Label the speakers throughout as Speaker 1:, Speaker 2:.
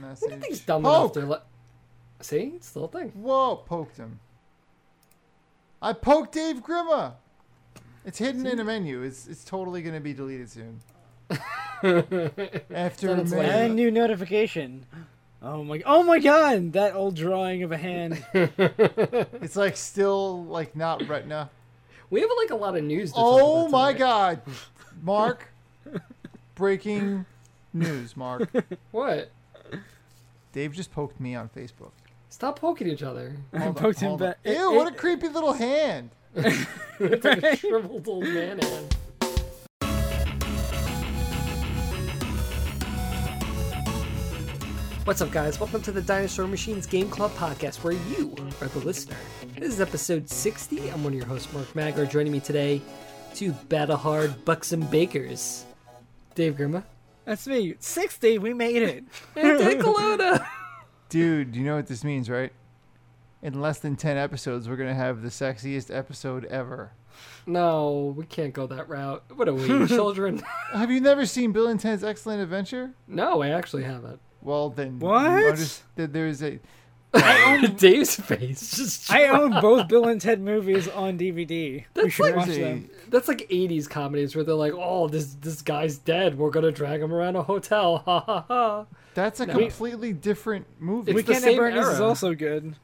Speaker 1: message.
Speaker 2: Nothing's dumb enough
Speaker 1: Poke!
Speaker 2: to let. See, it's the whole thing.
Speaker 1: Whoa, poked him. I poked Dave Grima. It's hidden in a menu. It's it's totally going to be deleted soon. After
Speaker 2: Then
Speaker 1: a
Speaker 2: it's
Speaker 1: minute.
Speaker 2: like-
Speaker 3: And new notification. Oh my! Oh my God! That old drawing of a hand.
Speaker 1: It's like still like not retina.
Speaker 2: We have like a lot of news. To talk
Speaker 1: Oh
Speaker 2: about
Speaker 1: my
Speaker 2: tonight.
Speaker 1: god. Mark. Breaking news, Mark.
Speaker 2: What?
Speaker 1: Dave just poked me on Facebook.
Speaker 2: Stop poking each other.
Speaker 3: I
Speaker 1: Hold on,
Speaker 3: poked him
Speaker 1: hold on.
Speaker 3: back.
Speaker 1: Ew, what a creepy little hand.
Speaker 2: It's like a shriveled old man. hand. What's up, guys? Welcome to the Dinosaur Machines Game Club podcast, where you are the listener. This is episode 60. I'm one of your hosts, Mark Maggar. Joining me today, two battle hard buxom bakers, Dave Grima
Speaker 3: That's me. Sixty. We made it.
Speaker 2: and Dick Colonna.
Speaker 1: Dude, you know what this means, right? In less than 10 episodes, we're going to have the sexiest episode ever.
Speaker 2: No, we can't go that route. What are we, children?
Speaker 1: Have you never seen Bill and Ted's Excellent Adventure?
Speaker 2: No, I actually haven't.
Speaker 1: Well, then. you
Speaker 3: What?
Speaker 1: underst- that there's a.
Speaker 2: Dave's face just.
Speaker 3: I own both Bill and Ted movies on DVD. we
Speaker 2: That's
Speaker 3: should
Speaker 2: like-
Speaker 3: watch
Speaker 1: there's a-
Speaker 3: them.
Speaker 2: That's like '80s comedies where they're like, "Oh, this this guy's dead. We're gonna drag him around a hotel." Ha ha ha.
Speaker 1: That's a
Speaker 2: No.
Speaker 1: completely different movie.
Speaker 2: It's-
Speaker 3: We
Speaker 2: the
Speaker 3: can't
Speaker 2: same
Speaker 3: burn this is
Speaker 2: era.
Speaker 3: also good.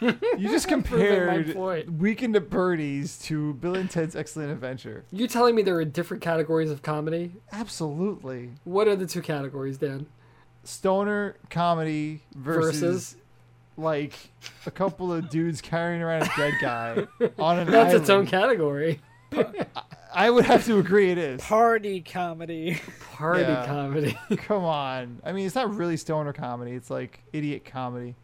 Speaker 1: you just
Speaker 2: my
Speaker 1: compared
Speaker 2: point.
Speaker 1: Weekend at Bernie's to Bill and Ted's Excellent Adventure.
Speaker 2: You telling me there are different categories of comedy?
Speaker 1: Absolutely.
Speaker 2: What are the two categories, Dan?
Speaker 1: Stoner comedy versus,
Speaker 2: Versus.
Speaker 1: like a couple of dudes carrying around a dead guy on an
Speaker 2: That's
Speaker 1: island.
Speaker 2: its own category.
Speaker 1: I would have to agree it is.
Speaker 3: Party comedy.
Speaker 2: Party
Speaker 1: Yeah.
Speaker 2: comedy.
Speaker 1: Come on. I mean, it's not really stoner comedy. It's like idiot comedy.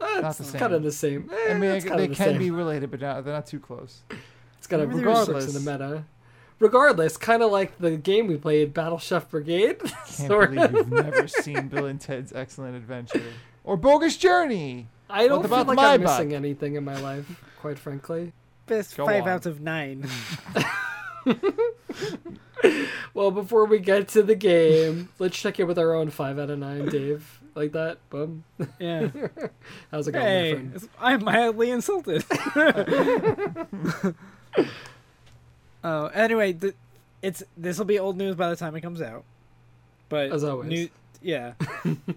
Speaker 2: That's
Speaker 1: the same.
Speaker 2: kind of the same. Eh,
Speaker 1: I mean,
Speaker 2: it's
Speaker 1: they
Speaker 2: kind
Speaker 1: they
Speaker 2: of the
Speaker 1: can
Speaker 2: same.
Speaker 1: be related, but not, they're not too close.
Speaker 2: It's got a
Speaker 1: Remember there was-
Speaker 2: regardless in the meta. Regardless, kind of like the game we played, Battle Chef Brigade.
Speaker 1: Can't
Speaker 2: Sort
Speaker 1: believe
Speaker 2: of.
Speaker 1: you've never seen Bill and Ted's Excellent Adventure or Bogus Journey.
Speaker 2: I don't
Speaker 1: What
Speaker 2: feel
Speaker 1: about
Speaker 2: like
Speaker 1: my
Speaker 2: I'm
Speaker 1: butt?
Speaker 2: missing anything in my life, quite frankly.
Speaker 3: Best
Speaker 1: Go
Speaker 3: five
Speaker 1: on.
Speaker 3: out of nine.
Speaker 2: Well, before we get to the game, let's check in with our own five out of nine, Dave. Like that, boom.
Speaker 3: Yeah.
Speaker 2: How's it going, my
Speaker 3: Hey,
Speaker 2: friend?
Speaker 3: it's- I'm mildly insulted. oh, anyway, th- it's this will be old news by the time it comes out. But
Speaker 2: As always.
Speaker 3: new- yeah.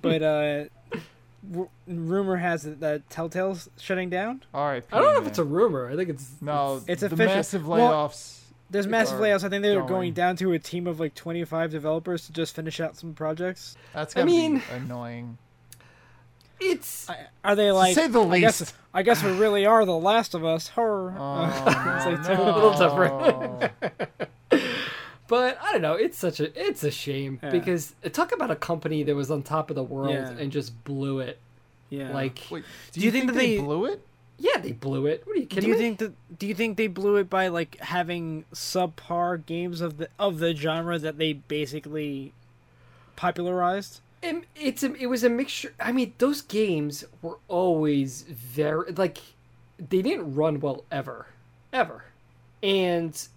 Speaker 3: but uh, r- rumor has it that Telltale's shutting down.
Speaker 1: All right.
Speaker 2: I don't know if it's a rumor. I think it's
Speaker 1: no.
Speaker 3: It's
Speaker 1: the
Speaker 3: official.
Speaker 1: massive
Speaker 3: Well-
Speaker 1: layoffs.
Speaker 3: There's massive
Speaker 1: Are
Speaker 3: layoffs. I think they're going.
Speaker 1: going.
Speaker 3: down to a team of like 25 developers to just finish out some projects.
Speaker 1: That's
Speaker 2: I
Speaker 1: gotta
Speaker 2: mean-
Speaker 1: be annoying.
Speaker 2: It's
Speaker 3: I, are they like?
Speaker 1: say the
Speaker 3: I guess-
Speaker 1: least.
Speaker 3: I guess, we really are the Last of Us. Horror.
Speaker 1: Oh,
Speaker 3: it's like,
Speaker 1: no.
Speaker 2: a little different. but I don't know. It's such a it's a shame
Speaker 3: Yeah.
Speaker 2: because uh, talk about a company that was on top of the world
Speaker 3: Yeah.
Speaker 2: and just blew it.
Speaker 3: Yeah.
Speaker 2: Like
Speaker 1: Wait, do,
Speaker 3: Do
Speaker 1: you,
Speaker 3: you
Speaker 1: think,
Speaker 3: think that
Speaker 1: they,
Speaker 3: they-
Speaker 1: blew it?
Speaker 2: yeah, they blew it. What are you kidding
Speaker 3: do you
Speaker 2: me?
Speaker 3: think that do you think they blew it by like having subpar games of the of the genre that they basically popularized?
Speaker 2: It, it's a, it was a mixture. I mean, those games were always very like they didn't run well ever, ever, and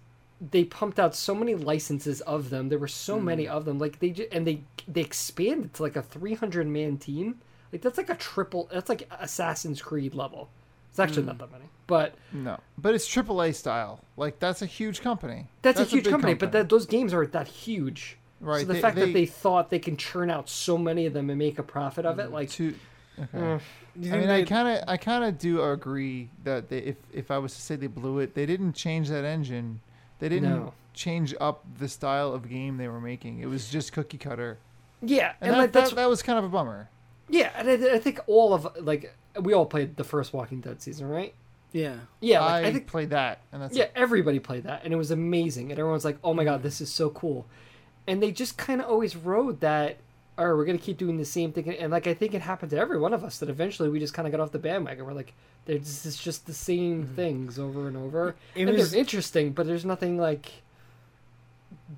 Speaker 2: they pumped out so many licenses of them. There were so many
Speaker 1: Hmm.
Speaker 2: of them. Like they just, and they they expanded to like a three hundred man team. Like that's like a triple. That's like Assassin's Creed level. It's actually
Speaker 1: Hmm.
Speaker 2: not that many, but
Speaker 1: No, but it's AAA style. Like that's a huge company.
Speaker 2: that's, a huge
Speaker 1: big
Speaker 2: company, But that those games aren't that huge.
Speaker 1: Right,
Speaker 2: So the
Speaker 1: they-
Speaker 2: fact
Speaker 1: they-
Speaker 2: that they thought they can churn out so many of them and make a profit of
Speaker 1: Hmm.
Speaker 2: it, like
Speaker 1: Two- okay.
Speaker 3: Do you
Speaker 1: I
Speaker 3: think
Speaker 1: mean, I
Speaker 3: they-
Speaker 1: kind of, I kind of do agree that they, if if I was to say they blew it, they didn't change that engine. They didn't
Speaker 2: No.
Speaker 1: change up the style of game they were making. It was just cookie cutter,
Speaker 2: yeah,
Speaker 1: and, that,
Speaker 2: like
Speaker 1: that, that was kind of a bummer.
Speaker 2: Yeah, and I, I think all of like we all played the first Walking Dead season, right?
Speaker 3: yeah.
Speaker 2: Yeah, like,
Speaker 1: I,
Speaker 2: I, think
Speaker 1: played that, and that's
Speaker 2: yeah everybody played that, and it was amazing, and everyone's like, "Oh my god, this is so cool," and they just kind of always rode that. All right, we're gonna keep doing the same thing, and like I think it happened to every one of us that eventually we just kind of got off the bandwagon. We're like, "There's this is just the same things over and over,
Speaker 3: Mm-hmm. It
Speaker 2: and
Speaker 3: was-
Speaker 2: they're interesting, but there's nothing like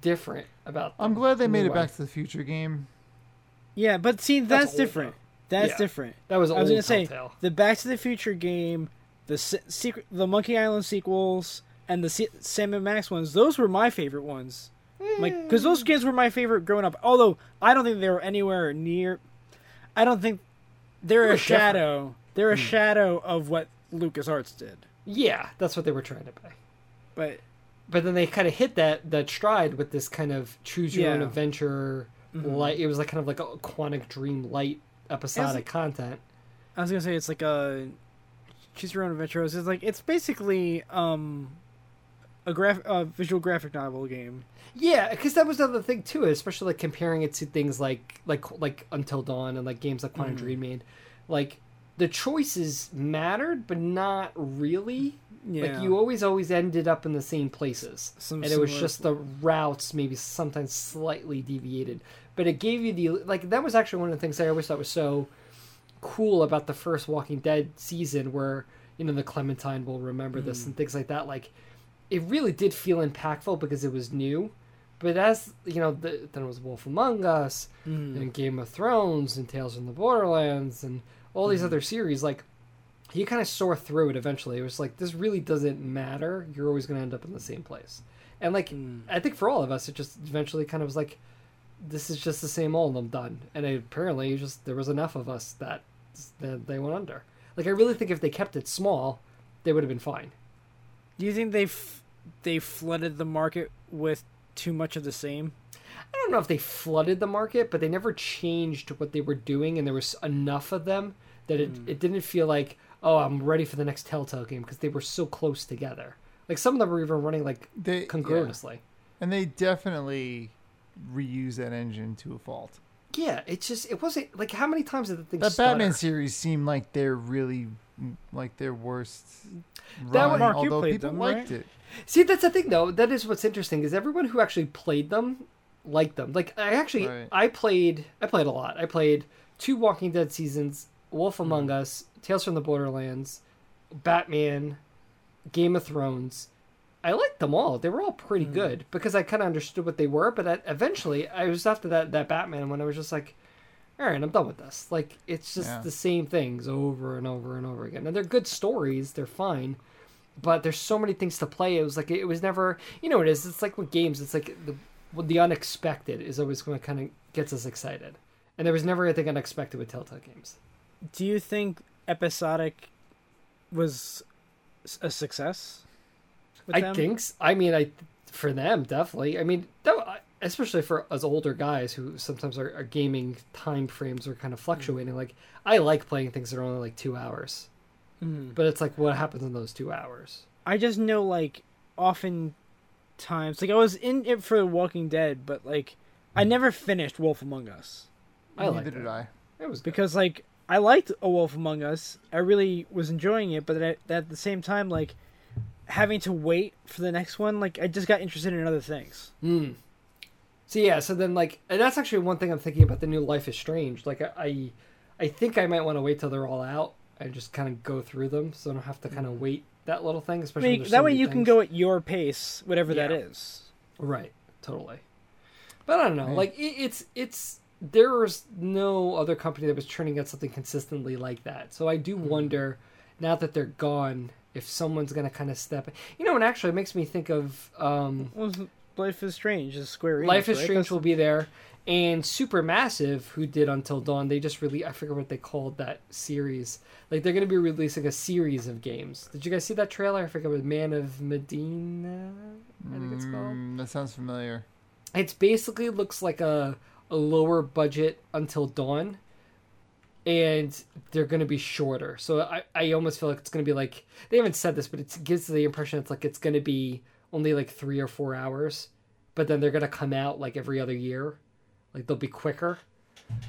Speaker 2: different about."
Speaker 3: Um,
Speaker 2: Them
Speaker 1: I'm glad they
Speaker 2: in
Speaker 1: made
Speaker 2: a
Speaker 1: it
Speaker 2: way.
Speaker 1: Back to the Future game.
Speaker 3: Yeah, but see that's,
Speaker 2: old,
Speaker 3: different. That's
Speaker 2: Yeah.
Speaker 3: different.
Speaker 2: That was
Speaker 3: I was
Speaker 2: old
Speaker 3: gonna say
Speaker 2: Telltale.
Speaker 3: the Back to the Future game, the se- secret, the Monkey Island sequels, and the se- Sam and Max ones. Those were my favorite ones. Like, because those games were my favorite growing up. Although I don't think they were anywhere near. I don't think they're
Speaker 2: They
Speaker 3: a
Speaker 2: were different. Hmm.
Speaker 3: shadow. They're a shadow of what LucasArts did.
Speaker 2: Yeah, that's what they were trying to be.
Speaker 3: But
Speaker 2: But then they kind of hit that that stride with this kind of choose your own
Speaker 3: Yeah. Mm-hmm.
Speaker 2: adventure light. It was like kind of like a quantic dream light episodic content.
Speaker 3: I was gonna say it's like a choose your own adventure. It's like it's basically um a graph a visual graphic novel game.
Speaker 2: Yeah, because that was another thing too, especially like comparing it to things like like like Until Dawn and like games like
Speaker 3: Mm-hmm.
Speaker 2: Quantum Dream made. Like the choices mattered, but not really.
Speaker 3: Yeah.
Speaker 2: Like you always always ended up in the same places,
Speaker 3: Some
Speaker 2: and it was
Speaker 3: similar-
Speaker 2: just the routes maybe sometimes slightly deviated, but it gave you the like that was actually one of the things I always thought was so cool about the first Walking Dead season, where you know the Clementine will remember
Speaker 3: Mm.
Speaker 2: this and things like that. Like it really did feel impactful because it was new. But as you know, the, then it was Wolf Among Us
Speaker 3: Mm.
Speaker 2: and Game of Thrones and Tales from the Borderlands and all
Speaker 3: Mm.
Speaker 2: these other series. Like you kind of soar through it eventually. It was like this really doesn't matter. You're always going to end up in the same place. And like I think for all of us, it just eventually kind of was like this is just the same old. I'm done. And it, apparently, just there was enough of us that, that they went under. Like I really think if they kept it small, they would have been fine.
Speaker 3: Do you think they f- they flooded the market with too much of the same?
Speaker 2: I don't know if they flooded the market, but they never changed what they were doing, and there was enough of them that it, it didn't feel like, oh, I'm ready for the next Telltale game because they were so close together. Like some of them were even running like
Speaker 1: They yeah.
Speaker 2: congruously.
Speaker 1: and they definitely reuse that engine to a fault.
Speaker 2: Yeah. it just it wasn't like how many times did the thing
Speaker 1: That
Speaker 2: stutter?
Speaker 1: Batman series seemed like they're really like their worst
Speaker 2: That
Speaker 1: run,
Speaker 2: one-
Speaker 3: Mark, you
Speaker 1: although
Speaker 3: played
Speaker 1: people
Speaker 3: them,
Speaker 1: liked
Speaker 3: right?
Speaker 1: it.
Speaker 2: See, that's the thing though. That is what's interesting is everyone who actually played them liked them. Like I actually
Speaker 1: Right.
Speaker 2: I played I played a lot. I played two Walking Dead seasons, Wolf Among Us, Tales from the Borderlands, Batman, Game of Thrones. I liked them all. They were all pretty good because I kind of understood what they were. But I, eventually, I was after that that Batman when I was just like, all right, I'm done with this. Like it's just
Speaker 1: Yeah.
Speaker 2: the same things over and over and over again. And they're good stories. They're fine but there's so many things to play. It was like it was never, you know, what it is. It's like with games, it's like the well, the unexpected is always going to kind of gets us excited, and there was never anything unexpected with Telltale games.
Speaker 3: Do you think episodic was s- a success? with
Speaker 2: I
Speaker 3: them?
Speaker 2: think, s- I mean, I for them definitely. I mean, though, I- especially for us older guys who sometimes our, our gaming time frames are kind of fluctuating. Like I like playing things that are only like two hours,
Speaker 3: Mhm.
Speaker 2: but it's like what happens in those two hours.
Speaker 3: I just know like often times like I was in it for The Walking Dead, but like
Speaker 2: Hmm.
Speaker 3: I never finished Wolf Among Us.
Speaker 2: I like
Speaker 1: Neither did I.
Speaker 2: It was good.
Speaker 3: because like I liked A Wolf Among Us. I really was enjoying it, but at, at the same time, like having to wait for the next one, like I just got interested in other things.
Speaker 2: Mm. So yeah, so then like and that's actually one thing I'm thinking about the new Life is Strange. Like I, I, I think I might want to wait till they're all out and just kind of go through them, so I don't have to kind of wait that little thing.
Speaker 3: I
Speaker 2: Especially when
Speaker 3: mean,
Speaker 2: there's so
Speaker 3: Mm-hmm. that way
Speaker 2: many
Speaker 3: you can
Speaker 2: things.
Speaker 3: go at your pace, whatever that
Speaker 2: Yeah.
Speaker 3: is.
Speaker 2: right, totally. But I don't know.
Speaker 1: Right.
Speaker 2: Like it, it's it's there was no other company that was churning out something consistently like that. So I do wonder now that they're gone if someone's gonna kind of step. You know, and actually it makes me think of. um
Speaker 3: What was Life is Strange is Square Enix.
Speaker 2: Life is
Speaker 3: right?
Speaker 2: Strange
Speaker 3: That's-
Speaker 2: will be there, and Supermassive, who did Until Dawn, they just really I forget what they called that series. Like they're going to be releasing a series of games. Did you guys see that trailer? I forget what Man of Medina. I think it's called.
Speaker 1: Mm, that sounds familiar.
Speaker 2: It's basically looks like a a lower budget Until Dawn, and they're going to be shorter. So I I almost feel like it's going to be like they haven't said this, but it gives the impression it's like it's going to be only like three or four hours, but then they're going to come out like every other year, like they'll be quicker.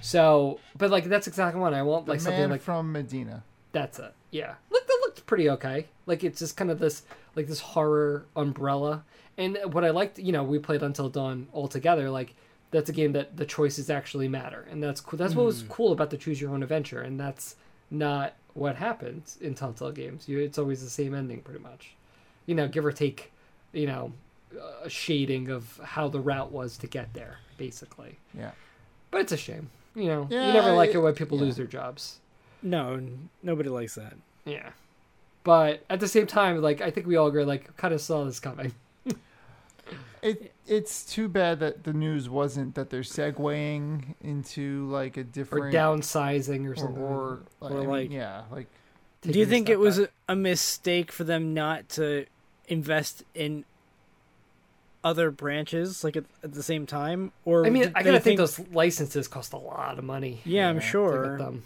Speaker 2: So, but like that's exactly what I want.
Speaker 1: The
Speaker 2: Like something
Speaker 1: man
Speaker 2: like
Speaker 1: from Medina.
Speaker 2: that's it. Yeah, look, that looked pretty okay. Like it's just kind of this like this horror umbrella. And what I liked, you know, we played Until Dawn all together. Like that's a game that the choices actually matter, and that's cool. That's what
Speaker 1: Hmm.
Speaker 2: was cool about the choose your own adventure, and that's not what happens in Telltale games. You, it's always the same ending, pretty much. You know, give or take, you know, a shading of how the route was to get there, basically.
Speaker 1: Yeah.
Speaker 2: But it's a shame. You know, you
Speaker 1: Yeah,
Speaker 2: never like
Speaker 1: it-
Speaker 2: it when people
Speaker 1: yeah.
Speaker 2: lose their jobs.
Speaker 3: No, n- nobody likes that.
Speaker 2: Yeah. But at the same time, like I think we all agree, like kind of saw this coming.
Speaker 1: It it's too bad that the news wasn't that they're segueing into like a
Speaker 2: or
Speaker 1: different
Speaker 2: downsizing or
Speaker 1: or,
Speaker 2: something.
Speaker 1: or, like, I mean,
Speaker 3: like-
Speaker 1: yeah, like
Speaker 3: Do you think it was
Speaker 2: A,
Speaker 3: a, a mistake for them not to invest in other branches like at, at the same time? Or
Speaker 2: I mean,
Speaker 3: did
Speaker 2: I
Speaker 3: they
Speaker 2: gotta think, those licenses cost a lot of money.
Speaker 3: Yeah, I'm
Speaker 1: Yeah, I think
Speaker 2: to
Speaker 3: sure.
Speaker 2: get them.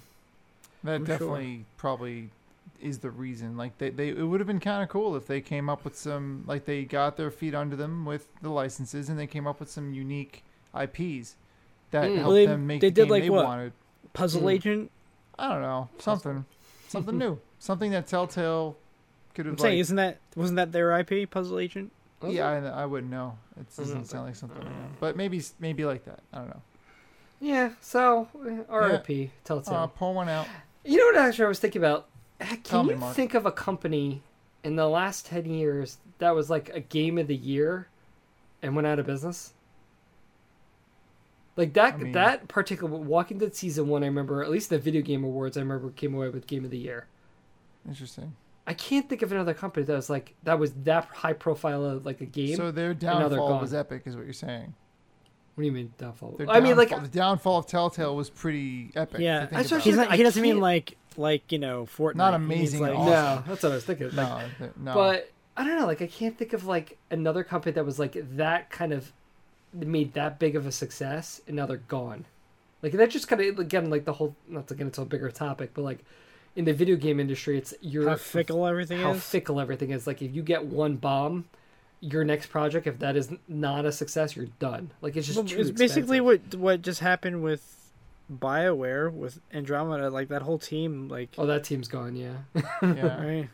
Speaker 1: that
Speaker 3: I'm sure.
Speaker 1: definitely probably is the reason. Like they, they it would have been kind of cool if they came up with some like they got their feet under them with the licenses and they came up with some unique IPs that
Speaker 2: Mm.
Speaker 1: helped
Speaker 2: Well,
Speaker 3: Hmm. they-
Speaker 1: them make
Speaker 3: they
Speaker 1: the
Speaker 3: did,
Speaker 1: game
Speaker 3: like,
Speaker 1: they
Speaker 3: what?
Speaker 1: wanted.
Speaker 3: Puzzle
Speaker 2: Mm.
Speaker 3: Agent.
Speaker 1: I don't know, something, something new, something that Telltale could
Speaker 3: I'm
Speaker 1: have
Speaker 3: saying,
Speaker 1: like.
Speaker 3: isn't that wasn't that their IP? Puzzle Agent.
Speaker 2: Was
Speaker 1: yeah,
Speaker 2: it?
Speaker 1: I, I wouldn't know. It doesn't
Speaker 2: don't
Speaker 1: sound like something, I
Speaker 2: Mm.
Speaker 1: know. but maybe maybe like that. I don't know.
Speaker 2: Yeah. So eh, RIP Telltale.
Speaker 1: Uh, pour one out.
Speaker 2: You know what? Actually, I was thinking about. Heck,
Speaker 1: Tell
Speaker 2: Can
Speaker 1: me,
Speaker 2: you
Speaker 1: Mark.
Speaker 2: think of a company in the last ten years that was like a game of the year, and went out of business? Like that
Speaker 1: I mean-
Speaker 2: that particular Walking Dead season one, I remember at least the video game awards. I remember came away with game of the year.
Speaker 1: Interesting.
Speaker 2: I can't think of another company that was like that was that high profile of like a game.
Speaker 1: So their
Speaker 2: now they're
Speaker 1: downfall was
Speaker 2: gone.
Speaker 1: epic, is what you're saying.
Speaker 2: what do you mean downfall?
Speaker 1: Their
Speaker 2: I mean, like
Speaker 1: downfall- the downfall of Telltale was pretty epic.
Speaker 3: Yeah.
Speaker 1: to think
Speaker 2: That's what
Speaker 1: about.
Speaker 2: she-
Speaker 3: He's not,
Speaker 2: I
Speaker 3: he doesn't mean
Speaker 2: can't-
Speaker 3: like like you know Fortnite. He means,
Speaker 1: amazing
Speaker 3: like-
Speaker 1: at all.
Speaker 2: no, that's what I was thinking. Like,
Speaker 1: no, th-
Speaker 3: Oh.
Speaker 1: no.
Speaker 2: But I don't know. Like I can't think of like another company that was like that kind of made that big of a success, and now they're gone. Like that just kind of again like the whole not to get into a bigger topic, but like in the video game industry, it's your
Speaker 3: how fickle everything
Speaker 2: how
Speaker 3: is.
Speaker 2: fickle everything is. Like if you get one bomb, your next project if that is not a success, you're done. Like it's just
Speaker 3: Well,
Speaker 2: too
Speaker 3: it's basically
Speaker 2: expensive.
Speaker 3: what what just happened with Bioware with Andromeda. Like that whole team. Like
Speaker 2: Oh, that team's gone, yeah.
Speaker 1: yeah.
Speaker 3: right?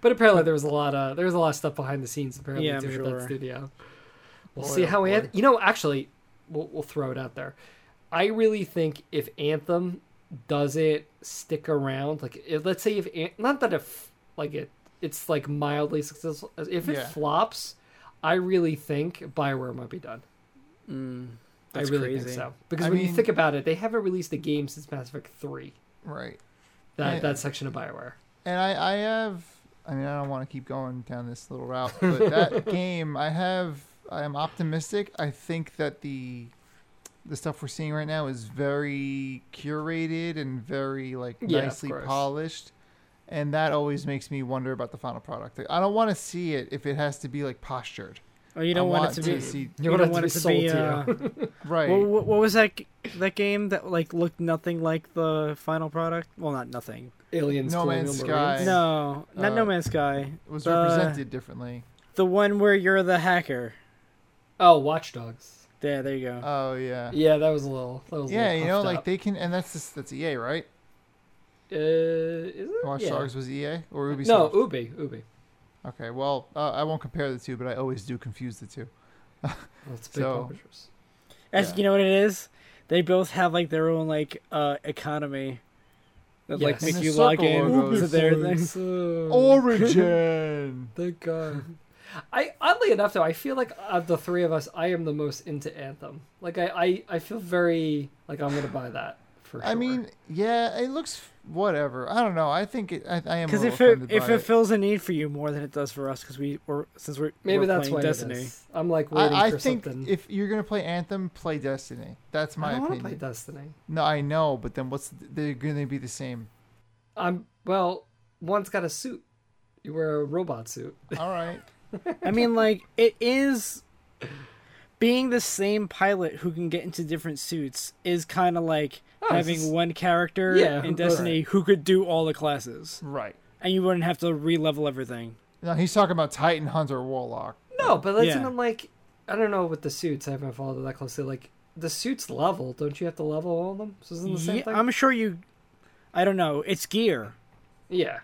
Speaker 2: But apparently, there was a lot of there was a lot of stuff behind the scenes apparently
Speaker 3: Yeah, I'm
Speaker 2: too, with
Speaker 3: sure.
Speaker 2: that studio. We'll
Speaker 1: Boy,
Speaker 2: see
Speaker 1: oh
Speaker 2: how
Speaker 1: boy.
Speaker 2: Anth- you know. Actually, we'll we'll throw it out there. I really think if Anthem doesn't stick around, like if, let's say if An- not that if like it it's like mildly successful, if it
Speaker 1: Yeah.
Speaker 2: flops, I really think Bioware might be done.
Speaker 3: That's
Speaker 2: Hmm. I really
Speaker 3: crazy.
Speaker 2: think so because
Speaker 1: I
Speaker 2: when you
Speaker 1: mean-
Speaker 2: think about it, they haven't released a game since Mass Effect Three.
Speaker 1: Right.
Speaker 2: That
Speaker 1: Yeah.
Speaker 2: that section of Bioware.
Speaker 1: And I, I have. I mean, I don't want to keep going down this little route, but that game, I have. I am optimistic. I think that the the stuff we're seeing right now is very curated and very like
Speaker 2: Yeah, of
Speaker 1: nicely
Speaker 2: course.
Speaker 1: polished. And that always makes me wonder about the final product. Like, I don't want to see it if it has to be like postured.
Speaker 3: Oh, you
Speaker 1: I
Speaker 3: don't want,
Speaker 1: want
Speaker 3: it to be.
Speaker 1: to see-
Speaker 2: You
Speaker 3: don't
Speaker 2: want it to
Speaker 3: want
Speaker 2: be sold to you.
Speaker 3: uh,
Speaker 1: Right.
Speaker 3: Well, what, what was that g- that game that like looked nothing like the final product? Well, not nothing.
Speaker 2: Aliens,
Speaker 1: No
Speaker 2: Colonial
Speaker 1: Man's
Speaker 2: Marines.
Speaker 1: Sky.
Speaker 3: No, not
Speaker 1: Uh,
Speaker 3: No Man's Sky.
Speaker 1: it was
Speaker 3: uh,
Speaker 1: represented differently.
Speaker 3: The one where you're the hacker.
Speaker 2: Oh, Watch Dogs.
Speaker 3: Yeah, there you go.
Speaker 1: Oh yeah.
Speaker 2: Yeah, that was a little. That was a
Speaker 1: Yeah,
Speaker 2: little
Speaker 1: you know,
Speaker 2: puffed
Speaker 1: like
Speaker 2: up.
Speaker 1: they can, and that's just, that's EA, right?
Speaker 2: Uh, is it?
Speaker 1: Watch
Speaker 2: yeah.
Speaker 1: Dogs was EA or Ubisoft?
Speaker 2: No, Ubi, Ubi.
Speaker 1: Okay, well, uh, I won't compare the two, but I always do confuse the two.
Speaker 2: That's big
Speaker 1: So-
Speaker 2: publishers.
Speaker 3: That's,
Speaker 1: yeah.
Speaker 3: You know what it is? They both have like their own like uh economy. That like
Speaker 2: Yes.
Speaker 3: make
Speaker 1: And the
Speaker 3: you log
Speaker 1: circle
Speaker 3: in
Speaker 1: logo
Speaker 3: to
Speaker 1: is
Speaker 3: their thing.
Speaker 1: Origin.
Speaker 2: Thank God. I oddly enough though, I feel like of the three of us, I am the most into Anthem. Like I, I, I feel very like I'm gonna buy that for sure.
Speaker 1: I mean, yeah, it looks whatever. I don't know. I think it, I, I am
Speaker 3: Because
Speaker 1: because
Speaker 3: if it if it fills a need for you more than it does for us, because we or since we're
Speaker 2: maybe
Speaker 3: we're
Speaker 2: that's
Speaker 3: playing
Speaker 2: why
Speaker 3: Destiny.
Speaker 2: It is. I'm like waiting
Speaker 1: I, I
Speaker 2: for
Speaker 1: think
Speaker 2: something.
Speaker 1: if you're gonna play Anthem, play Destiny. That's
Speaker 2: I
Speaker 1: my
Speaker 2: don't wanna
Speaker 1: opinion.
Speaker 2: play Destiny.
Speaker 1: no, I know, but then what's they're gonna be the same?
Speaker 2: I'm well. One's got a suit. You wear a robot suit.
Speaker 1: All right,
Speaker 3: I mean, like it is being the same pilot who can get into different suits is kind of like
Speaker 2: Oh, it's
Speaker 3: having
Speaker 2: just-
Speaker 3: one character
Speaker 2: Yeah,
Speaker 3: in
Speaker 2: who-
Speaker 3: Destiny who could do all the classes,
Speaker 1: right.
Speaker 3: and you wouldn't have to re-level everything.
Speaker 1: No, he's talking about Titan Hunter Warlock.
Speaker 2: No, but that's
Speaker 3: Yeah.
Speaker 2: even like I don't know with the suits. I haven't followed it that closely. Like the suits level, don't you have to level all of them? So isn't the same
Speaker 3: Yeah,
Speaker 2: thing?
Speaker 3: I'm sure you. I don't know. It's gear.
Speaker 2: Yeah.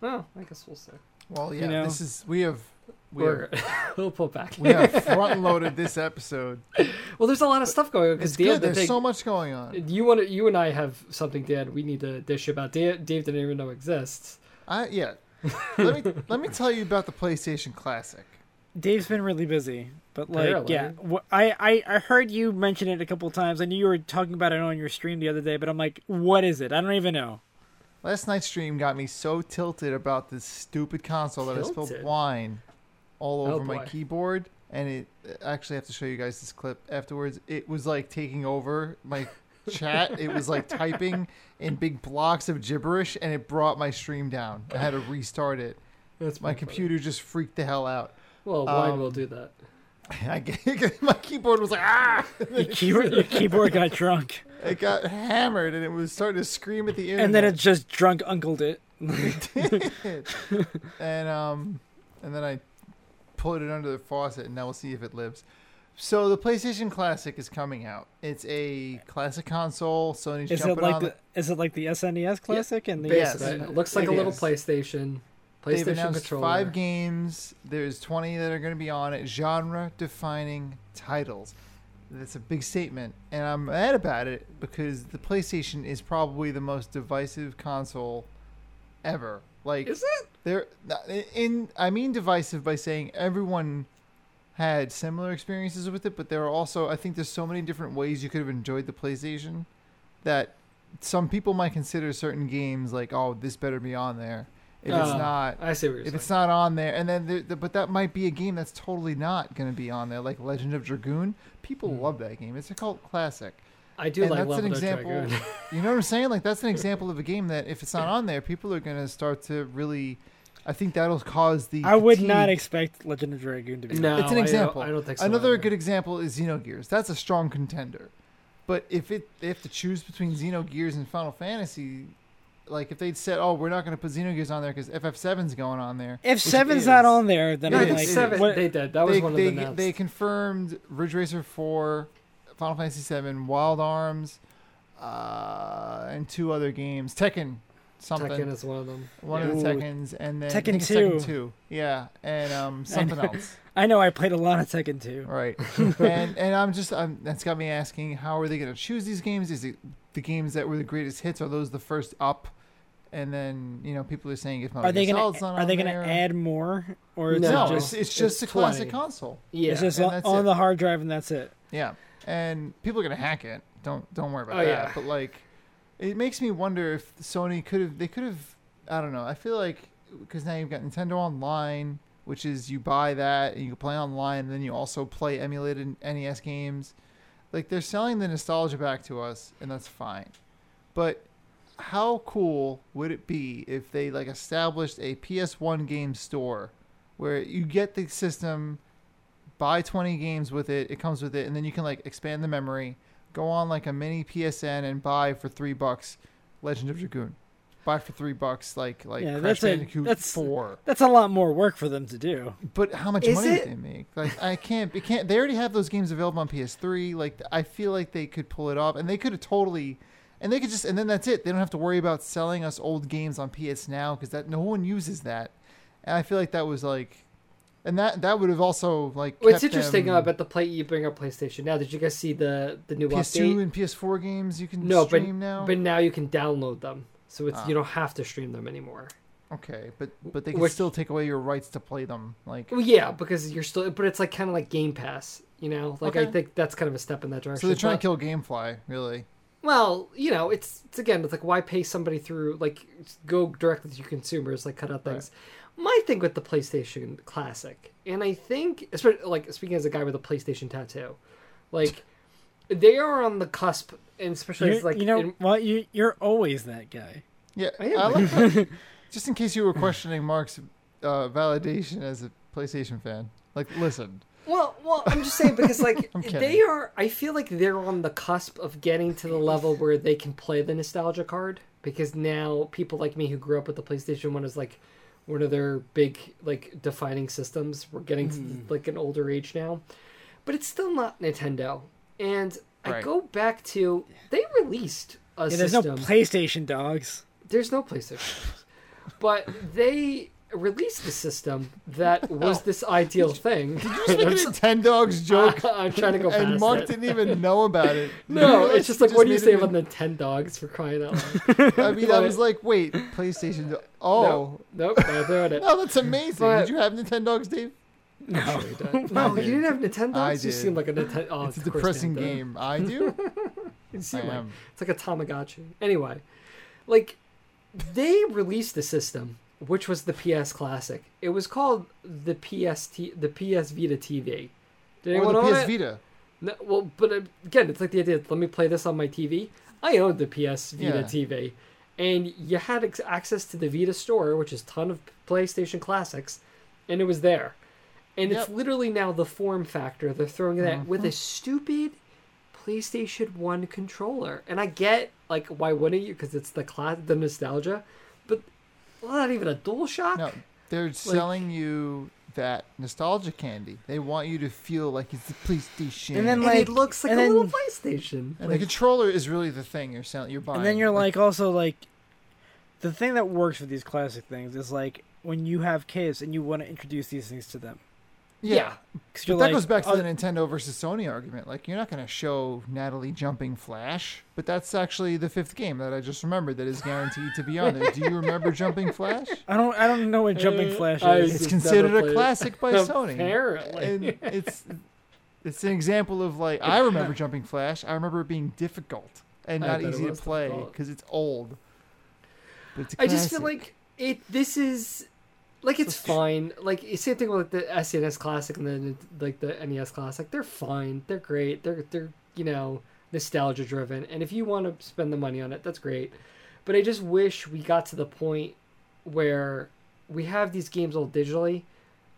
Speaker 2: Well, I guess we'll see.
Speaker 1: Well, yeah,
Speaker 3: know.
Speaker 1: this is we have we have,
Speaker 2: We're, we'll pull back.
Speaker 1: we have front loaded this episode.
Speaker 2: well, there's a lot of stuff going on because
Speaker 1: It's
Speaker 2: Dan,
Speaker 1: good.
Speaker 2: the
Speaker 1: There's
Speaker 2: thing,
Speaker 1: so much going on.
Speaker 2: you want you and I have something, Dan. We need to dish about. Dave, Dave didn't even know exists.
Speaker 1: I yeah. let me let me tell you about the PlayStation Classic.
Speaker 3: Dave's been really busy, but like,
Speaker 2: Apparently.
Speaker 3: yeah, wh- I, I I heard you mention it a couple times. I knew you were talking about it on your stream the other day, but I'm like, what is it? I don't even know.
Speaker 1: Last night's stream got me so tilted about this stupid console that I spilled
Speaker 2: Tilted?
Speaker 1: wine all
Speaker 2: Oh,
Speaker 1: over my
Speaker 2: boy.
Speaker 1: keyboard and it I actually have to show you guys this clip afterwards. It was like taking over my chat. It was like typing in big blocks of gibberish, and it brought my stream down. I had to restart it.
Speaker 2: That's
Speaker 1: My
Speaker 2: pretty funny.
Speaker 1: computer just freaked the hell out.
Speaker 2: Well, wine
Speaker 1: um,
Speaker 2: will do that.
Speaker 1: I get, my keyboard was like ah.
Speaker 3: Your keyboard, your keyboard got drunk,
Speaker 1: It got hammered, and it was starting to scream at the internet.
Speaker 3: and then it just drunk uncled it.
Speaker 1: and um, and then I put it under the faucet, and now we'll see if it lives. So the PlayStation Classic is coming out. It's a classic console. Sony's
Speaker 3: Is it
Speaker 1: jumping
Speaker 3: like
Speaker 1: on
Speaker 3: the, is it like the SNES classic and the
Speaker 1: Yes.
Speaker 2: Basically, it looks like a
Speaker 1: It
Speaker 2: little
Speaker 1: is.
Speaker 2: PlayStation.
Speaker 1: They've
Speaker 2: PlayStation
Speaker 1: announced
Speaker 2: controller.
Speaker 1: five games. There's 20 that are going to be on it. Genre-defining titles. That's a big statement, and I'm mad about it because the PlayStation is probably the most divisive console ever. Like,
Speaker 2: Is it?
Speaker 1: there in i mean divisive by saying everyone had similar experiences with it but there are also i think there's so many different ways you could have enjoyed the playstation that some people might consider certain games like oh this better be on there if it's
Speaker 2: Uh,
Speaker 1: not
Speaker 2: I see what you're
Speaker 1: if
Speaker 2: saying.
Speaker 1: it's not on there and then the, the, but that might be a game that's totally not going to be on there like legend of dragoon people love that game it's a cult classic
Speaker 2: I do
Speaker 1: and
Speaker 2: like
Speaker 1: that's
Speaker 2: Level
Speaker 1: an
Speaker 2: of
Speaker 1: example.
Speaker 2: Dragoon.
Speaker 1: you know what I'm saying? Like that's an example of a game that if it's not on there, people are gonna start to really. I think that'll cause the.
Speaker 3: E I would not
Speaker 1: fatigue.
Speaker 3: expect Legend of Dragoon to be.
Speaker 2: no,
Speaker 1: it's an
Speaker 2: I don't-
Speaker 1: example.
Speaker 2: I don't, think so.
Speaker 1: Another
Speaker 2: either.
Speaker 1: good example is Xenogears. That's a strong contender, but if it they have to choose between Xenogears and Final Fantasy, like if they'd said, "Oh, we're not gonna put Xenogears on there because FF7's going on there."
Speaker 3: If
Speaker 1: which it
Speaker 3: seven's not
Speaker 1: is.
Speaker 3: on there, then
Speaker 2: No,
Speaker 1: it
Speaker 3: I'm
Speaker 2: it's
Speaker 3: like,
Speaker 1: is.
Speaker 2: seven.
Speaker 3: what-
Speaker 2: They did. That was
Speaker 1: they,
Speaker 2: one of
Speaker 1: they,
Speaker 2: the announced.
Speaker 1: they confirmed Ridge Racer 4, Final Fantasy 7, Wild Arms, uh, and two other games. Tekken, something.
Speaker 2: Tekken is one of them.
Speaker 1: one
Speaker 3: yeah.
Speaker 1: of the
Speaker 3: Ooh.
Speaker 1: Tekkens, and then I
Speaker 3: Tekken
Speaker 1: think it's
Speaker 3: 2.
Speaker 1: Tekken 2. Yeah, and um, something else.
Speaker 3: I know I played a lot of Tekken 2.
Speaker 1: Right. and and I'm just I'm, that's got me asking how are they going to choose these games? Is it the games that were the greatest hits? Are those the first up? And then you know people are saying if Metal
Speaker 3: Are they
Speaker 1: Gear
Speaker 3: gonna
Speaker 1: Solid's Oh, not
Speaker 3: are they
Speaker 1: on
Speaker 3: gonna
Speaker 1: there-
Speaker 3: add more or is
Speaker 1: No,
Speaker 3: it
Speaker 1: it's,
Speaker 3: just
Speaker 1: it's just
Speaker 2: it's
Speaker 1: a classic
Speaker 2: 20.
Speaker 1: console.
Speaker 2: Yeah.
Speaker 3: it's just
Speaker 1: and
Speaker 3: on,
Speaker 1: that's
Speaker 3: on
Speaker 1: it.
Speaker 3: the hard drive and that's it?
Speaker 1: Yeah, and people are gonna hack it. Don't don't worry about
Speaker 2: Oh,
Speaker 1: that.
Speaker 2: yeah.
Speaker 1: But like, it makes me wonder if Sony could have. They could have. I don't know. I feel like because now you've got Nintendo Online, which is you buy that and you can play online, and then you also play emulated NES games. Like they're selling the nostalgia back to us, and that's fine. But how cool would it be if they like established a PS1 game store where you get the system, buy 20 games with it, it comes with it, and then you can like expand the memory, go on like a mini PSN and buy for three bucks Legend of Dragoon. Buy for three bucks like like
Speaker 3: Yeah,
Speaker 1: Crash
Speaker 3: that's a-
Speaker 1: Bandicoot
Speaker 3: that's-
Speaker 1: four.
Speaker 3: That's a lot more work for them to do.
Speaker 1: But how much
Speaker 2: Is
Speaker 1: money
Speaker 2: it?
Speaker 1: did they make? Like I can't. It can't. They already have those games available on PS3. Like I feel like they could pull it off, and they could have totally, and they could just, and then that's it. They don't have to worry about selling us old games on PS now because that no one uses that. And I feel like that was like, and that that would have also like.
Speaker 2: Well, it's
Speaker 1: kept
Speaker 2: interesting
Speaker 1: them-
Speaker 2: uh, about the play you bring up PlayStation now. Did you guys see the the new
Speaker 1: PS2
Speaker 2: update?
Speaker 1: and PS4 games you can
Speaker 2: No, but
Speaker 1: stream now.
Speaker 2: but now you can download them, so it's
Speaker 1: Ah.
Speaker 2: you don't have to stream them anymore.
Speaker 1: okay, but but they can
Speaker 2: Which-
Speaker 1: still take away your rights to play them. Like
Speaker 2: Well, yeah, because you're still, but it's like kind of like Game Pass, you know. Like I
Speaker 1: Okay.
Speaker 2: think that's kind of a step in that direction.
Speaker 1: so they're trying to
Speaker 2: but-
Speaker 1: kill GameFly, really.
Speaker 2: Well, you know, it's it's again, it's like why pay somebody through like go directly to your consumers, like cut out things. My thing with the PlayStation Classic, and I think, especially like speaking as a guy with a PlayStation tattoo, like they are on the cusp, and especially
Speaker 3: You're-
Speaker 2: as, like
Speaker 3: you know,
Speaker 2: in-
Speaker 3: well, you you're always that guy.
Speaker 1: Yeah,
Speaker 2: I am.
Speaker 1: I like that. Just in case you were questioning Mark's uh, validation as a PlayStation fan, like, listen,
Speaker 2: Well, well, I'm just saying because like
Speaker 1: I'm kidding.
Speaker 2: they are. I feel like they're on the cusp of getting to the level where they can play the nostalgia card because now people like me who grew up with the PlayStation One is like one of their big like defining systems. We're getting to like an older age now, but it's still not Nintendo. And I
Speaker 1: Right.
Speaker 2: go back to they released a
Speaker 3: Yeah, there's no
Speaker 2: system
Speaker 3: PlayStation dogs.
Speaker 2: there's no PlayStation. but they released a system that was this ideal thing. Did you
Speaker 1: just making a ten dogs joke,
Speaker 2: I'm trying to go past
Speaker 1: and Mark
Speaker 2: it.
Speaker 1: didn't even know about it.
Speaker 2: No,
Speaker 1: You
Speaker 2: it's just like what do you
Speaker 1: made
Speaker 2: say
Speaker 1: him
Speaker 2: about the ten dogs for crying out loud?
Speaker 1: in- I mean, I was like, wait, PlayStation. do- Oh,
Speaker 2: nope, not doing it.
Speaker 1: no, that's amazing.
Speaker 2: But-
Speaker 1: Did you have Nintendo dogs, Dave?
Speaker 2: No, you didn't. No, you didn't have Nintendo.
Speaker 1: I
Speaker 2: dogs? You
Speaker 1: did.
Speaker 2: seem like a Nintendo. Oh,
Speaker 1: It's a
Speaker 2: of course
Speaker 1: depressing
Speaker 2: Dan did.
Speaker 1: game. I do.
Speaker 2: You
Speaker 1: I
Speaker 2: seem like
Speaker 1: am.
Speaker 2: It's like a Tamagotchi. Anyway, like they released a system which was the PS Classic. It was called the PST, the PS Vita TV, Did
Speaker 1: or
Speaker 2: anyone
Speaker 1: the
Speaker 2: own
Speaker 1: PS
Speaker 2: it?
Speaker 1: Vita.
Speaker 2: No, well, but uh, again, it's like the idea. of, Let me play this on my TV. I owned the PS Vita
Speaker 1: Yeah.
Speaker 2: TV, and you had ex- access to the Vita store, which is a ton of PlayStation classics, and it was there. And it's
Speaker 1: Yep. Mm-hmm.
Speaker 2: literally now the form factor. They're throwing that with a stupid PlayStation One controller, and I get like why wouldn't you? Because it's the class, the nostalgia, but not even a DualShock.
Speaker 1: No, they're selling you that nostalgia candy. They want you to feel like it's the PlayStation.
Speaker 3: And then,
Speaker 2: And
Speaker 3: like-
Speaker 2: it looks like a
Speaker 3: and
Speaker 2: little
Speaker 3: then-
Speaker 2: PlayStation.
Speaker 1: And the controller is really the thing you're selling. You're buying.
Speaker 3: And then you're like, also like, the thing that works with these classic things is like when you have kids and you want to introduce these things to them.
Speaker 1: yeah.
Speaker 2: yeah.
Speaker 3: 'Cause
Speaker 1: But
Speaker 3: you're
Speaker 1: that
Speaker 3: like,
Speaker 1: goes back to
Speaker 3: oh,
Speaker 1: the Nintendo versus Sony argument. Like, you're not going to show Natalie jumping Flash, but that's actually the fifth game that I just remembered that is guaranteed to be on there. Do you remember Jumping Flash?
Speaker 3: I don't. I don't know what jumping
Speaker 2: Uh,
Speaker 3: flash
Speaker 2: I-
Speaker 3: is.
Speaker 1: It's
Speaker 2: Just
Speaker 1: considered
Speaker 2: never played
Speaker 1: a
Speaker 2: it.
Speaker 1: classic by Sony.
Speaker 2: Apparently.
Speaker 1: and it's it's an example of like I remember jumping Flash. I remember it being difficult and
Speaker 2: I
Speaker 1: not
Speaker 2: bet it
Speaker 1: easy to
Speaker 2: was
Speaker 1: play
Speaker 2: difficult.
Speaker 1: because it's old. But it's a
Speaker 2: I just feel
Speaker 1: classic.
Speaker 2: like it. This is like it's fine. Like it's same thing with the SNES Classic and then like the NES Classic. They're fine. They're great. They're they're you know nostalgia driven. And if you want to spend the money on it, that's great. But I just wish we got to the point where we have these games all digitally.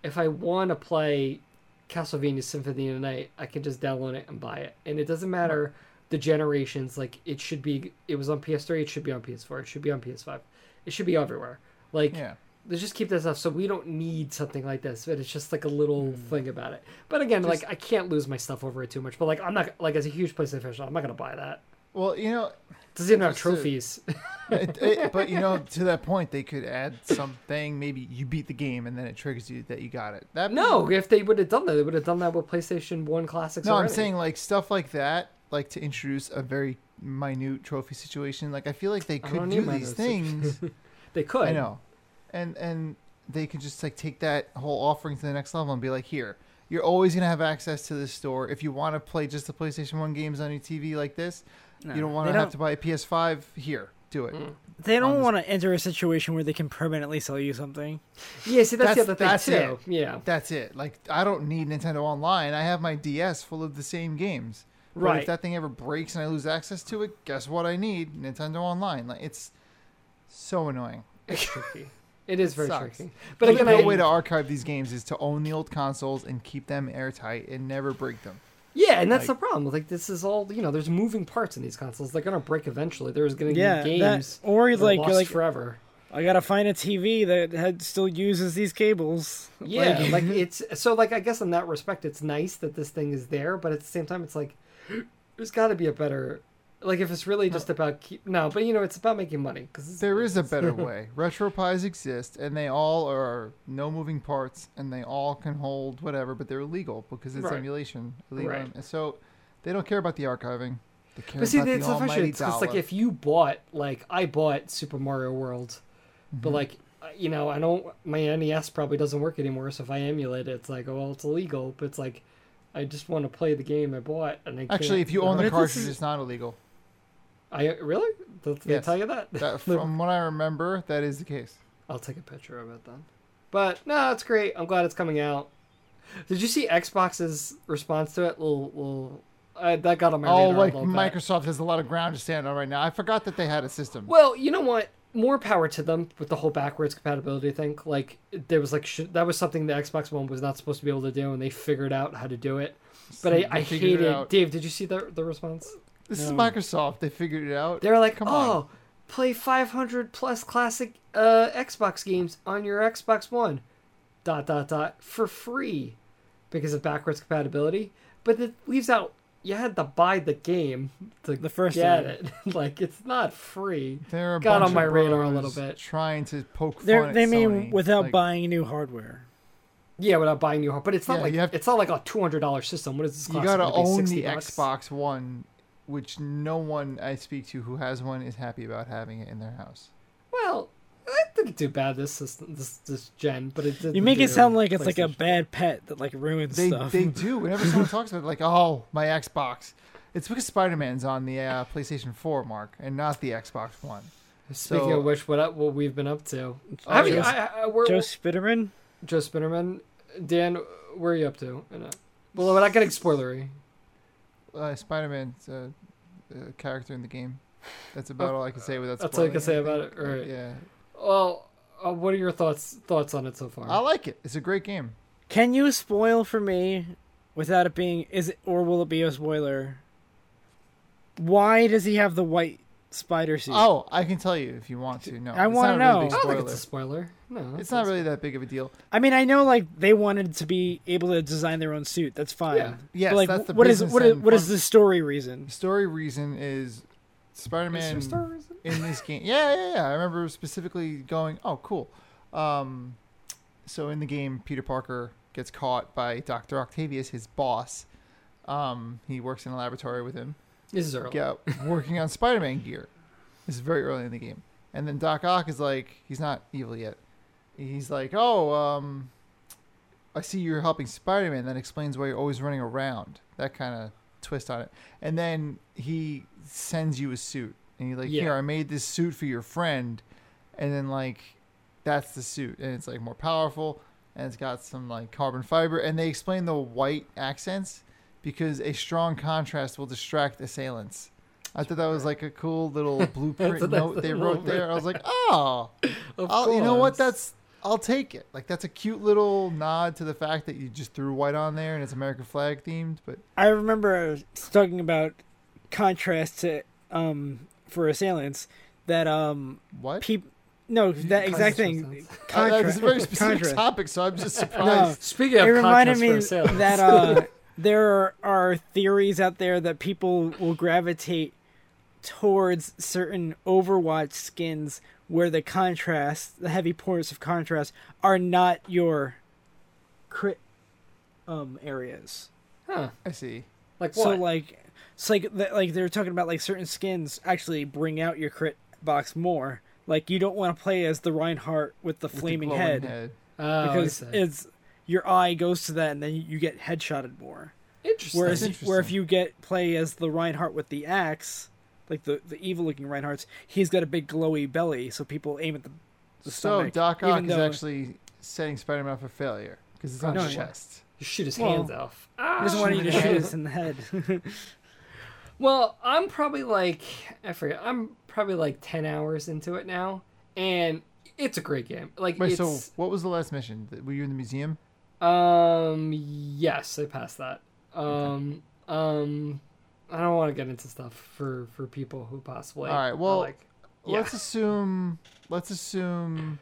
Speaker 2: If I want to play Castlevania Symphony of the Night, I can just download it and buy it. And it doesn't matter the generations. Like it should be, it was on PS3, it should be on PS4, it should be on PS5, it should be everywhere. Like
Speaker 1: yeah.
Speaker 2: let's just keep that stuff so we don't need something like this. But it's just like a little
Speaker 1: Hmm.
Speaker 2: thing about it. But again, like I can't lose my stuff over it too much. But like I'm not like as a huge PlayStation, fan, I'm not gonna buy that.
Speaker 1: Well, you know,
Speaker 2: Doesn't even have
Speaker 1: Just to-
Speaker 2: trophies.
Speaker 1: it, it- but you know, to that point, they could add something. Maybe you beat the game and then it triggers you that you got it. That
Speaker 2: no, if they would have done that, they would have done that with PlayStation One classics.
Speaker 1: no, I'm
Speaker 2: already.
Speaker 1: saying like stuff like that, like to introduce a very minute trophy situation. Like I feel like they
Speaker 2: don't
Speaker 1: could
Speaker 2: need
Speaker 1: do
Speaker 2: minor
Speaker 1: these things.
Speaker 2: they could.
Speaker 1: I know. And and they could just like take that whole offering to the next level and be like, here, you're always gonna have access to this store. If you want to play just the PlayStation One games on your TV like this, you don't want
Speaker 3: they
Speaker 1: to have
Speaker 3: don't-
Speaker 1: to buy a PS5. Here, do it.
Speaker 3: They
Speaker 1: on
Speaker 3: don't
Speaker 1: this-
Speaker 3: want to enter a situation where they can permanently sell you something.
Speaker 2: Yeah, see,
Speaker 1: That's-
Speaker 2: that's, the other
Speaker 1: that's
Speaker 2: thing too. Yeah,
Speaker 1: That's it. Like I don't need Nintendo Online. I have my DS full of the same games. But
Speaker 2: Right.
Speaker 1: If that thing ever breaks and I lose access to it, guess what? I need Nintendo Online. Like it's so annoying.
Speaker 2: it's tricky. It is very
Speaker 1: Sucks.
Speaker 2: tricky.
Speaker 1: But
Speaker 2: But again,
Speaker 1: the
Speaker 2: I,
Speaker 1: way to archive these games is to own the old consoles and keep them airtight and never break them.
Speaker 2: yeah, and that's
Speaker 1: like-
Speaker 2: the problem. Like this is all you know. There's moving parts in these consoles. They're gonna break eventually. There's gonna be
Speaker 3: Yeah, that-
Speaker 2: games
Speaker 3: or
Speaker 2: that are
Speaker 3: like-
Speaker 2: lost
Speaker 3: like-
Speaker 2: forever.
Speaker 3: I gotta find a TV that had, still uses these cables.
Speaker 2: Yeah, like
Speaker 3: Like-
Speaker 2: it's so like I guess in that respect, it's nice that this thing is there, but at the same time, it's like there's got to be a better. Like if it's really just about keep no, but you know it's about making money because
Speaker 1: There is a better way. RetroPies exist, and they all are no moving parts, and they all can hold whatever, but they're illegal because it's
Speaker 2: Right.
Speaker 1: emulation. Illegal.
Speaker 2: Right.
Speaker 1: And so they don't care about the archiving. They care
Speaker 2: But see,
Speaker 1: about the
Speaker 2: it's the
Speaker 1: almighty
Speaker 2: frustrating. It's
Speaker 1: dollar.
Speaker 2: just like if you bought, like, I bought Super Mario World,
Speaker 1: Mm-hmm.
Speaker 2: but like, uh, you know, I don't. My NES probably doesn't work anymore, so if I emulate it, it's like, oh, well, it's illegal. But it's like, I just want to play the game I bought, and I
Speaker 1: Actually,
Speaker 2: can't-
Speaker 1: if you own the
Speaker 3: But this
Speaker 1: cartridge,
Speaker 3: is-
Speaker 1: it's not illegal.
Speaker 2: I really did they
Speaker 1: Yes.
Speaker 2: tell you that?
Speaker 1: That, from what I remember, that is the case.
Speaker 2: I'll take a picture of it then. But no, it's great. I'm glad it's coming out. Did you see Xbox's response to it? Little, little, uh, that got on my
Speaker 1: Oh,
Speaker 2: radar a
Speaker 1: like
Speaker 2: little bit.
Speaker 1: Microsoft has a lot of ground to stand on right now. I forgot that they had a system.
Speaker 2: Well, you know what? More power to them with the whole backwards compatibility thing. Like there was like sh- that was something the Xbox One was not supposed to be able to do, and they figured out how to do it. But I, I
Speaker 1: They figured it
Speaker 2: hated
Speaker 1: out.
Speaker 2: Dave. Did you see the the response?
Speaker 1: This is Microsoft. They figured it out.
Speaker 2: They were like,
Speaker 1: Come
Speaker 2: "Oh,
Speaker 1: on.
Speaker 2: play 500 plus classic uh, Xbox games on your Xbox One, dot dot dot for free, because of backwards compatibility." But it leaves out you had to buy the game to
Speaker 3: The first
Speaker 2: get
Speaker 3: time.
Speaker 2: it. like it's not free.
Speaker 1: They're a
Speaker 2: got
Speaker 1: bunch
Speaker 2: on my
Speaker 1: of
Speaker 2: radar a little
Speaker 1: bros
Speaker 2: bit.
Speaker 1: Trying to poke fun
Speaker 3: They're,
Speaker 1: at
Speaker 3: they mean
Speaker 1: Sony.
Speaker 3: without
Speaker 1: Like,
Speaker 3: buying new hardware.
Speaker 2: Yeah, without buying new hard, but it's not
Speaker 1: Yeah,
Speaker 2: like
Speaker 1: you have to-
Speaker 2: it's not like a two hundred dollar system. What is this?
Speaker 1: you
Speaker 2: Class?
Speaker 1: gotta
Speaker 2: Gonna be
Speaker 1: own
Speaker 2: 60
Speaker 1: the
Speaker 2: bucks?
Speaker 1: Xbox One, which no one I speak to who has one is happy about having it in their house.
Speaker 2: Well, it didn't do bad this system, this this gen, but it did.
Speaker 3: You make it sound like it's like a bad pet that like ruins
Speaker 1: They
Speaker 3: stuff.
Speaker 1: they do. Whenever someone talks about it, like, oh, my Xbox, it's because Spider Man's on the uh, PlayStation Four, Mark, and not the Xbox One.
Speaker 2: Speaking
Speaker 1: so-
Speaker 2: of which, what I- what we've been up to?
Speaker 1: Oh,
Speaker 2: I mean,
Speaker 1: yes.
Speaker 2: I, I, we're, Joe
Speaker 3: Joe Spitterman.
Speaker 2: Spinnerman, Dan, where are you up to? in it? Well, we're not getting spoilery.
Speaker 1: Uh, Spider Man's a, a character in the game. That's about all I can say without.
Speaker 2: That's all I can say
Speaker 1: spoiling anything.
Speaker 2: about it. All right.
Speaker 1: Yeah,
Speaker 2: Well, uh, what are your thoughts thoughts on it so far?
Speaker 1: I like it. It's a great game.
Speaker 3: Can you spoil for me without it being is it or will it be a spoiler? Why does he have the white spider suit?
Speaker 1: Oh, I can tell you if you want to. No,
Speaker 3: I
Speaker 1: it's not a
Speaker 3: wanna
Speaker 1: really
Speaker 2: I
Speaker 3: know.
Speaker 1: big
Speaker 2: don't think
Speaker 1: spoiler.
Speaker 2: it's a spoiler. No,
Speaker 1: It's not really that big of a deal.
Speaker 3: I mean, I know like they wanted to be able to design their own suit. That's fine.
Speaker 2: Yeah.
Speaker 1: Yes,
Speaker 3: But, like,
Speaker 1: that's the
Speaker 3: what is
Speaker 1: business
Speaker 3: what is
Speaker 1: and
Speaker 3: what is
Speaker 1: fun-
Speaker 3: the story reason?
Speaker 1: story reason is Spider-Man
Speaker 2: It's Star Wars.
Speaker 1: in this game. Yeah, yeah, yeah. I remember specifically going, "Oh, cool." Um, so in the game, Peter Parker gets caught by Doctor Octavius, his boss. Um, he works in a laboratory with him.
Speaker 2: This is early.
Speaker 1: Yeah, working on Spider-Man gear. This is very early in the game, and then Doc Ock is like, he's not evil yet. He's like, "Oh, um, I see you're helping Spider-Man. That explains why you're always running around." That kind of twist on it. And then he sends you a suit, and he's like,
Speaker 2: Yeah.
Speaker 1: "Here, I made this suit for your friend." And then like, that's the suit, and it's like more powerful, and it's got some like carbon fiber. And they explain the white accents because a strong contrast will distract assailants. I thought that was like a cool little blueprint
Speaker 2: a nice
Speaker 1: note they
Speaker 2: little
Speaker 1: wrote
Speaker 2: bit.
Speaker 1: there. I was like, oh,
Speaker 2: Of
Speaker 1: I'll, you know what?
Speaker 2: course.
Speaker 1: That's I'll take it. Like that's a cute little nod to the fact that you just threw white on there and it's American flag themed. But
Speaker 3: I remember I was talking about contrast to um for assailants that um
Speaker 1: what?
Speaker 3: peop no that
Speaker 2: Contrast
Speaker 3: exact thing
Speaker 2: makes
Speaker 1: I- I- It's
Speaker 3: contrast
Speaker 1: Uh, a very specific
Speaker 3: contrast.
Speaker 1: topic, so I'm just
Speaker 3: No,
Speaker 1: surprised.
Speaker 2: Speaking of
Speaker 3: it reminded
Speaker 2: contrast
Speaker 3: me
Speaker 2: for sales,
Speaker 3: that uh, there are theories out there that people will gravitate towards certain Overwatch skins where the contrast, the heavy points of contrast, are not your crit um, areas.
Speaker 2: huh?
Speaker 1: I see.
Speaker 2: Like what?
Speaker 3: So like, it's like th- like they're talking about like certain skins actually bring out your crit box more. Like you don't want to play as the Reinhardt with the
Speaker 1: With the
Speaker 3: flaming
Speaker 1: glowing
Speaker 3: head
Speaker 2: oh,
Speaker 3: because
Speaker 2: I see.
Speaker 3: it's your eye goes to that and then you get headshotted more.
Speaker 2: interesting.
Speaker 3: Whereas
Speaker 1: That's
Speaker 3: where if
Speaker 1: interesting.
Speaker 3: you get play as the Reinhardt with the axe, like the, the evil looking Reinhardts, he's got a big glowy belly, so people aim at the, the
Speaker 1: So
Speaker 3: stomach.
Speaker 1: Doc
Speaker 3: even
Speaker 1: Ock is
Speaker 3: though-
Speaker 1: actually setting Spider-Man up for failure because it's on
Speaker 3: No,
Speaker 1: his
Speaker 3: yeah.
Speaker 1: chest.
Speaker 2: you shoot his
Speaker 3: well,
Speaker 2: hands off.
Speaker 3: He
Speaker 2: Ah.
Speaker 3: doesn't want you to
Speaker 1: Shoot
Speaker 3: shoot
Speaker 1: it.
Speaker 3: us in the head.
Speaker 2: Well, I'm probably like I forget. I'm probably like ten hours into it now, and it's a great game. Like
Speaker 1: Wait, so
Speaker 2: it's
Speaker 1: what was the last mission? Were you in the museum?
Speaker 2: um yes, I passed that. Um um I don't want to get into stuff for for people who possibly
Speaker 1: All right,
Speaker 2: are
Speaker 1: well,
Speaker 2: like yeah.
Speaker 1: Let's assume. Let's assume.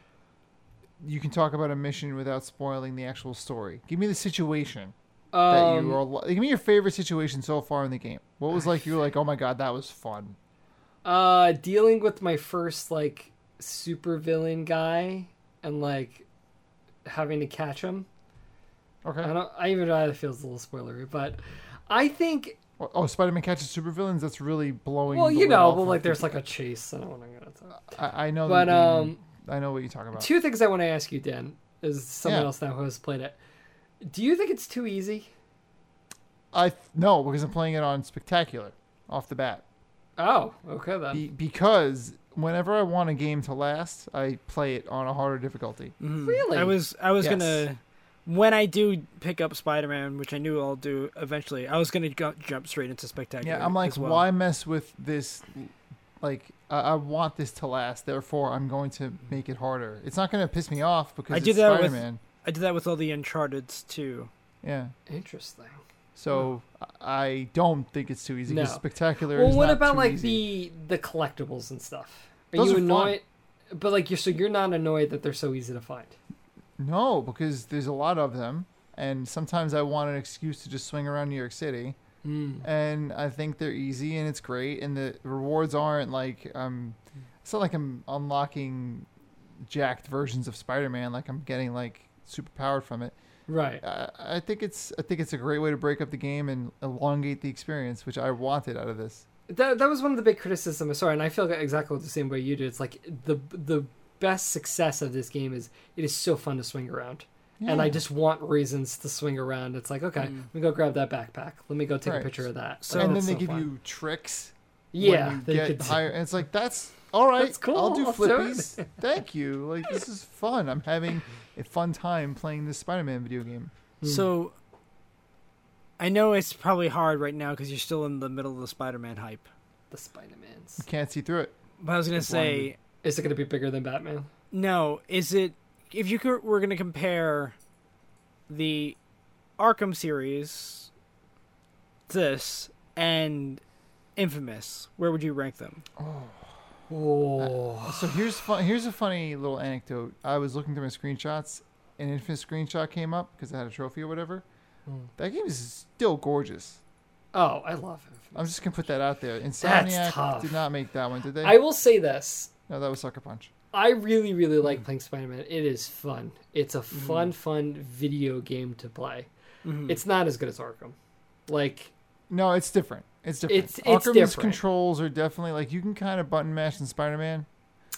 Speaker 1: You can talk about a mission without spoiling the actual story. Give me the situation that
Speaker 2: Um,
Speaker 1: you are. li- Give me your favorite situation so far in the game. What was like? You were like, oh my god, that was fun.
Speaker 2: Uh, dealing with my first like super villain guy and like having to catch him. I
Speaker 1: Okay.
Speaker 2: don't. I even know that feels a little spoilery, but I think.
Speaker 1: Oh, Oh, Spider-Man catches supervillains. That's really blowing.
Speaker 2: Well,
Speaker 1: the
Speaker 2: you
Speaker 1: lid
Speaker 2: know,
Speaker 1: off
Speaker 2: but
Speaker 1: of
Speaker 2: like
Speaker 1: the-
Speaker 2: there's like a chase. I don't want to get into that.
Speaker 1: I, I know. the
Speaker 2: But
Speaker 1: game.
Speaker 2: um,
Speaker 1: I know what you're talking about.
Speaker 2: two things I want to ask you, Dan, is someone
Speaker 1: uh, Yeah.
Speaker 2: else now who has played it. Do you think it's too easy?
Speaker 1: I th- no, because I'm playing it on spectacular off the bat.
Speaker 2: Oh, okay
Speaker 3: Um,
Speaker 2: then.
Speaker 1: Be- because whenever I want a game to last, I play it on a harder difficulty.
Speaker 2: Really?
Speaker 3: I was I was
Speaker 1: Yes.
Speaker 3: gonna when I do pick up Spider Man, which I knew I'll do eventually, I was gonna go, jump straight into Spectacular.
Speaker 1: Yeah, I'm like,
Speaker 3: as well.
Speaker 1: why mess with this? Like, I, I want this to last. Therefore, I'm going to make it harder. It's not going to piss me off because
Speaker 3: I
Speaker 1: it's
Speaker 3: do that with-
Speaker 1: Spider-Man.
Speaker 3: I did that with all the Uncharted's too.
Speaker 1: Yeah.
Speaker 2: Interesting.
Speaker 1: So I I don't think it's too easy. 'cause
Speaker 2: No.
Speaker 1: Spectacular.
Speaker 2: well,
Speaker 1: is
Speaker 2: what
Speaker 1: not
Speaker 2: about
Speaker 1: too
Speaker 2: like
Speaker 1: easy.
Speaker 2: the the collectibles and stuff? Are
Speaker 1: Those
Speaker 2: you
Speaker 1: are fun.
Speaker 2: annoyed? But like you're so you're not annoyed that they're so easy to find.
Speaker 1: No, because there's a lot of them, and sometimes I want an excuse to just swing around New York City. Hmm. and I think they're easy and it's great. And the rewards aren't like um, it's not like I'm unlocking jacked versions of Spider-Man. Like I'm getting like super powered from it.
Speaker 2: Right.
Speaker 1: I, I think it's I think it's a great way to break up the game and elongate the experience, which I wanted out of this.
Speaker 2: That that was one of the big criticisms. Sorry, and I feel exactly the same way you do. It's like the the best success of this game is it is so fun to swing around. And I
Speaker 1: Yeah. Mm.
Speaker 2: just want reasons to swing around. It's like, okay, let me go grab that backpack. Let me go take
Speaker 1: Right.
Speaker 2: a picture of that.
Speaker 3: So-
Speaker 2: Like,
Speaker 1: and then
Speaker 2: that's
Speaker 1: they give
Speaker 2: fun.
Speaker 1: you tricks.
Speaker 2: yeah,
Speaker 1: when you
Speaker 2: they
Speaker 1: get
Speaker 2: could-
Speaker 1: higher, and it's like that's all right.
Speaker 2: That's cool,
Speaker 1: I'll do
Speaker 2: I'll do it."
Speaker 1: flippies. Thank you. Like this is fun.
Speaker 2: Hmm.
Speaker 1: I'm having a fun time playing this Spider-Man video game.
Speaker 3: So I know it's probably hard right now because you're still in the middle of the Spider-Man hype.
Speaker 2: The Spider Man's.
Speaker 1: Can't see through it.
Speaker 3: But I was gonna say,
Speaker 2: Is it going to be bigger than Batman?
Speaker 3: no. Is it if you could, were gonna compare the Arkham series, this and Infamous, where would you rank them?
Speaker 2: Oh.
Speaker 1: So here's fun, here's a funny little anecdote. I was looking through my screenshots, an infinite screenshot came up because I had a trophy or whatever.
Speaker 2: Hmm.
Speaker 1: That game is still gorgeous.
Speaker 2: Oh, I love him.
Speaker 1: I'm just gonna put that out there. Insomniac
Speaker 2: tough.
Speaker 1: did not make that one, did they?
Speaker 2: I will say this.
Speaker 1: no, that was Sucker Punch.
Speaker 2: I really, really like
Speaker 1: Mm.
Speaker 2: playing Spider Man. It is fun. It's a fun, fun video game to play.
Speaker 1: Mm-hmm.
Speaker 2: It's not as good as Arkham. Like,
Speaker 1: No, it's different. It's different.
Speaker 2: It's- it's
Speaker 1: Arkham's
Speaker 2: different.
Speaker 1: controls are definitely like you can kind of button mash in Spider-Man.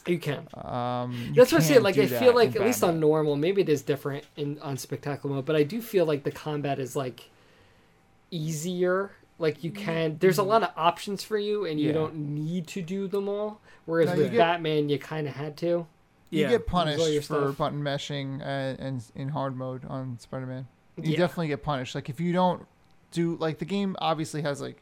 Speaker 2: you can.
Speaker 1: Um, you
Speaker 2: That's what
Speaker 1: can't
Speaker 2: I'm saying. Like,
Speaker 1: do
Speaker 2: I
Speaker 1: that
Speaker 2: feel
Speaker 1: in
Speaker 2: like, at least on
Speaker 1: Batman.
Speaker 2: normal, maybe it is different in on spectacular mode, but I do feel like the combat is, like, easier. Like, you can. There's a lot of options for you, and you
Speaker 1: Mm-hmm. Yeah.
Speaker 2: don't need to do them all. Whereas
Speaker 1: No, you
Speaker 2: with
Speaker 1: get-
Speaker 2: Batman, you kind of had to.
Speaker 1: you
Speaker 3: Yeah.
Speaker 1: get
Speaker 2: all your
Speaker 1: punished for
Speaker 2: stuff.
Speaker 1: button meshing and, and in hard mode on Spider-Man. You
Speaker 3: Yeah.
Speaker 1: definitely get punished. Like if you don't do like the game obviously has like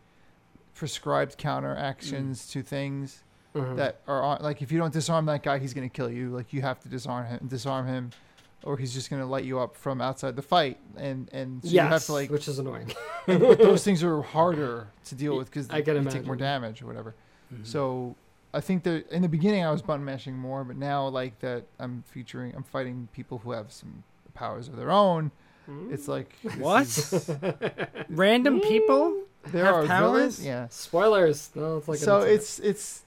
Speaker 1: prescribed counter actions to things
Speaker 2: Mhm.
Speaker 1: that are on, like if you don't disarm that guy, he's gonna kill you. Like you have to disarm him, disarm him, or he's just gonna light you up from outside the fight. And and so you have
Speaker 2: yes,
Speaker 1: to like
Speaker 2: which is annoying.
Speaker 1: but those things are harder to deal with because
Speaker 2: I
Speaker 1: they
Speaker 2: can
Speaker 1: take more
Speaker 2: imagine. Mm-hmm.
Speaker 1: damage or whatever. So I think that in the beginning I was button mashing more, but now like that I'm featuring, I'm fighting people who have some powers of their own.
Speaker 2: Mm.
Speaker 1: It's like this
Speaker 3: What?
Speaker 1: is-
Speaker 3: Random people?
Speaker 1: there
Speaker 3: Have
Speaker 1: are
Speaker 3: powers?
Speaker 1: villains. Yeah.
Speaker 2: Spoilers. No, it's like
Speaker 1: So it's
Speaker 2: it's.
Speaker 1: it's.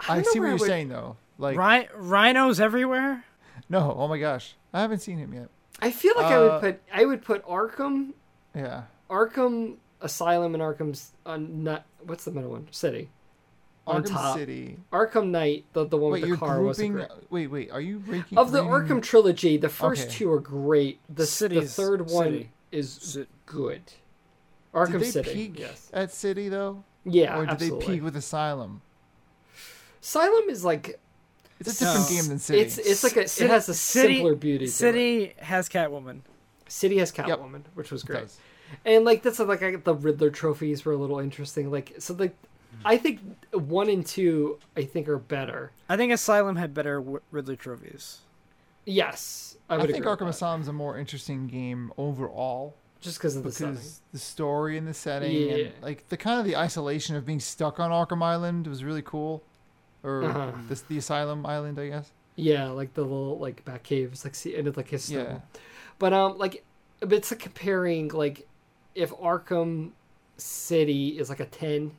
Speaker 3: don't
Speaker 1: I,
Speaker 3: know
Speaker 1: see what
Speaker 3: where I
Speaker 1: you're
Speaker 3: would-
Speaker 1: saying though. Like
Speaker 3: Ri- rhinos everywhere?
Speaker 1: no, oh my gosh, I haven't seen him yet.
Speaker 2: I feel like I
Speaker 1: Uh,
Speaker 2: would put I would put Arkham,
Speaker 1: Yeah.
Speaker 2: Arkham Asylum, and Arkham's uh, not what's the middle one city. On
Speaker 1: Arkham
Speaker 2: top.
Speaker 1: City.
Speaker 2: Arkham Knight, the the one
Speaker 1: Wait,
Speaker 2: with the
Speaker 1: you're
Speaker 2: car wasn't
Speaker 1: grouping.
Speaker 2: great.
Speaker 1: Wait, wait. Are you ranking
Speaker 2: Of the
Speaker 1: rating-
Speaker 2: Arkham trilogy, the first
Speaker 1: Okay.
Speaker 2: two are great. The, s- the
Speaker 3: Cities.
Speaker 2: third one
Speaker 3: City.
Speaker 2: is
Speaker 3: Ci-
Speaker 2: good.
Speaker 1: Did
Speaker 2: Arkham
Speaker 1: they
Speaker 2: City,
Speaker 1: peak
Speaker 2: yes,
Speaker 1: at City though?
Speaker 2: yeah,
Speaker 1: or did
Speaker 2: absolutely.
Speaker 1: they peak with Asylum?
Speaker 2: Asylum is like
Speaker 1: It's a
Speaker 3: No.
Speaker 1: different game than City.
Speaker 2: it's it's like a, it
Speaker 3: City-
Speaker 2: has a
Speaker 3: City-
Speaker 2: simpler beauty. to it.
Speaker 3: City has Catwoman.
Speaker 2: City has Catwoman, which was
Speaker 1: It
Speaker 2: great.
Speaker 1: does.
Speaker 2: And like that's like I, the Riddler trophies were a little interesting. Like so, like
Speaker 1: Hmm.
Speaker 2: I think one and two I think are better.
Speaker 3: I think Asylum had better w- Riddler trophies.
Speaker 2: Yes, I
Speaker 1: I
Speaker 2: would
Speaker 1: think
Speaker 2: agree with
Speaker 1: Arkham
Speaker 2: that.
Speaker 1: Asylum's a more interesting game overall
Speaker 2: just because of the setting.
Speaker 1: because the story and the setting
Speaker 2: Yeah.
Speaker 1: and like the kind of the isolation of being stuck on Arkham Island was really cool, or
Speaker 2: Uh-huh.
Speaker 1: this the Asylum Island, I guess.
Speaker 2: Yeah, like the little like back caves, like see, and it's like his stone.
Speaker 1: Yeah.
Speaker 2: But um, like, but it's like comparing like if Arkham City is like a ten,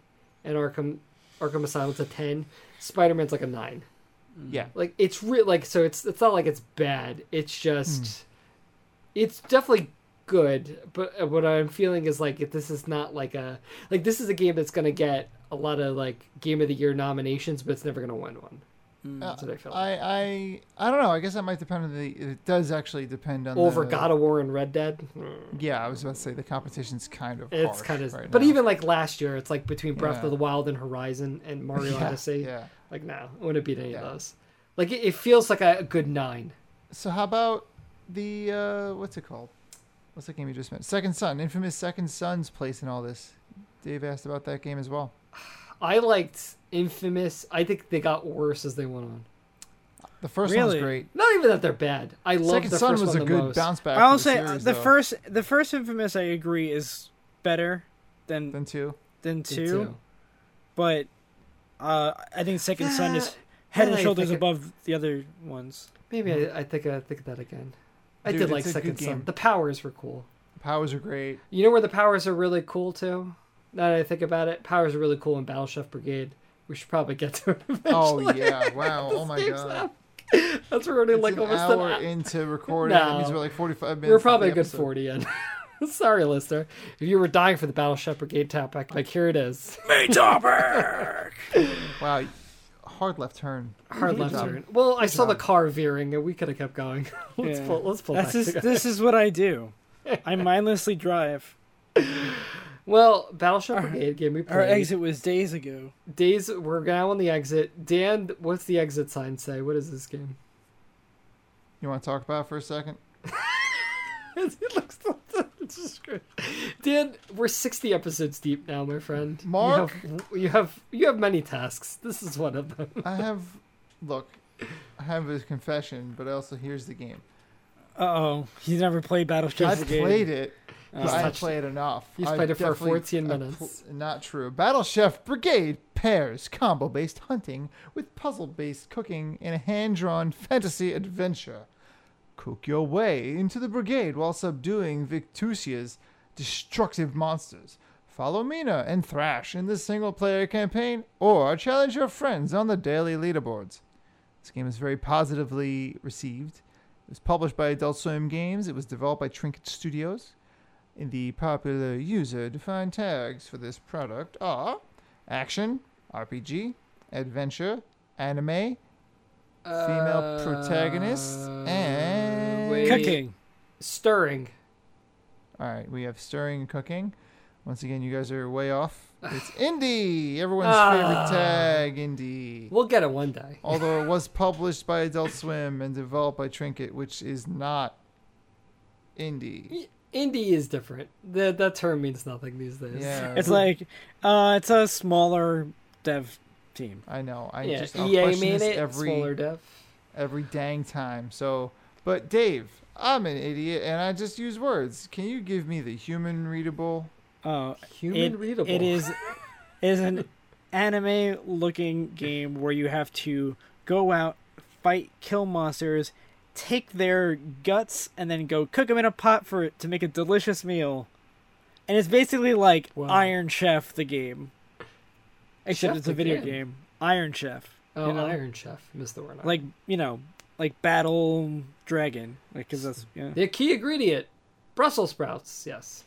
Speaker 2: and Arkham Arkham Asylum's a ten, Spider Man's like a nine.
Speaker 1: Yeah.
Speaker 2: like it's real like so it's it's not like it's bad it's just it's definitely good but uh, what i'm feeling is like if this is not like a like this is a game that's gonna get a lot of like game of the year nominations but it's never gonna win one
Speaker 1: Uh,
Speaker 2: That's what I felt.
Speaker 1: I, I I don't know. I guess that might depend on the. It does actually depend on
Speaker 2: over
Speaker 1: the,
Speaker 2: god of war and red dead Mm.
Speaker 1: Yeah, I was about to say the competition's kind of.
Speaker 2: it's kind of
Speaker 1: of. Right
Speaker 2: but
Speaker 1: now.
Speaker 2: even like last year it's like between breath
Speaker 1: Yeah.
Speaker 2: of the wild and horizon and mario
Speaker 1: yeah,
Speaker 2: odyssey
Speaker 1: yeah.
Speaker 2: like no i wouldn't beat any
Speaker 1: Yeah.
Speaker 2: of those like it, it feels like a, a good nine
Speaker 1: So how about the uh, what's it called? What's that game you just mentioned? Second Son, infamous Second Son's place in all this. Dave asked about that game as well.
Speaker 2: i liked infamous i think they got worse as they went on
Speaker 1: The first one
Speaker 3: Really?
Speaker 1: was great.
Speaker 2: Not even that they're bad. I love
Speaker 1: Second
Speaker 2: the
Speaker 1: Son
Speaker 2: first
Speaker 1: was
Speaker 2: one
Speaker 1: a
Speaker 2: the
Speaker 1: good
Speaker 2: most.
Speaker 1: bounce back.
Speaker 3: I'll
Speaker 1: for
Speaker 3: say
Speaker 1: the,
Speaker 3: uh,
Speaker 1: series,
Speaker 3: the
Speaker 1: though,
Speaker 3: first the first Infamous I agree is better than
Speaker 1: than two.
Speaker 3: than
Speaker 2: Me
Speaker 3: two,
Speaker 2: too.
Speaker 3: but uh, I think Second Son is
Speaker 2: That-
Speaker 3: head
Speaker 2: that
Speaker 3: and
Speaker 2: I
Speaker 3: shoulders
Speaker 2: think it-
Speaker 3: above the other ones.
Speaker 2: Maybe I, I think I think of that again. I
Speaker 1: Dude,
Speaker 2: did like
Speaker 1: it's a
Speaker 2: Second
Speaker 1: good
Speaker 2: Son.
Speaker 1: game.
Speaker 2: The powers were cool.
Speaker 1: The powers are great.
Speaker 2: You know where the powers are really cool too. Now that I think about it, powers are really cool in Battle Chef Brigade. We should probably get to it eventually.
Speaker 1: Oh yeah! Wow! oh my
Speaker 2: Steve's
Speaker 1: god!
Speaker 2: up. That's already
Speaker 1: It's
Speaker 2: like
Speaker 1: an
Speaker 2: almost
Speaker 1: hour
Speaker 2: an hour.
Speaker 1: into recording. That means
Speaker 2: No.
Speaker 1: we're like forty-five minutes.
Speaker 2: We're
Speaker 1: into
Speaker 2: probably a
Speaker 1: the
Speaker 2: good
Speaker 1: episode.
Speaker 2: forty in. Sorry, listener. If you were dying for the Battle Chef Brigade topic, like here it is.
Speaker 1: Wow! Hard left turn.
Speaker 2: Hard left
Speaker 1: job.
Speaker 2: turn. Well, I saw the
Speaker 1: job.
Speaker 2: car veering, and we could have kept going. let's
Speaker 3: Yeah.
Speaker 2: pull. Let's pull.
Speaker 3: That's
Speaker 2: back
Speaker 3: just,
Speaker 2: together.
Speaker 3: this is what I do. I mindlessly drive.
Speaker 2: Well, Battleship Brigade game we
Speaker 3: Our
Speaker 2: played.
Speaker 3: exit was days ago.
Speaker 2: Days we're now on the exit. Dan, what's the exit sign say? What is this game?
Speaker 1: You want to talk about it for a second?
Speaker 2: it looks like Jesus Christ. Dan, we're 60 episodes deep now, my friend. You
Speaker 1: Mark?
Speaker 2: have- you have you have many tasks. This is one of them.
Speaker 1: I have, look, I have a confession, but also here's the game.
Speaker 3: Uh oh, he's never played Uh, Battlestar
Speaker 1: I
Speaker 3: Brigade.
Speaker 1: played it. but
Speaker 2: He's
Speaker 1: I haven't
Speaker 2: touched-
Speaker 1: played enough.
Speaker 2: he's
Speaker 1: I've
Speaker 2: played it for
Speaker 1: definitely-
Speaker 2: 14
Speaker 1: I've
Speaker 2: minutes.
Speaker 1: pl- not true. Battle Chef Brigade pairs combo-based hunting with puzzle-based cooking in a hand-drawn fantasy adventure. Cook your way into the brigade while subduing Victusia's destructive monsters. Follow Mina and Thrash in this single-player campaign, or challenge your friends on the daily leaderboards. This game is very positively received. It was published by Adult Swim Games. It was developed by Trinket Studios. In the popular user-defined tags for this product are action, RPG, adventure, anime, female protagonist,
Speaker 2: Uh,
Speaker 1: and-
Speaker 2: wait.
Speaker 3: Cooking.
Speaker 2: Stirring.
Speaker 1: All right, we have stirring and cooking. Once again, you guys are way off. It's indie, everyone's
Speaker 2: Ah.
Speaker 1: favorite tag, indie.
Speaker 2: We'll get it one day.
Speaker 1: Although it was published by Adult Swim and developed by Trinket, which is not indie.
Speaker 2: Indie is different. That that term means nothing these days.
Speaker 1: Yeah,
Speaker 3: It's like, uh, it's a smaller dev team.
Speaker 1: I know. I
Speaker 2: yeah.
Speaker 1: just I'll
Speaker 2: EA
Speaker 1: question
Speaker 2: E made
Speaker 1: this
Speaker 2: it.
Speaker 1: every
Speaker 2: Smaller dev.
Speaker 1: every dang time. So, but Dave, I'm an idiot and I just use words. Can you give me the human readable?
Speaker 3: Oh,
Speaker 2: Human
Speaker 3: it,
Speaker 2: readable.
Speaker 3: It is, is an anime-looking game where you have to go out, fight, kill monsters, take their guts, and then go cook them in a pot for to make a delicious meal. And it's basically like
Speaker 2: Wow.
Speaker 3: Iron Chef, the game, except
Speaker 2: Chef
Speaker 3: it's a
Speaker 2: the
Speaker 3: video
Speaker 2: game.
Speaker 3: game. Iron Chef,
Speaker 2: Oh,
Speaker 3: you know?
Speaker 2: Iron Chef, Mr. Warnock.
Speaker 3: like you know, like Battle Dragon, like because that's yeah.
Speaker 2: The key ingredient, Brussels sprouts. Yes.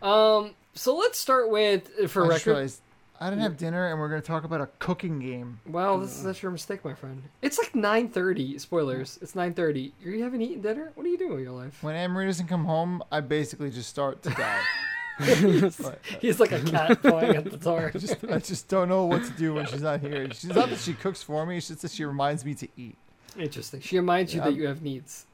Speaker 2: Um. So let's start with uh, for
Speaker 1: I just
Speaker 2: record.
Speaker 1: realized I didn't have dinner and we're going to talk about a cooking game.
Speaker 2: Well, this is that's your mistake, my friend. It's like nine thirty. Spoilers. It's nine thirty. You haven't eaten dinner. What are you doing with your life?
Speaker 1: When Anne Marie doesn't come home, I basically just start to die.
Speaker 2: He's like a cat pawing at the door.
Speaker 1: I just, I just don't know what to do when she's not here. She's not that she cooks for me; it's just that she reminds me to eat.
Speaker 2: Interesting. She reminds you
Speaker 1: Yeah.
Speaker 2: that you have needs.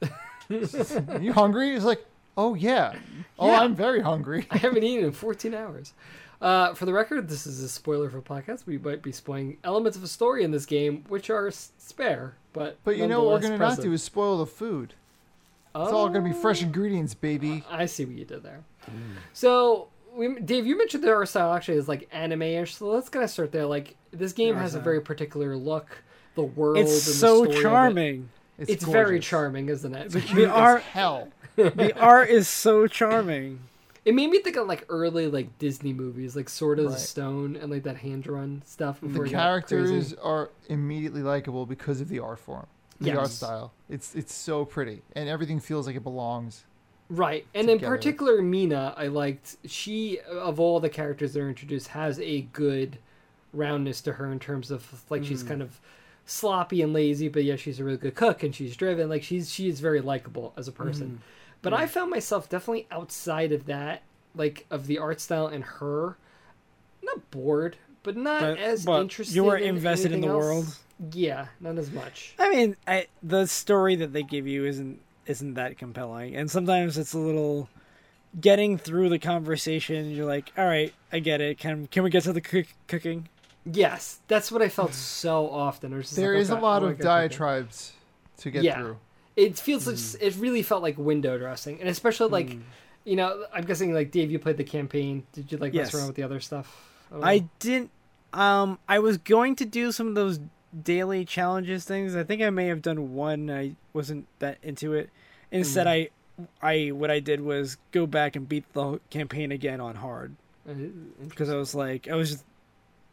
Speaker 1: Are you hungry? It's like, oh yeah, oh
Speaker 2: Yeah.
Speaker 1: I'm very hungry.
Speaker 2: I haven't eaten in 14 hours. Uh, for the record, this is a spoiler for podcast. We might be spoiling elements of a story in this game, which are s- spare, but
Speaker 1: But you know what we're gonna
Speaker 2: nonetheless
Speaker 1: not do
Speaker 2: present.
Speaker 1: is spoil the food. It's all gonna be
Speaker 2: Oh.
Speaker 1: fresh ingredients, baby.
Speaker 2: I see what you did there. So, we, Dave, you mentioned that our style actually is like anime-ish. So let's kind of start there. Like this game
Speaker 3: Our
Speaker 2: has a
Speaker 3: style.
Speaker 2: very particular look. The world.
Speaker 3: It's
Speaker 2: and the
Speaker 3: so
Speaker 2: story of it.
Speaker 3: charming.
Speaker 2: It's, very
Speaker 1: gorgeous.
Speaker 2: charming, isn't it?
Speaker 3: The art,
Speaker 1: Hell,
Speaker 3: the art is so charming.
Speaker 2: It made me think of like early like Disney movies, like Sword of the
Speaker 1: Right.
Speaker 2: Stone and like that hand drawn stuff.
Speaker 1: the
Speaker 2: before it got crazy.
Speaker 1: characters are immediately likable because of the art form, the art
Speaker 2: Yes.
Speaker 1: style. It's it's so pretty, and everything feels like it belongs.
Speaker 2: Right. And in
Speaker 1: together.
Speaker 2: particular, Mina, I liked. She, of all the characters that are introduced, has a good roundness to her in terms of, like,
Speaker 3: Mm.
Speaker 2: she's kind of sloppy and lazy, but yeah, she's a really good cook and she's driven. Like, she's she is very likable as a person.
Speaker 3: Mm.
Speaker 2: But I found myself definitely outside of that, like, of the art style and her, not bored, but not
Speaker 3: But-
Speaker 2: as
Speaker 3: but
Speaker 2: interested.
Speaker 3: you were
Speaker 2: in
Speaker 3: invested in
Speaker 2: anything
Speaker 3: the
Speaker 2: else.
Speaker 3: world.
Speaker 2: Yeah, not as much.
Speaker 3: I mean, I, the story that they give you isn't isn't that compelling, and sometimes it's a little getting through the conversation. You're like, all right, I get it. Can can we get to the cook, cooking?
Speaker 2: Yes, that's what I felt so often.
Speaker 1: There is a lot of
Speaker 2: diatribe.
Speaker 1: diatribes to get
Speaker 2: Yeah.
Speaker 1: through.
Speaker 2: it feels
Speaker 3: Mm.
Speaker 2: like it really felt like window dressing and especially like you know i'm guessing like dave you played the campaign did you like mess
Speaker 3: Yes.
Speaker 2: around with the other stuff Oh.
Speaker 3: I didn't. Um, I was going to do some of those daily challenges things. I think I may have done one. I wasn't that into it. Instead, I, I what I did was go back and beat the whole campaign again on hard
Speaker 2: Uh,
Speaker 3: because I was like, I was just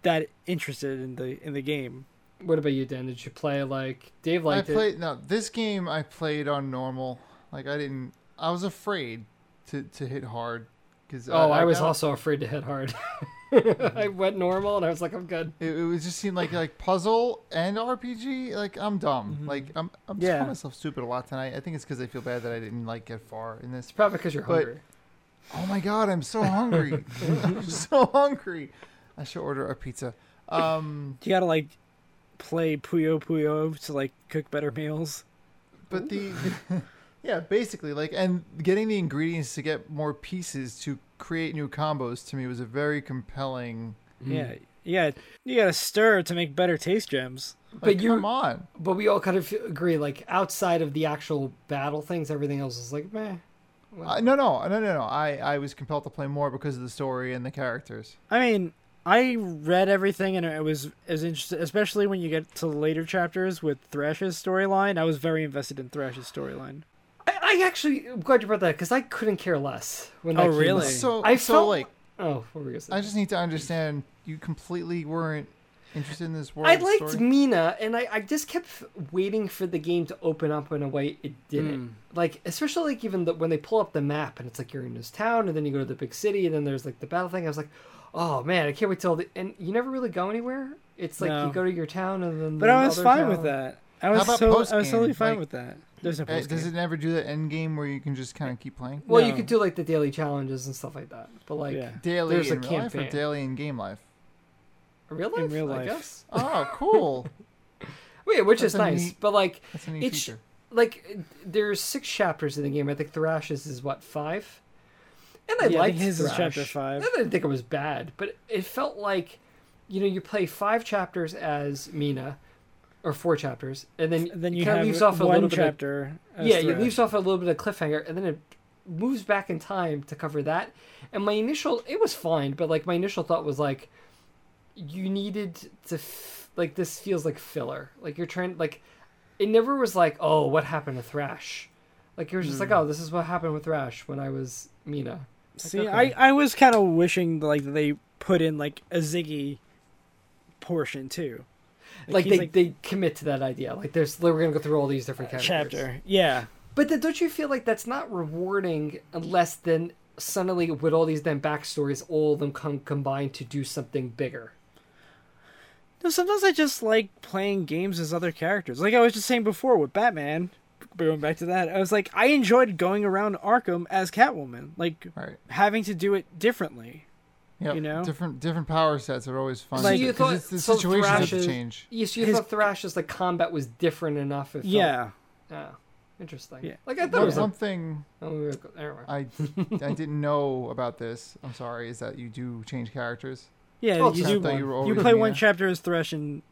Speaker 3: that interested in the in the game.
Speaker 2: what about you dan did you play like dave
Speaker 1: I
Speaker 2: liked it
Speaker 1: played no. This game I played on normal. Like I didn't. I was afraid to to hit hard uh, because
Speaker 2: oh i, was also afraid to hit hard i
Speaker 3: Mm-hmm.
Speaker 2: went normal and i was like i'm good
Speaker 1: It, it was just seemed like like puzzle and RPG. Like I'm dumb.
Speaker 2: Mm-hmm.
Speaker 1: Like I'm I'm just
Speaker 3: Yeah.
Speaker 1: calling myself stupid a lot tonight. I think it's because I feel bad that I didn't like get far in this.
Speaker 2: it's probably because you're
Speaker 1: But-
Speaker 2: hungry
Speaker 1: Oh my god, I'm so hungry. I'm so hungry. I should order a pizza. Um,
Speaker 3: You gotta like play Puyo Puyo to like cook better meals.
Speaker 1: but the Yeah, basically, like, and getting the ingredients to get more pieces to create new combos to me was a very compelling.
Speaker 2: Mm-hmm.
Speaker 3: Yeah, you gotta, you gotta stir to make better taste gems.
Speaker 1: Like,
Speaker 2: But you-
Speaker 1: come on,
Speaker 2: But we all kind of agree, like outside of the actual battle things, everything else is like meh.
Speaker 1: I, no, no, no, no, no. I I was compelled to play more because of the story and the characters.
Speaker 3: I mean, I read everything and it was as interesting, especially when you get to later chapters with Thrash's storyline. I was very invested in Thrash's storyline.
Speaker 2: I, I actually, I'm glad you brought that because I couldn't care less when. That
Speaker 3: Oh,
Speaker 2: came
Speaker 3: really?
Speaker 2: out.
Speaker 1: So
Speaker 2: I
Speaker 1: so
Speaker 2: felt-
Speaker 1: like
Speaker 2: Oh, what were we gonna say?
Speaker 1: I just need to understand you completely weren't interested in this world.
Speaker 2: I liked
Speaker 1: story.
Speaker 2: Mina, and I, I just kept f- waiting for the game to open up in a way it
Speaker 3: Hmm.
Speaker 2: didn't. Like, especially like even the, when they pull up the map and it's like you're in this town, and then you go to the big city, and then there's like the battle thing. I was like, oh man, I can't wait till the. And you never really go anywhere. It's like
Speaker 3: No.
Speaker 2: you go to your town, and then.
Speaker 3: But I was fine with that. I was
Speaker 1: about
Speaker 3: so I was
Speaker 1: post-game?
Speaker 3: totally fine
Speaker 1: Like,
Speaker 3: with that. There's no
Speaker 1: Uh,
Speaker 3: post
Speaker 1: does it never do the end game where you can just kind of keep playing
Speaker 2: Well, you
Speaker 3: No.
Speaker 2: could do like the daily challenges and stuff like that. But like
Speaker 3: Yeah.
Speaker 1: daily
Speaker 2: There's a
Speaker 1: in real life or
Speaker 2: campaign.
Speaker 1: daily in game life?
Speaker 2: real life,
Speaker 3: In real
Speaker 2: I
Speaker 3: life.
Speaker 2: guess.
Speaker 1: Oh, cool.
Speaker 2: Wait, which
Speaker 1: That's
Speaker 2: is
Speaker 1: a
Speaker 2: nice.
Speaker 1: neat-
Speaker 2: but like,
Speaker 1: That's a neat
Speaker 2: It's-
Speaker 1: feature.
Speaker 2: like there's six chapters in the game. I think Thrash's is what five, and I
Speaker 3: Yeah, I
Speaker 2: liked
Speaker 3: think his is
Speaker 2: Thrash.
Speaker 3: chapter five.
Speaker 2: I didn't think it was bad, but it felt like, you know, you play five chapters as Mina, or four chapters, and then
Speaker 3: then you
Speaker 2: kind
Speaker 3: have
Speaker 2: of leaves off a
Speaker 3: one
Speaker 2: little bit. of-
Speaker 3: chapter. as
Speaker 2: yeah, it
Speaker 3: Thrash.
Speaker 2: leaves off a little bit of cliffhanger, and then it moves back in time to cover that. And my initial, it was fine, but like my initial thought was like, you needed to, f- like, this feels like filler. Like you're trying, like, it never was like, oh, what happened to Thrash? Like it was just like, oh, this is what happened with Thrash when I was Mina.
Speaker 3: See,
Speaker 2: okay.
Speaker 3: I I was kind of wishing like they put in like a Ziggy portion too.
Speaker 2: Like
Speaker 3: he's,
Speaker 2: they, they commit to that idea. Like there's, like, we're gonna go through all these different characters.
Speaker 3: chapter. Yeah.
Speaker 2: But then don't you feel like that's not rewarding unless then suddenly with all these then backstories, all of them come combined to do something bigger?
Speaker 3: No, sometimes I just like playing games as other characters. Like I was just saying before with Batman, going back to that, I was like, I enjoyed going around Arkham as Catwoman, like
Speaker 1: Right.
Speaker 3: having to do it differently.
Speaker 1: Yeah.
Speaker 3: you know?
Speaker 1: different different power sets are always fun.
Speaker 3: So
Speaker 1: Like,
Speaker 3: you
Speaker 1: because
Speaker 2: thought-
Speaker 1: it's the
Speaker 2: so
Speaker 1: situations have to
Speaker 2: Thrash's-
Speaker 1: change.
Speaker 2: Yes, you
Speaker 3: His-
Speaker 2: thought Thrash's like combat was different enough. It felt,
Speaker 3: Yeah.
Speaker 2: Oh, interesting.
Speaker 3: Yeah.
Speaker 2: Like I thought it
Speaker 1: One,
Speaker 2: was.
Speaker 1: one
Speaker 2: A,
Speaker 1: thing
Speaker 2: oh, we were go- anyway.
Speaker 1: I I didn't know about this. I'm sorry. Is that you do change characters?
Speaker 3: Yeah,
Speaker 2: Well,
Speaker 3: you
Speaker 2: just-
Speaker 3: do.
Speaker 1: I thought
Speaker 3: one-
Speaker 1: you
Speaker 3: You,
Speaker 1: were already
Speaker 3: play one
Speaker 1: Mina.
Speaker 3: chapter as Thresh, and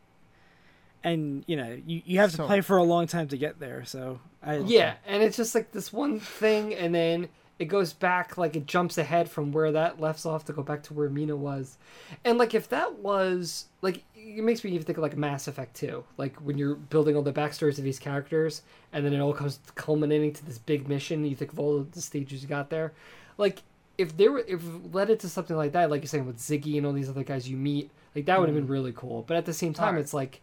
Speaker 3: and you know you, you have to
Speaker 1: So-
Speaker 3: play for a long time to get there. So I
Speaker 2: Yeah, and it's just like this one thing, and then it goes back, like it jumps ahead from where that left off to go back to where Mina was. And like, if that was like, it makes me even think of like Mass Effect 2, like when you're building all the backstories of these characters, and then it all comes culminating to this big mission, and you think of all of the stages you got there. Like, if there were, if it led it to something like that, like you're saying with Ziggy and all these other guys you meet, like that would have been really cool. But at the same time,
Speaker 1: Alright.
Speaker 2: it's like,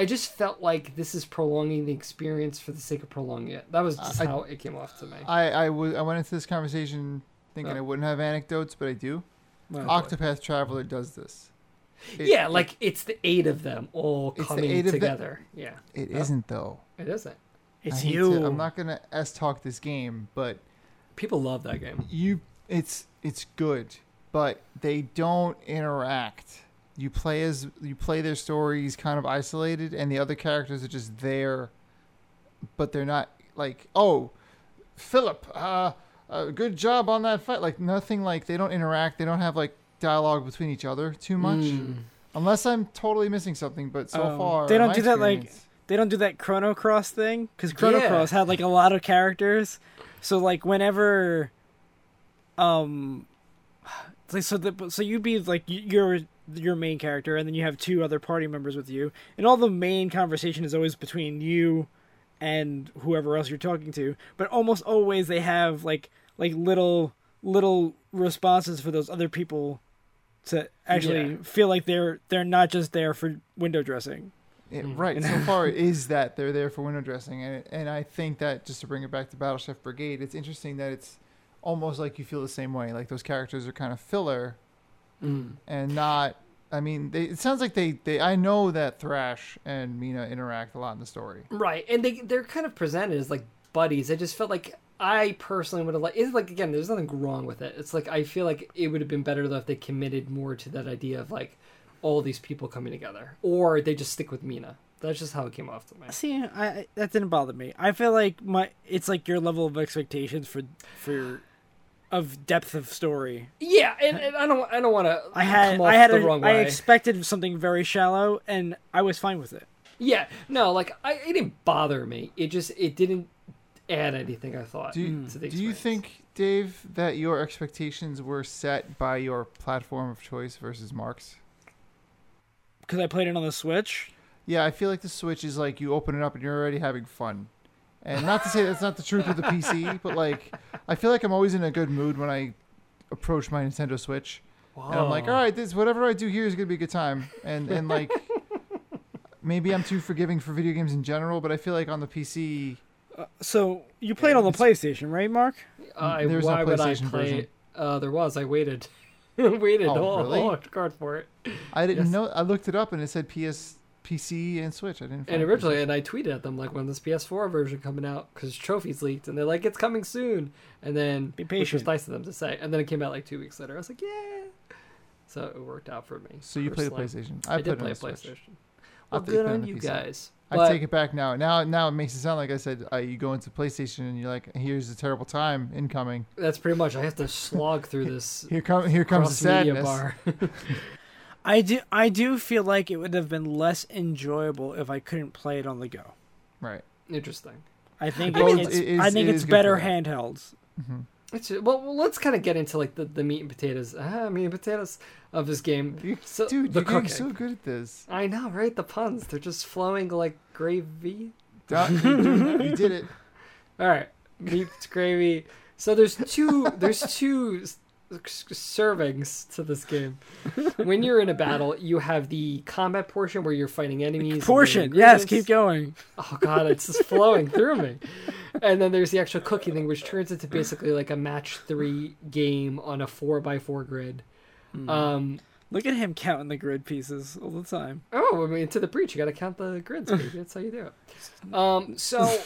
Speaker 2: I just felt like this is prolonging the experience for the sake of prolonging it. That was just
Speaker 1: I-
Speaker 2: how it came off to me.
Speaker 1: I I, w- I went into this conversation thinking
Speaker 2: Oh.
Speaker 1: I wouldn't have anecdotes, but I do.
Speaker 3: Well,
Speaker 1: Octopath Traveler does this. It-
Speaker 2: yeah, like it's the eight of them all
Speaker 1: It's the
Speaker 2: coming
Speaker 1: eight of them.
Speaker 2: together. Yeah,
Speaker 1: it isn't though.
Speaker 2: it isn't.
Speaker 3: it's
Speaker 1: I hate
Speaker 3: you.
Speaker 1: To, I'm not gonna s talk this game, but
Speaker 2: People love that game.
Speaker 1: you it's it's good, but they don't interact. You play as you play their stories kind of isolated, and the other characters are just there, but they're not like oh, Philip, uh, uh, good job on that fight. Like nothing like they don't interact. They don't have like dialogue between each other too much. Unless I'm totally missing something, but so
Speaker 3: Hmm. Oh.
Speaker 1: far
Speaker 3: They don't
Speaker 1: my
Speaker 3: do that, like-
Speaker 1: experience-
Speaker 3: they don't do that Chrono Cross thing because Chrono
Speaker 2: Yeah.
Speaker 3: Cross had like a lot of characters. So like whenever, um, it's like so the so you'd be like y- your your main character, and then you have two other party members with you, and all the main conversation is always between you and whoever else you're talking to. But almost always they have like like little little responses for those other people to actually
Speaker 2: Yeah.
Speaker 3: feel like they're they're not just there for window dressing.
Speaker 1: It, right. So far, it is that they're there for window dressing, and it, and I think that just to bring it back to Battleship Brigade, it's interesting that it's almost like you feel the same way. Like those characters are kind of filler, and not. I mean, they, it sounds like they, they. I know that Thrash and Mina interact a lot in the story.
Speaker 2: Right, and they they're kind of presented as like buddies. I just felt like I personally would have liked. It's like again, there's nothing wrong with it. It's like I feel like it would have been better though if they committed more to that idea of like all these people coming together, or they just stick with Mina. That's just how it came off to me.
Speaker 3: See, I I- that didn't bother me. I feel like my it's like your level of expectations for for of depth of story.
Speaker 2: Yeah, and, and I don't I don't want to.
Speaker 3: I had
Speaker 2: come off
Speaker 3: I had
Speaker 2: the
Speaker 3: a-
Speaker 2: wrong
Speaker 3: I
Speaker 2: way.
Speaker 3: expected something very shallow and I was fine with it.
Speaker 2: yeah, no, like I it didn't bother me. It just it didn't add anything. I thought.
Speaker 1: Do,
Speaker 2: to the
Speaker 1: do you
Speaker 2: experience.
Speaker 1: think, Dave, that your expectations were set by your platform of choice versus Mark's?
Speaker 3: Cuz I played it on the Switch.
Speaker 1: Yeah, I feel like the Switch is like you open it up and you're already having fun. And not to say that's not the truth with the PC, but like I feel like I'm always in a good mood when I approach my Nintendo Switch. And I'm like,
Speaker 2: Whoa.
Speaker 1: all right, this whatever I do here is gonna be a good time. And and like maybe I'm too forgiving for video games in general, but I feel like on the PC
Speaker 3: So you played on the PlayStation, right, Mark?
Speaker 2: I,
Speaker 1: There's no
Speaker 2: why would I
Speaker 1: PlayStation
Speaker 2: play?
Speaker 1: version.
Speaker 2: it? Uh, there was. I waited, waited
Speaker 1: Oh,
Speaker 2: all
Speaker 1: really?
Speaker 2: all card for it,
Speaker 1: I didn't
Speaker 2: Yes.
Speaker 1: know I looked it up and it said PS PC and Switch. I didn't find
Speaker 2: and
Speaker 1: it.
Speaker 2: originally, and I tweeted at them like, "When this PS4 version coming out?" Because trophies leaked, and they're like, "It's coming soon." And then,
Speaker 3: Be
Speaker 2: which was
Speaker 3: patient.
Speaker 2: nice of them to say. And then it came out like two weeks later. I was like, "Yeah." So it worked out for me.
Speaker 1: So you played a
Speaker 2: personally.
Speaker 1: PlayStation.
Speaker 2: I,
Speaker 1: I, played
Speaker 2: did play
Speaker 1: it
Speaker 2: a
Speaker 1: on the Switch.
Speaker 2: PlayStation. Well,
Speaker 1: thought you
Speaker 2: good
Speaker 1: played
Speaker 2: on
Speaker 1: on
Speaker 2: you
Speaker 1: PC.
Speaker 2: guys.
Speaker 1: I
Speaker 2: But-
Speaker 1: take it back now. Now, now it makes it sound like I said uh, you go into PlayStation and you're like, "Here's a terrible time incoming.
Speaker 2: That's pretty much. I have to slog through this
Speaker 1: Here come, here comes the
Speaker 2: cross
Speaker 1: sadness."
Speaker 2: media bar.
Speaker 3: I do I do feel like it would have been less enjoyable if I couldn't play it on the go.
Speaker 1: Right.
Speaker 2: Interesting.
Speaker 3: I think
Speaker 1: Well,
Speaker 3: it's,
Speaker 1: it is-
Speaker 3: I think
Speaker 1: it
Speaker 3: it's
Speaker 1: is good
Speaker 3: better
Speaker 1: for that.
Speaker 3: handhelds.
Speaker 2: It's, well, well, let's kind of get into like the, the meat and potatoes. Ah, meat and potatoes of this
Speaker 1: You-
Speaker 2: game. So,
Speaker 1: Dude,
Speaker 2: the
Speaker 1: you're getting
Speaker 2: cooking.
Speaker 1: so good at this.
Speaker 2: I know, right? The puns. They're just flowing like gravy.
Speaker 1: Doc, you did- you did it.
Speaker 2: All right. Meat gravy. So there's two there's two s- s- servings to this game. When you're in a battle, you have the combat portion where you're fighting enemies. and
Speaker 3: Portion,
Speaker 2: doing
Speaker 3: yes,
Speaker 2: ingredients.
Speaker 3: keep going.
Speaker 2: Oh god, it's just flowing through me. And then there's the actual cooking thing, which turns into basically like a match three game on a four by four grid.
Speaker 3: Hmm.
Speaker 2: Um,
Speaker 3: Look at him counting the grid pieces all the time.
Speaker 2: oh, I mean, to the breach, you got to count the grids. Baby. That's how you do it. Um, so,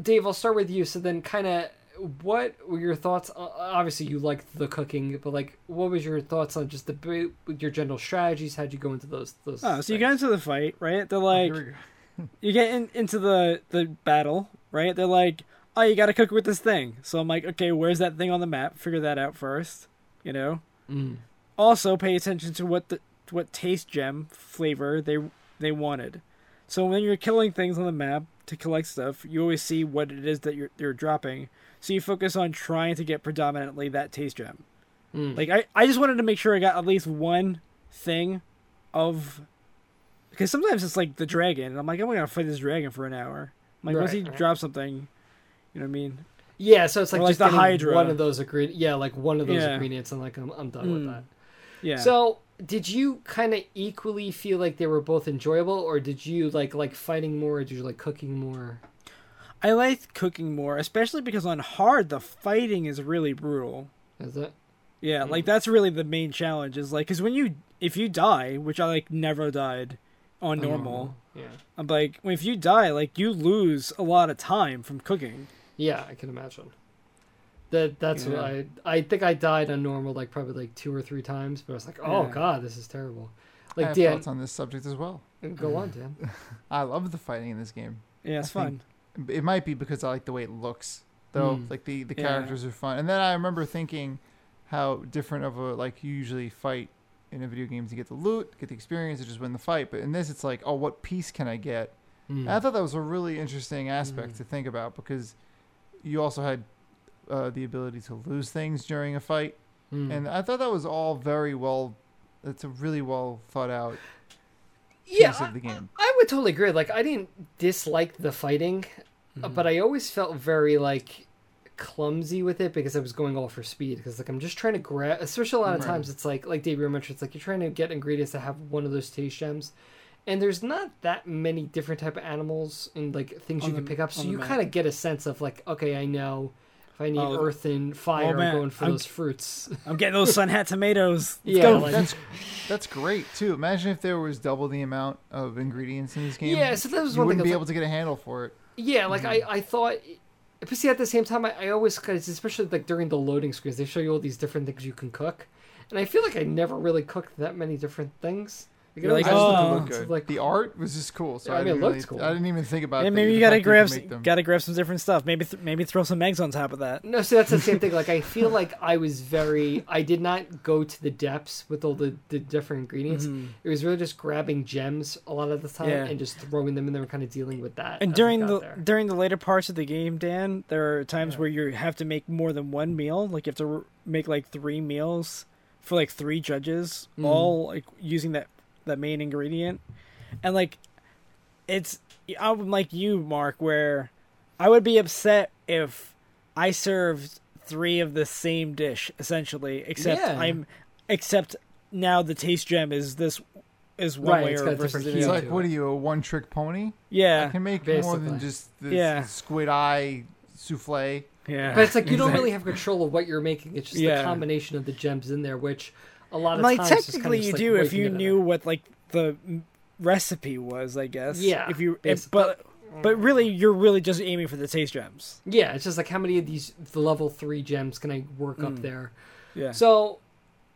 Speaker 2: Dave, I'll start with you. So then, kind of, what were your thoughts? o- Obviously, you liked the cooking, but like, what was your thoughts on just the ba- your general strategies? How'd you go into those? those
Speaker 3: Oh, so you
Speaker 2: things?
Speaker 3: got into the fight, right? They're like,
Speaker 1: Oh, Here we go.
Speaker 3: you get in, into the the battle, right? They're like, oh, you got to cook with this thing. So I'm like, okay, where's that thing on the map? Figure that out first, you know.
Speaker 2: Mm.
Speaker 3: Also, pay attention to what the what taste gem flavor they they wanted. So when you're killing things on the map to collect stuff, you always see what it is that you're you're dropping. So you focus on trying to get predominantly that taste gem.
Speaker 2: Mm.
Speaker 3: Like I, I just wanted to make sure I got at least one thing of because sometimes it's like the dragon, and I'm like, I'm gonna fight this dragon for an hour. I'm like once
Speaker 2: Right,
Speaker 3: he
Speaker 2: right.
Speaker 3: drops something, you know what I mean?
Speaker 2: Yeah, so it's like,
Speaker 3: Or, like,
Speaker 2: just
Speaker 3: the
Speaker 2: getting
Speaker 3: Hydra.
Speaker 2: one of those agree. Yeah, like one of those
Speaker 3: Yeah.
Speaker 2: ingredients, and like I'm, I'm done with
Speaker 3: Mm.
Speaker 2: that.
Speaker 3: Yeah.
Speaker 2: So, did you kind of equally feel like they were both enjoyable, or did you like like fighting more, or did you like cooking more?
Speaker 3: I like cooking more, especially because on hard the fighting is really brutal.
Speaker 2: Is it?
Speaker 3: Yeah,
Speaker 2: Mm.
Speaker 3: like that's really the main challenge is like because when you if you die, which I like never died on normal,
Speaker 2: Yeah.
Speaker 3: I'm like if you die, like you lose a lot of time from cooking.
Speaker 2: Yeah, I can imagine. That that's what
Speaker 3: Yeah.
Speaker 2: I I think I died on normal like probably like two or three times, but I was like, oh
Speaker 3: Yeah.
Speaker 2: god, this is terrible.
Speaker 1: I
Speaker 2: Like
Speaker 1: have
Speaker 2: Dan,
Speaker 1: thoughts on this subject as well.
Speaker 2: go on, Dan.
Speaker 1: I love the fighting in this game.
Speaker 3: Yeah, it's
Speaker 1: I
Speaker 3: fun.
Speaker 1: think- It might be because I like the way it looks, though.
Speaker 2: Mm.
Speaker 1: Like the the
Speaker 3: Yeah.
Speaker 1: characters are fun. And then I remember thinking how different of a like you usually fight in a video game to get the loot, get the experience, or just win the fight. But in this, it's like, oh, what piece can I get? And I
Speaker 2: Mm.
Speaker 1: thought that was a really interesting aspect
Speaker 2: Mm.
Speaker 1: to think about because you also had uh, the ability to lose things during a fight,
Speaker 2: Mm.
Speaker 1: and I thought that was all very well. It's a really well thought out piece
Speaker 2: yeah,
Speaker 1: of the game.
Speaker 2: I would totally agree. Like, I didn't dislike the fighting,
Speaker 3: Mm-hmm.
Speaker 2: uh but I always felt very like clumsy with it because I was going all for speed. Because like I'm just trying to grab. Especially a lot of
Speaker 1: Right.
Speaker 2: times, it's like like Dave mentioned, it's like you're trying to get ingredients that have one of those taste gems, and there's not that many different type of animals and like things
Speaker 3: On
Speaker 2: you
Speaker 3: the-
Speaker 2: can pick up. So
Speaker 3: on the
Speaker 2: you
Speaker 3: map.
Speaker 2: kind of get a sense of like, okay, I know. If I need
Speaker 3: Oh,
Speaker 2: earth and fire, I'm
Speaker 3: man,
Speaker 2: going for
Speaker 3: I'm-
Speaker 2: those fruits.
Speaker 3: I'm getting those sun hat tomatoes. Let's
Speaker 2: yeah,
Speaker 3: go.
Speaker 2: like-
Speaker 1: That's that's great too. Imagine if there was double the amount of ingredients in this game.
Speaker 2: yeah. So that was
Speaker 1: you
Speaker 2: one thing.
Speaker 1: wouldn't
Speaker 2: I was
Speaker 1: be
Speaker 2: like-
Speaker 1: able to get a handle for it.
Speaker 2: Yeah, like
Speaker 3: Mm-hmm.
Speaker 2: I, I thought, but see, at the same time, I, I always, cause especially like during the loading screens, they show you all these different things you can cook, and I feel like I never really cooked that many different things Like,
Speaker 3: You're
Speaker 2: it
Speaker 3: like,
Speaker 1: I
Speaker 2: always
Speaker 1: just
Speaker 2: looked
Speaker 1: thought
Speaker 3: oh.
Speaker 1: they
Speaker 2: sort
Speaker 1: looked
Speaker 2: of
Speaker 1: good. the art was just cool, so
Speaker 2: Yeah, I
Speaker 1: I,
Speaker 2: mean, it
Speaker 1: didn't
Speaker 2: looked
Speaker 1: really,
Speaker 2: cool.
Speaker 1: I didn't even think about.
Speaker 3: And
Speaker 1: the-
Speaker 3: maybe
Speaker 1: the
Speaker 3: you gotta
Speaker 1: fact that you
Speaker 3: grab
Speaker 1: could make
Speaker 3: s-
Speaker 1: them.
Speaker 3: gotta grab some different stuff. Maybe th- maybe throw some eggs on top of that.
Speaker 2: No, so that's the same thing. Like I feel like I was very I did not go to the depths with all the, the different ingredients. It was really just grabbing gems a lot of the time
Speaker 3: Mm-hmm. Yeah.
Speaker 2: and just throwing them in there and kind of dealing with that.
Speaker 3: And
Speaker 2: as we
Speaker 3: during
Speaker 2: got
Speaker 3: the
Speaker 2: there.
Speaker 3: during the later parts of the game, Dan, there are times where you have to make more than one meal. Like you have to r- make like three meals for like three judges,
Speaker 2: Mm-hmm.
Speaker 3: all like using that that main ingredient. And like, it's I'm like you, Mark, where I would be upset if I served three of the same dish essentially, except
Speaker 2: Yeah.
Speaker 3: I'm except now the taste gem is this is one
Speaker 2: Right,
Speaker 3: way
Speaker 2: it's
Speaker 3: or
Speaker 2: got a
Speaker 3: versus
Speaker 2: different
Speaker 3: the
Speaker 2: key
Speaker 1: It's
Speaker 3: other.
Speaker 2: to
Speaker 1: like,
Speaker 2: it.
Speaker 1: what are you, a one-trick pony? I
Speaker 3: Yeah,
Speaker 1: can make more
Speaker 2: Basically.
Speaker 1: than just the
Speaker 3: Yeah.
Speaker 1: squid eye souffle.
Speaker 3: yeah.
Speaker 2: But it's like you don't really have control of what you're making. It's just
Speaker 3: Yeah.
Speaker 2: the combination of the gems in there, which a lot of
Speaker 3: like
Speaker 2: times is kinda
Speaker 3: technically
Speaker 2: just,
Speaker 3: you
Speaker 2: like,
Speaker 3: do if
Speaker 2: waking
Speaker 3: you
Speaker 2: it up.
Speaker 3: knew what like the m- recipe was i guess
Speaker 2: Yeah,
Speaker 3: if you if,
Speaker 2: basi-
Speaker 3: but but really you're really just aiming for the taste gems
Speaker 2: Yeah, it's just like how many of these the level three gems can I work up there?
Speaker 3: Mm. yeah
Speaker 2: So,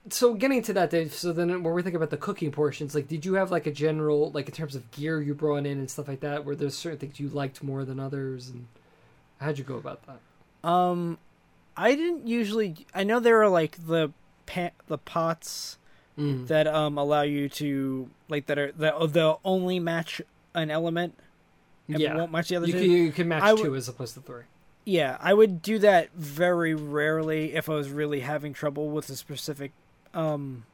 Speaker 2: so getting to that, Dave. So then, when we think about the cooking portions, like, did you have like a general, like in terms of gear you brought in and stuff like that? Were there certain things you liked more than others, and how'd you go about that?
Speaker 3: um i didn't usually i know there are like the pa- the pots
Speaker 2: Mm.
Speaker 3: that um allow you to like that are that they'll only match an element and
Speaker 2: yeah,
Speaker 3: won't match the other
Speaker 2: you
Speaker 3: two.
Speaker 2: can, you can match
Speaker 3: I w-
Speaker 2: two as opposed to three.
Speaker 3: Yeah, I would do that very rarely if I was really having trouble with a specific um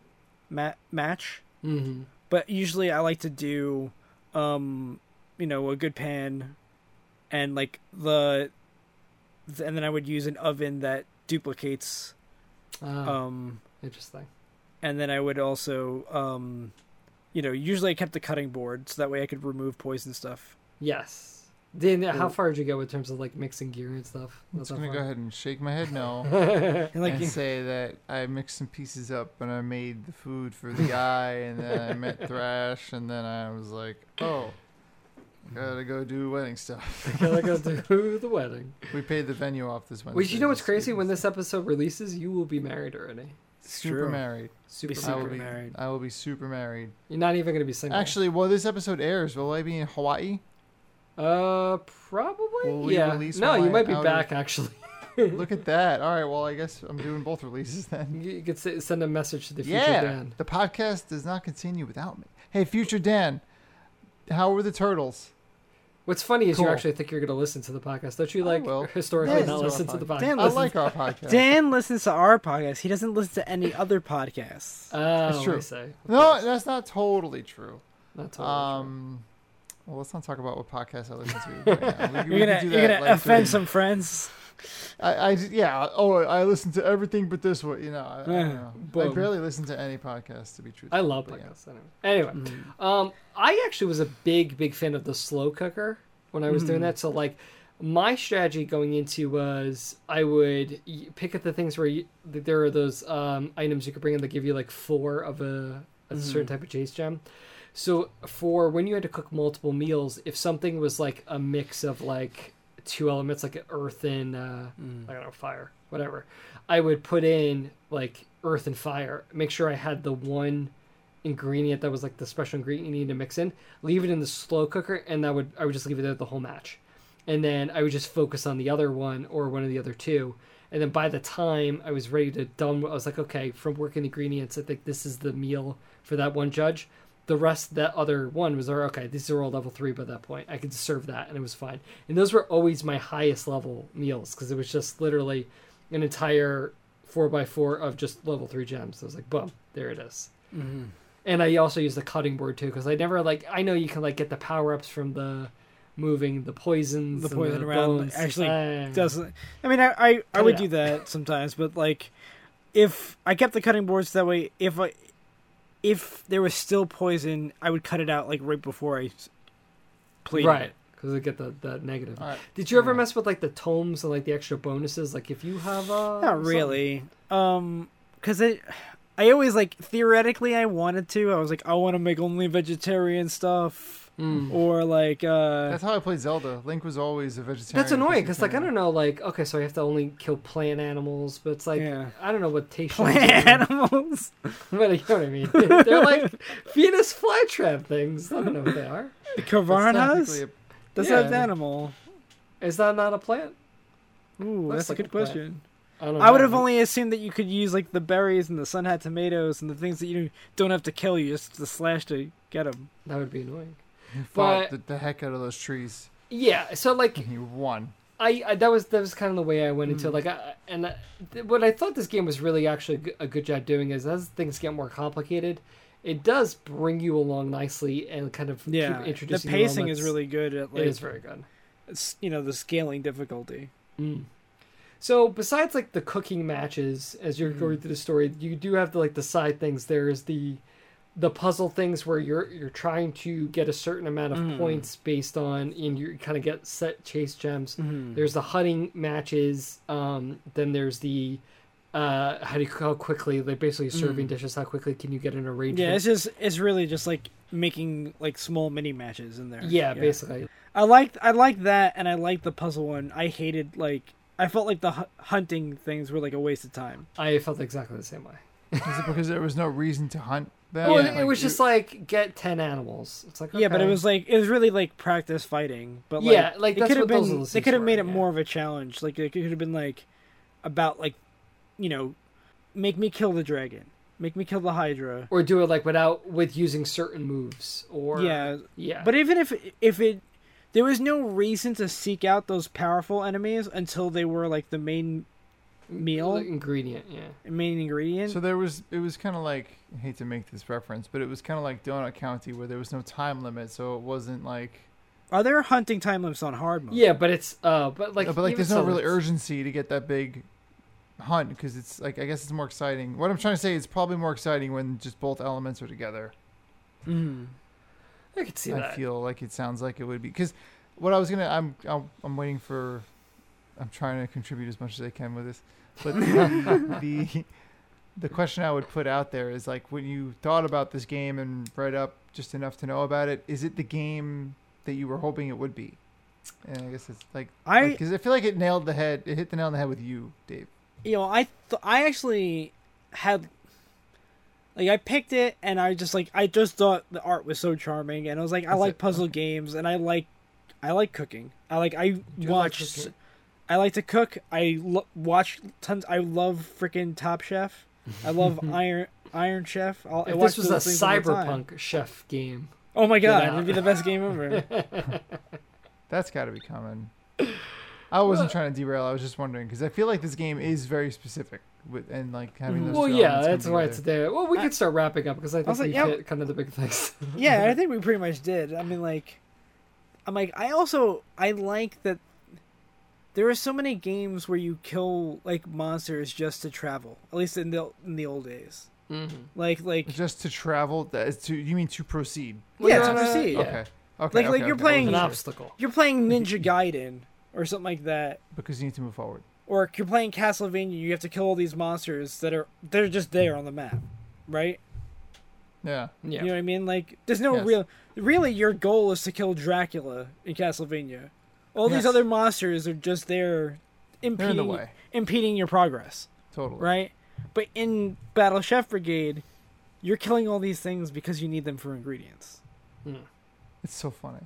Speaker 3: ma- match.
Speaker 2: Mm-hmm.
Speaker 3: but usually I like to do, um, you know, a good pan, and like the, th- and then I would use an oven that duplicates.
Speaker 2: Ah,
Speaker 3: Um,
Speaker 2: interesting.
Speaker 3: and then I would also, um, you know, usually I kept the cutting board so that way I could remove poison stuff.
Speaker 2: Yes. Then uh, how far did you go in terms of like mixing gear and stuff?
Speaker 1: I'm
Speaker 2: Not
Speaker 1: just
Speaker 2: that
Speaker 1: gonna go
Speaker 2: far?
Speaker 1: ahead and shake my head no.
Speaker 3: And like,
Speaker 1: and say that I mixed some pieces up and I made the food for the guy, and then I met Thrash, and then I was like, oh, gotta go do wedding stuff.
Speaker 2: Gotta go do the wedding.
Speaker 1: We paid the venue off this Wednesday.
Speaker 2: Wait, you know what's
Speaker 1: just
Speaker 2: crazy?
Speaker 1: gave
Speaker 2: When
Speaker 1: us-
Speaker 2: this episode releases, you will be married already.
Speaker 1: super
Speaker 3: True.
Speaker 1: married,
Speaker 2: Super,
Speaker 1: I will
Speaker 3: super
Speaker 1: be
Speaker 2: married.
Speaker 3: married.
Speaker 1: I will be super married.
Speaker 2: You're not even gonna be single.
Speaker 1: Actually, well, this episode airs. Will I be in Hawaii?
Speaker 2: Uh, probably.
Speaker 1: Will we
Speaker 2: yeah.
Speaker 1: release
Speaker 2: No, you
Speaker 1: Hawaiian
Speaker 2: might be
Speaker 1: Outer?
Speaker 2: back actually.
Speaker 1: Look at that. All right. Well, I guess I'm doing both releases then.
Speaker 2: You you could s- send a message to the future
Speaker 1: yeah.
Speaker 2: Dan.
Speaker 1: The podcast does not continue without me. Hey, future Dan, how were the turtles?
Speaker 2: What's funny is you
Speaker 1: Cool.
Speaker 2: actually think you're going to listen to the podcast, don't you?
Speaker 1: I
Speaker 2: Like
Speaker 1: will.
Speaker 2: historically,
Speaker 3: Yeah,
Speaker 2: not
Speaker 1: listen
Speaker 2: listen
Speaker 1: to
Speaker 2: to
Speaker 1: our
Speaker 2: the podcast.
Speaker 3: Dan
Speaker 1: I
Speaker 3: listens-
Speaker 1: like our podcast.
Speaker 3: Dan listens to our podcast. He doesn't listen to any other podcasts.
Speaker 2: oh,
Speaker 1: That's true.
Speaker 2: I say.
Speaker 1: No, that's not totally true.
Speaker 2: Not totally
Speaker 1: Um, well, let's not talk about what podcast I listen to. Right now. We,
Speaker 3: You're gonna you're gonna offend some friends.
Speaker 1: I, I, yeah. Oh, I listen to everything but this one. You know, I, I,
Speaker 3: Yeah.
Speaker 1: don't know. I
Speaker 2: Boom.
Speaker 1: barely listen to any podcast to be
Speaker 2: true.
Speaker 1: truthful.
Speaker 2: I love
Speaker 1: but yeah.
Speaker 2: podcasts. Anyway, anyway um, I actually was a big, big fan of the slow cooker when I was doing that. So like. My strategy going into was I would y- pick up the things where you, th- there are those um, items you could bring in that give you like four of a, a certain type of chase gem. So for when you had to cook multiple meals, if something was like a mix of like two elements, like earth and uh, I don't know fire, whatever, I would put in like earth and fire. Make sure I had the one ingredient that was like the special ingredient you need to mix in. Leave it in the slow cooker, and that would I would just leave it there the whole match, and then I would just focus on the other one or one of the other two. And then by the time I was ready to done, I was like, okay, from working the ingredients, I think this is the meal for that one judge the rest that other one was there okay these are all level three by that point i could serve that and it was fine and those were always my highest level meals because it was just literally an entire four by four of just level three gems i was like boom there it is. and i also used the cutting board too because i never like i know you can like get the power-ups from the moving the poisons
Speaker 3: the
Speaker 2: and
Speaker 3: poison around
Speaker 2: bones.
Speaker 3: actually
Speaker 2: Ah.
Speaker 3: doesn't. I mean, I I, I
Speaker 2: it
Speaker 3: would
Speaker 2: out.
Speaker 3: do that sometimes, but like, if I kept the cutting boards that way, if I if there was still poison, I would cut it out like right before I s- plead.
Speaker 2: right because i get the, the negative
Speaker 1: All right.
Speaker 2: did you ever mess with like the tomes and like the extra bonuses like if you have uh
Speaker 3: Not
Speaker 2: something-
Speaker 3: really. Um, because it. I always like theoretically I wanted to. I was like I want to make only vegetarian stuff.
Speaker 2: Hmm.
Speaker 3: or like uh
Speaker 1: That's how I played Zelda. Link was always a vegetarian.
Speaker 2: That's annoying because, like, I
Speaker 1: pescatarian.
Speaker 2: don't know, like, okay, so I have to only kill plant animals, but it's like,
Speaker 3: Yeah.
Speaker 2: I don't know what taste.
Speaker 3: plant animals.
Speaker 2: But you know what I mean? They're like Venus flytrap things. I don't know what they are.
Speaker 3: The
Speaker 1: That's technically
Speaker 3: Kavarnas?
Speaker 1: a-
Speaker 3: That's
Speaker 2: Yeah.
Speaker 3: not an animal.
Speaker 2: Is that not a plant?
Speaker 3: Ooh,
Speaker 2: Looks
Speaker 3: that's a
Speaker 2: like a
Speaker 3: good
Speaker 2: plant.
Speaker 3: question.
Speaker 2: I don't know.
Speaker 3: I would have only assumed that you could use like the berries and the sun hat tomatoes and the things that you don't have to kill. You just have to slash to get them.
Speaker 2: That would be annoying.
Speaker 1: He fought
Speaker 2: But-
Speaker 1: the, the heck out of those trees.
Speaker 2: Yeah. So like,
Speaker 3: Hmm.
Speaker 1: and He won.
Speaker 2: I, I that was that was kind of the way I went into it. like I, and I, th- what I thought this game was really actually a g- a good job doing is as things get more complicated, it does bring you along nicely and kind of
Speaker 3: Yeah,
Speaker 2: keep
Speaker 3: the
Speaker 2: introducing. you
Speaker 3: pacing is
Speaker 2: elements.
Speaker 3: really good at
Speaker 2: it
Speaker 3: like
Speaker 2: is very good. Hmm.
Speaker 3: s- you know the scaling difficulty.
Speaker 2: So besides like the cooking matches as
Speaker 3: Hmm.
Speaker 2: you're going through the story, you do have the like the side things. There is the the puzzle things where you're you're trying to get a certain amount of
Speaker 3: Hmm.
Speaker 2: points based on and you kind of get set chase gems.
Speaker 3: Mm.
Speaker 2: There's the hunting matches. Um, then there's the uh, how do you how quickly like basically serving dishes. How quickly can you get an arrangement?
Speaker 3: Yeah, it's just it's really just like making like small mini matches in there.
Speaker 2: yeah, basically.
Speaker 3: I liked I liked that, and I liked the puzzle one. I hated like I felt like the hu- hunting things were like a waste of time.
Speaker 2: I felt exactly the same way.
Speaker 1: Is it because there was no reason to hunt them?
Speaker 2: Well,
Speaker 1: Like,
Speaker 2: it was
Speaker 1: you-
Speaker 2: just like get ten animals. It's like
Speaker 3: Yeah, but it
Speaker 2: okay.
Speaker 3: was like it was really like practice fighting. But like,
Speaker 2: Yeah, like,
Speaker 3: it
Speaker 2: that's
Speaker 3: could
Speaker 2: what those
Speaker 3: have been
Speaker 2: little
Speaker 3: they
Speaker 2: scenes
Speaker 3: could have
Speaker 2: were,
Speaker 3: made it
Speaker 2: yeah.
Speaker 3: more of a challenge. Like it could have been like about like you know make me kill the dragon, make me kill the hydra.
Speaker 2: or do it like without with using certain moves or
Speaker 3: yeah,
Speaker 2: yeah
Speaker 3: but even if if it there was no reason to seek out those powerful enemies until they were like the main
Speaker 2: Like,
Speaker 3: meal
Speaker 2: ingredient yeah
Speaker 3: main ingredient.
Speaker 1: So there was. It was kind of like. I hate to make this reference, but it was kind of like Donut County, where there was no time limit, so it wasn't like.
Speaker 3: Are there hunting time limits on hard mode?
Speaker 2: yeah but it's uh but like
Speaker 1: No, but like,
Speaker 2: even
Speaker 1: there's no
Speaker 2: so,
Speaker 1: really
Speaker 2: it's-
Speaker 1: urgency to get that big hunt because it's like I guess it's more exciting. What I'm trying to say is probably more exciting when just both elements are together.
Speaker 2: i could see
Speaker 1: I
Speaker 2: that
Speaker 1: feel like it sounds like it would be because what I was gonna I'm, I'm I'm waiting for I'm trying to contribute as much as I can with this, but the the question I would put out there is like when you thought about this game and read up just enough to know about it, is it the game that you were hoping it would be? And I guess it's like
Speaker 3: I-
Speaker 1: because I feel like it nailed the head it hit the nail on the head with you, Dave.
Speaker 3: you know, I th- I actually had like I picked it and I just like I just thought the art was so charming and I was like I
Speaker 1: Is
Speaker 3: like
Speaker 1: it-
Speaker 3: puzzle games and I like I like cooking. I like I
Speaker 2: like
Speaker 3: watch
Speaker 2: cooking?
Speaker 3: I like to cook. I lo- watch tons I love freaking Top Chef. I love Iron Iron Chef. I'll, I
Speaker 2: if
Speaker 3: watch
Speaker 2: this was a
Speaker 3: those things all the time.
Speaker 2: cyberpunk chef game
Speaker 3: Oh my god,
Speaker 2: out.
Speaker 3: it'd be the best game ever.
Speaker 1: That's got to be coming. I wasn't trying to derail. I was just wondering because I feel like this game is very specific with and like having those.
Speaker 2: well
Speaker 1: two
Speaker 2: yeah
Speaker 1: elements come
Speaker 2: that's why it's
Speaker 1: together.
Speaker 2: there well we
Speaker 3: I-
Speaker 2: could start wrapping up because i think
Speaker 3: was like,
Speaker 2: we
Speaker 3: yeah.
Speaker 2: hit kind of the big things
Speaker 3: yeah,
Speaker 1: Mm-hmm.
Speaker 3: I think we pretty much did. I mean, like, I'm like, I also I like that there are so many games where you kill like monsters just to travel. At least in the in the old days, like like
Speaker 1: just to travel. That is to you mean to proceed?
Speaker 2: Well,
Speaker 3: yeah,
Speaker 2: you're
Speaker 3: to
Speaker 2: on a-
Speaker 3: proceed.
Speaker 2: Yeah.
Speaker 1: Okay. Okay.
Speaker 3: Like- like
Speaker 1: okay,
Speaker 3: you're
Speaker 1: okay.
Speaker 3: playing-
Speaker 2: an
Speaker 1: Well,
Speaker 3: Yeah.
Speaker 2: obstacle
Speaker 3: You're playing Ninja Gaiden or something like that,
Speaker 1: because you need to move forward.
Speaker 3: or if you're playing Castlevania. You have to kill all these monsters that are they're just there on the map, right?
Speaker 1: Mm-hmm. Yeah.
Speaker 2: yeah
Speaker 3: You know what I mean? Like, there's no
Speaker 1: Yes.
Speaker 3: real. Really, your goal is to kill Dracula in Castlevania. All
Speaker 1: Yes.
Speaker 3: these other monsters are just there,
Speaker 1: They're
Speaker 3: impeding
Speaker 1: in the way.
Speaker 3: impeding your progress,
Speaker 1: Totally.
Speaker 3: right? But in Battle Chef Brigade, you're killing all these things because you need them for ingredients.
Speaker 1: It's so funny.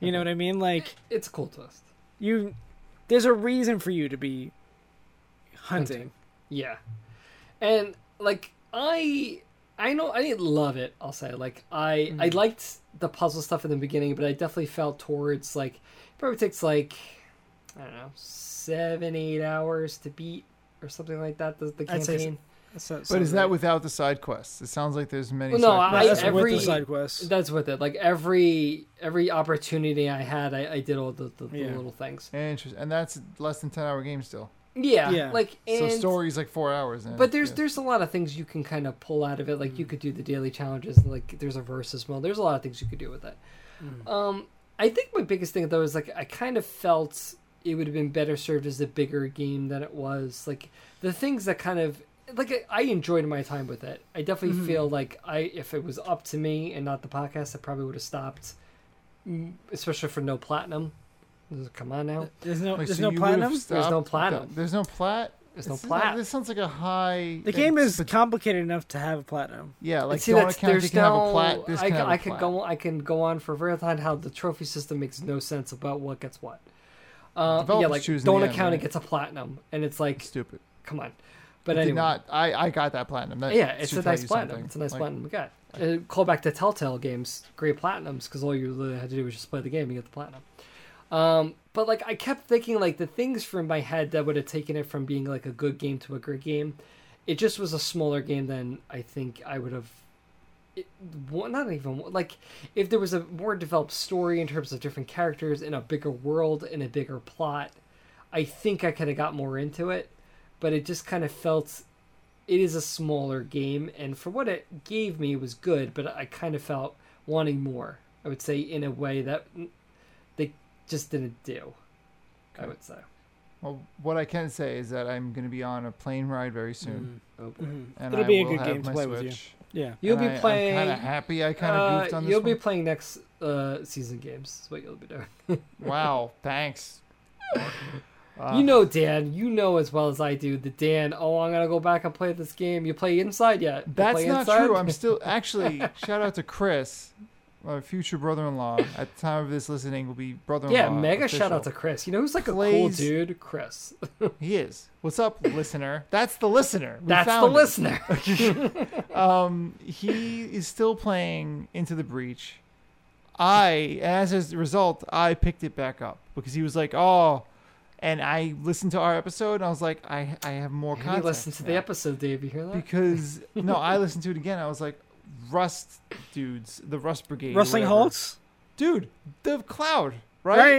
Speaker 3: You know what I mean? Like
Speaker 2: it's a cool twist
Speaker 3: you, there's a reason for you to be hunting.
Speaker 2: Yeah. And like I I know I didn't love it, I'll say. Like I I liked the puzzle stuff in the beginning, but I definitely felt towards like it probably takes like I don't know, seven, eight hours to beat or something like that, the, the
Speaker 3: I'd say
Speaker 2: campaign.
Speaker 3: So,
Speaker 1: But is that without the side quests? It sounds like there's many.
Speaker 2: Well, no,
Speaker 1: side
Speaker 2: I-
Speaker 1: quests.
Speaker 3: that's
Speaker 2: every-
Speaker 3: with the side quests?
Speaker 2: That's with it. Like every every opportunity I had I, I did all the, the, the
Speaker 3: Yeah.
Speaker 2: little things.
Speaker 1: Interesting. And that's less than ten hour game still.
Speaker 2: Yeah.
Speaker 3: Yeah.
Speaker 2: Like
Speaker 1: So
Speaker 2: and
Speaker 1: story's like four hours. In.
Speaker 2: But there's
Speaker 1: yeah. Mm.
Speaker 2: there's a lot of things you can kind of pull out of it. Like you could do the daily challenges. and, Like there's a versus mode. There's a lot of things you could do with it.
Speaker 1: Mm.
Speaker 2: Um, I think my biggest thing though is like I kind of felt it would have been better served as a bigger game than it was. Like the things that kind of like I, I enjoyed my time with it.
Speaker 1: Mm-hmm.
Speaker 2: I definitely feel like I if it was up to me and not the podcast, I probably would have stopped mm, especially for no platinum. Come on now,
Speaker 3: There's no,
Speaker 1: Wait,
Speaker 3: there's
Speaker 1: so
Speaker 3: no
Speaker 1: you would've
Speaker 3: platinum.
Speaker 1: stopped-
Speaker 2: no platinum.
Speaker 1: There's no plat.
Speaker 2: there's no
Speaker 1: This is
Speaker 2: plat.
Speaker 1: not- This sounds like a high.
Speaker 3: The game
Speaker 1: it's-
Speaker 3: is complicated enough to have a platinum.
Speaker 1: Yeah, like
Speaker 2: see,
Speaker 1: don't
Speaker 2: that's,
Speaker 1: account. You
Speaker 2: there's
Speaker 1: can
Speaker 2: no.
Speaker 1: have a plat. This
Speaker 2: I,
Speaker 1: can have a
Speaker 2: I could
Speaker 1: plat.
Speaker 2: go. I can go on for a very long time how the trophy system makes no sense about what gets what. Uh, yeah,
Speaker 1: Developers
Speaker 2: like
Speaker 1: choose in the
Speaker 2: don't
Speaker 1: end,
Speaker 2: account
Speaker 1: right?
Speaker 2: it gets a platinum, and it's like,
Speaker 1: Stupid.
Speaker 2: come on. But
Speaker 1: It did
Speaker 2: anyway,
Speaker 1: not. I I got that platinum. That
Speaker 2: yeah, it's
Speaker 1: should
Speaker 2: a
Speaker 1: tell
Speaker 2: nice
Speaker 1: you
Speaker 2: platinum.
Speaker 1: something.
Speaker 2: It's a nice
Speaker 1: Like,
Speaker 2: platinum we got. Uh, call back to Telltale games, great platinums, because all you literally had to do was just play the game and get the platinum. Um, but like I kept thinking, like the things from my head that would have taken it from being like a good game to a great game, it just was a smaller game than I think I would have. It, wa- not even like if there was a more developed story in terms of different characters in a bigger world and a bigger plot, I think I could have got more into it. But it just kind of felt it is a smaller game, and for what it gave me it was good, but I kind of felt wanting more. I would say in a way that they just didn't do. I would say.
Speaker 1: Well, what I can say is that I'm going to be on a plane ride very soon,
Speaker 2: Oh boy.
Speaker 3: Mhm.
Speaker 1: and
Speaker 3: Mm. It'll
Speaker 1: I
Speaker 3: be a
Speaker 1: will
Speaker 3: good
Speaker 1: have
Speaker 3: game to
Speaker 1: my
Speaker 3: play
Speaker 1: Switch.
Speaker 3: with you. Yeah.
Speaker 2: You'll
Speaker 1: And
Speaker 2: be
Speaker 1: I-
Speaker 2: playing.
Speaker 1: I'm kind of happy. I kind of goofed
Speaker 2: uh,
Speaker 1: on this
Speaker 2: You'll be
Speaker 1: one.
Speaker 2: playing next uh, season games. Is what you'll be doing.
Speaker 1: wow. Thanks. Uh,
Speaker 2: you know, Dan. You know as well as I do that Dan. Oh, I'm gonna go back and play this game. You play Inside yet? You
Speaker 1: That's
Speaker 2: play
Speaker 1: not
Speaker 2: Inside?
Speaker 1: true. I'm still actually shout out to Chris, my future brother-in-law. At the time of this listening, will be brother-in-law.
Speaker 2: Yeah, mega shout out to
Speaker 1: official.
Speaker 2: Chris. You know who's like a cool
Speaker 1: Plays-
Speaker 2: dude? Chris.
Speaker 1: He is. What's up, listener? That's the listener. We
Speaker 2: That's the
Speaker 1: found him.
Speaker 2: listener.
Speaker 1: Um, he is still playing Into the Breach. I, as a result, I picked it back up because he was like, "Oh," and I listened to our episode and I was like, "I, I have more
Speaker 2: And you
Speaker 1: content."
Speaker 2: listened to the
Speaker 1: now.
Speaker 2: episode, Dave. You hear that?
Speaker 1: because no, I listened to it again. I was like, "Rust dudes, the Rust Brigade, or
Speaker 3: Rustling
Speaker 1: whatever."
Speaker 3: Holtz.
Speaker 1: dude, the cloud, right?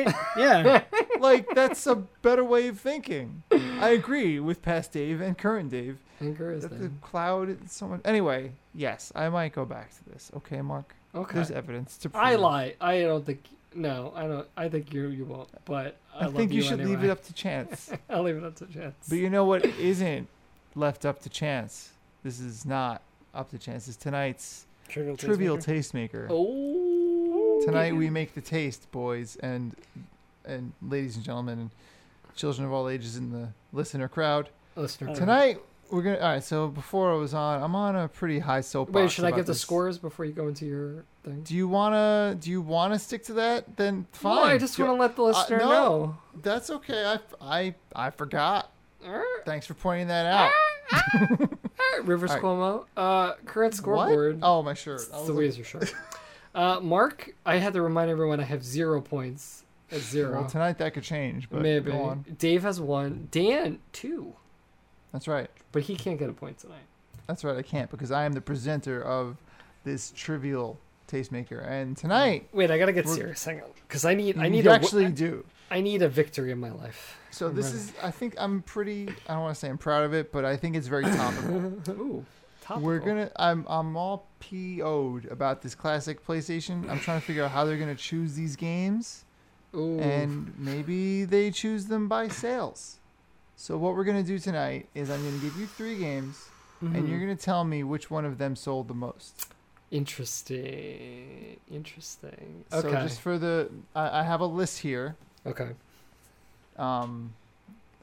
Speaker 3: Right. yeah.
Speaker 1: like that's a better way of thinking. I agree with past Dave and current Dave
Speaker 2: Anger is
Speaker 1: that the
Speaker 2: there.
Speaker 1: cloud is someone. Anyway, yes, I might go back to this. Okay, Mark.
Speaker 2: Okay.
Speaker 1: There's evidence to prove.
Speaker 2: I lie. I don't think. No, I don't. I think you you won't. But I,
Speaker 1: I
Speaker 2: love
Speaker 1: think you should leave
Speaker 2: anyway.
Speaker 1: it up to chance.
Speaker 2: I'll leave it up to chance.
Speaker 1: but you know what isn't left up to chance? This is not up to chance. It's tonight's
Speaker 3: Trivial. Taste
Speaker 1: trivial
Speaker 3: Maker.
Speaker 1: tastemaker.
Speaker 2: oh.
Speaker 1: Tonight we make the taste, boys and and ladies and gentlemen, and children of all ages in the listener crowd.
Speaker 2: Listener, tonight.
Speaker 1: Tonight we're gonna. All right. So before I was on, I'm on a pretty high soapbox.
Speaker 2: Wait, should I
Speaker 1: about
Speaker 2: give the
Speaker 1: this.
Speaker 2: scores before you go into your thing?
Speaker 1: Do you wanna? Do you wanna stick to that? Then fine.
Speaker 2: No, I just
Speaker 1: Do- uh,
Speaker 2: want to let the listener
Speaker 1: no.
Speaker 2: know.
Speaker 1: That's okay. I I I forgot.
Speaker 2: Alright,
Speaker 1: Thanks for pointing that
Speaker 2: Ah,
Speaker 1: out.
Speaker 2: alright, Rivers
Speaker 1: Alright.
Speaker 2: Cuomo, uh, current
Speaker 1: What?
Speaker 2: scoreboard.
Speaker 1: Oh, my shirt. I was
Speaker 2: the
Speaker 1: like,
Speaker 2: way is your shirt. Uh, Mark, I had to remind everyone I have zero points. At zero,
Speaker 1: well, tonight that could change, but
Speaker 2: maybe.
Speaker 1: go on.
Speaker 2: Dave has one. Dan two,
Speaker 1: That's right.
Speaker 2: but he can't get a point tonight.
Speaker 1: That's right. I can't because I am the presenter of this trivial tastemaker, and tonight
Speaker 2: Wait, I gotta get
Speaker 1: We're-
Speaker 2: serious. Hang on, because I need I
Speaker 1: you
Speaker 2: need a,
Speaker 1: actually
Speaker 2: actually
Speaker 1: do.
Speaker 2: I need a victory in my life.
Speaker 1: So this
Speaker 2: Right.
Speaker 1: is. I think I'm pretty. I don't want to say I'm proud of it, but I think it's very topical.
Speaker 2: Ooh, topical.
Speaker 1: We're gonna. I'm. I'm all PO'd about this classic PlayStation. I'm trying to figure out how they're gonna choose these games,
Speaker 2: Ooh.
Speaker 1: and maybe they choose them by sales. So what we're gonna do tonight is I'm gonna give you three games,
Speaker 3: Mm-hmm.
Speaker 1: and
Speaker 3: Hmm.
Speaker 1: you're gonna tell me which one of them sold the most.
Speaker 2: interesting. Interesting.
Speaker 1: So
Speaker 2: Okay.
Speaker 1: just for the, I, I have a list here.
Speaker 2: Okay.
Speaker 1: Um,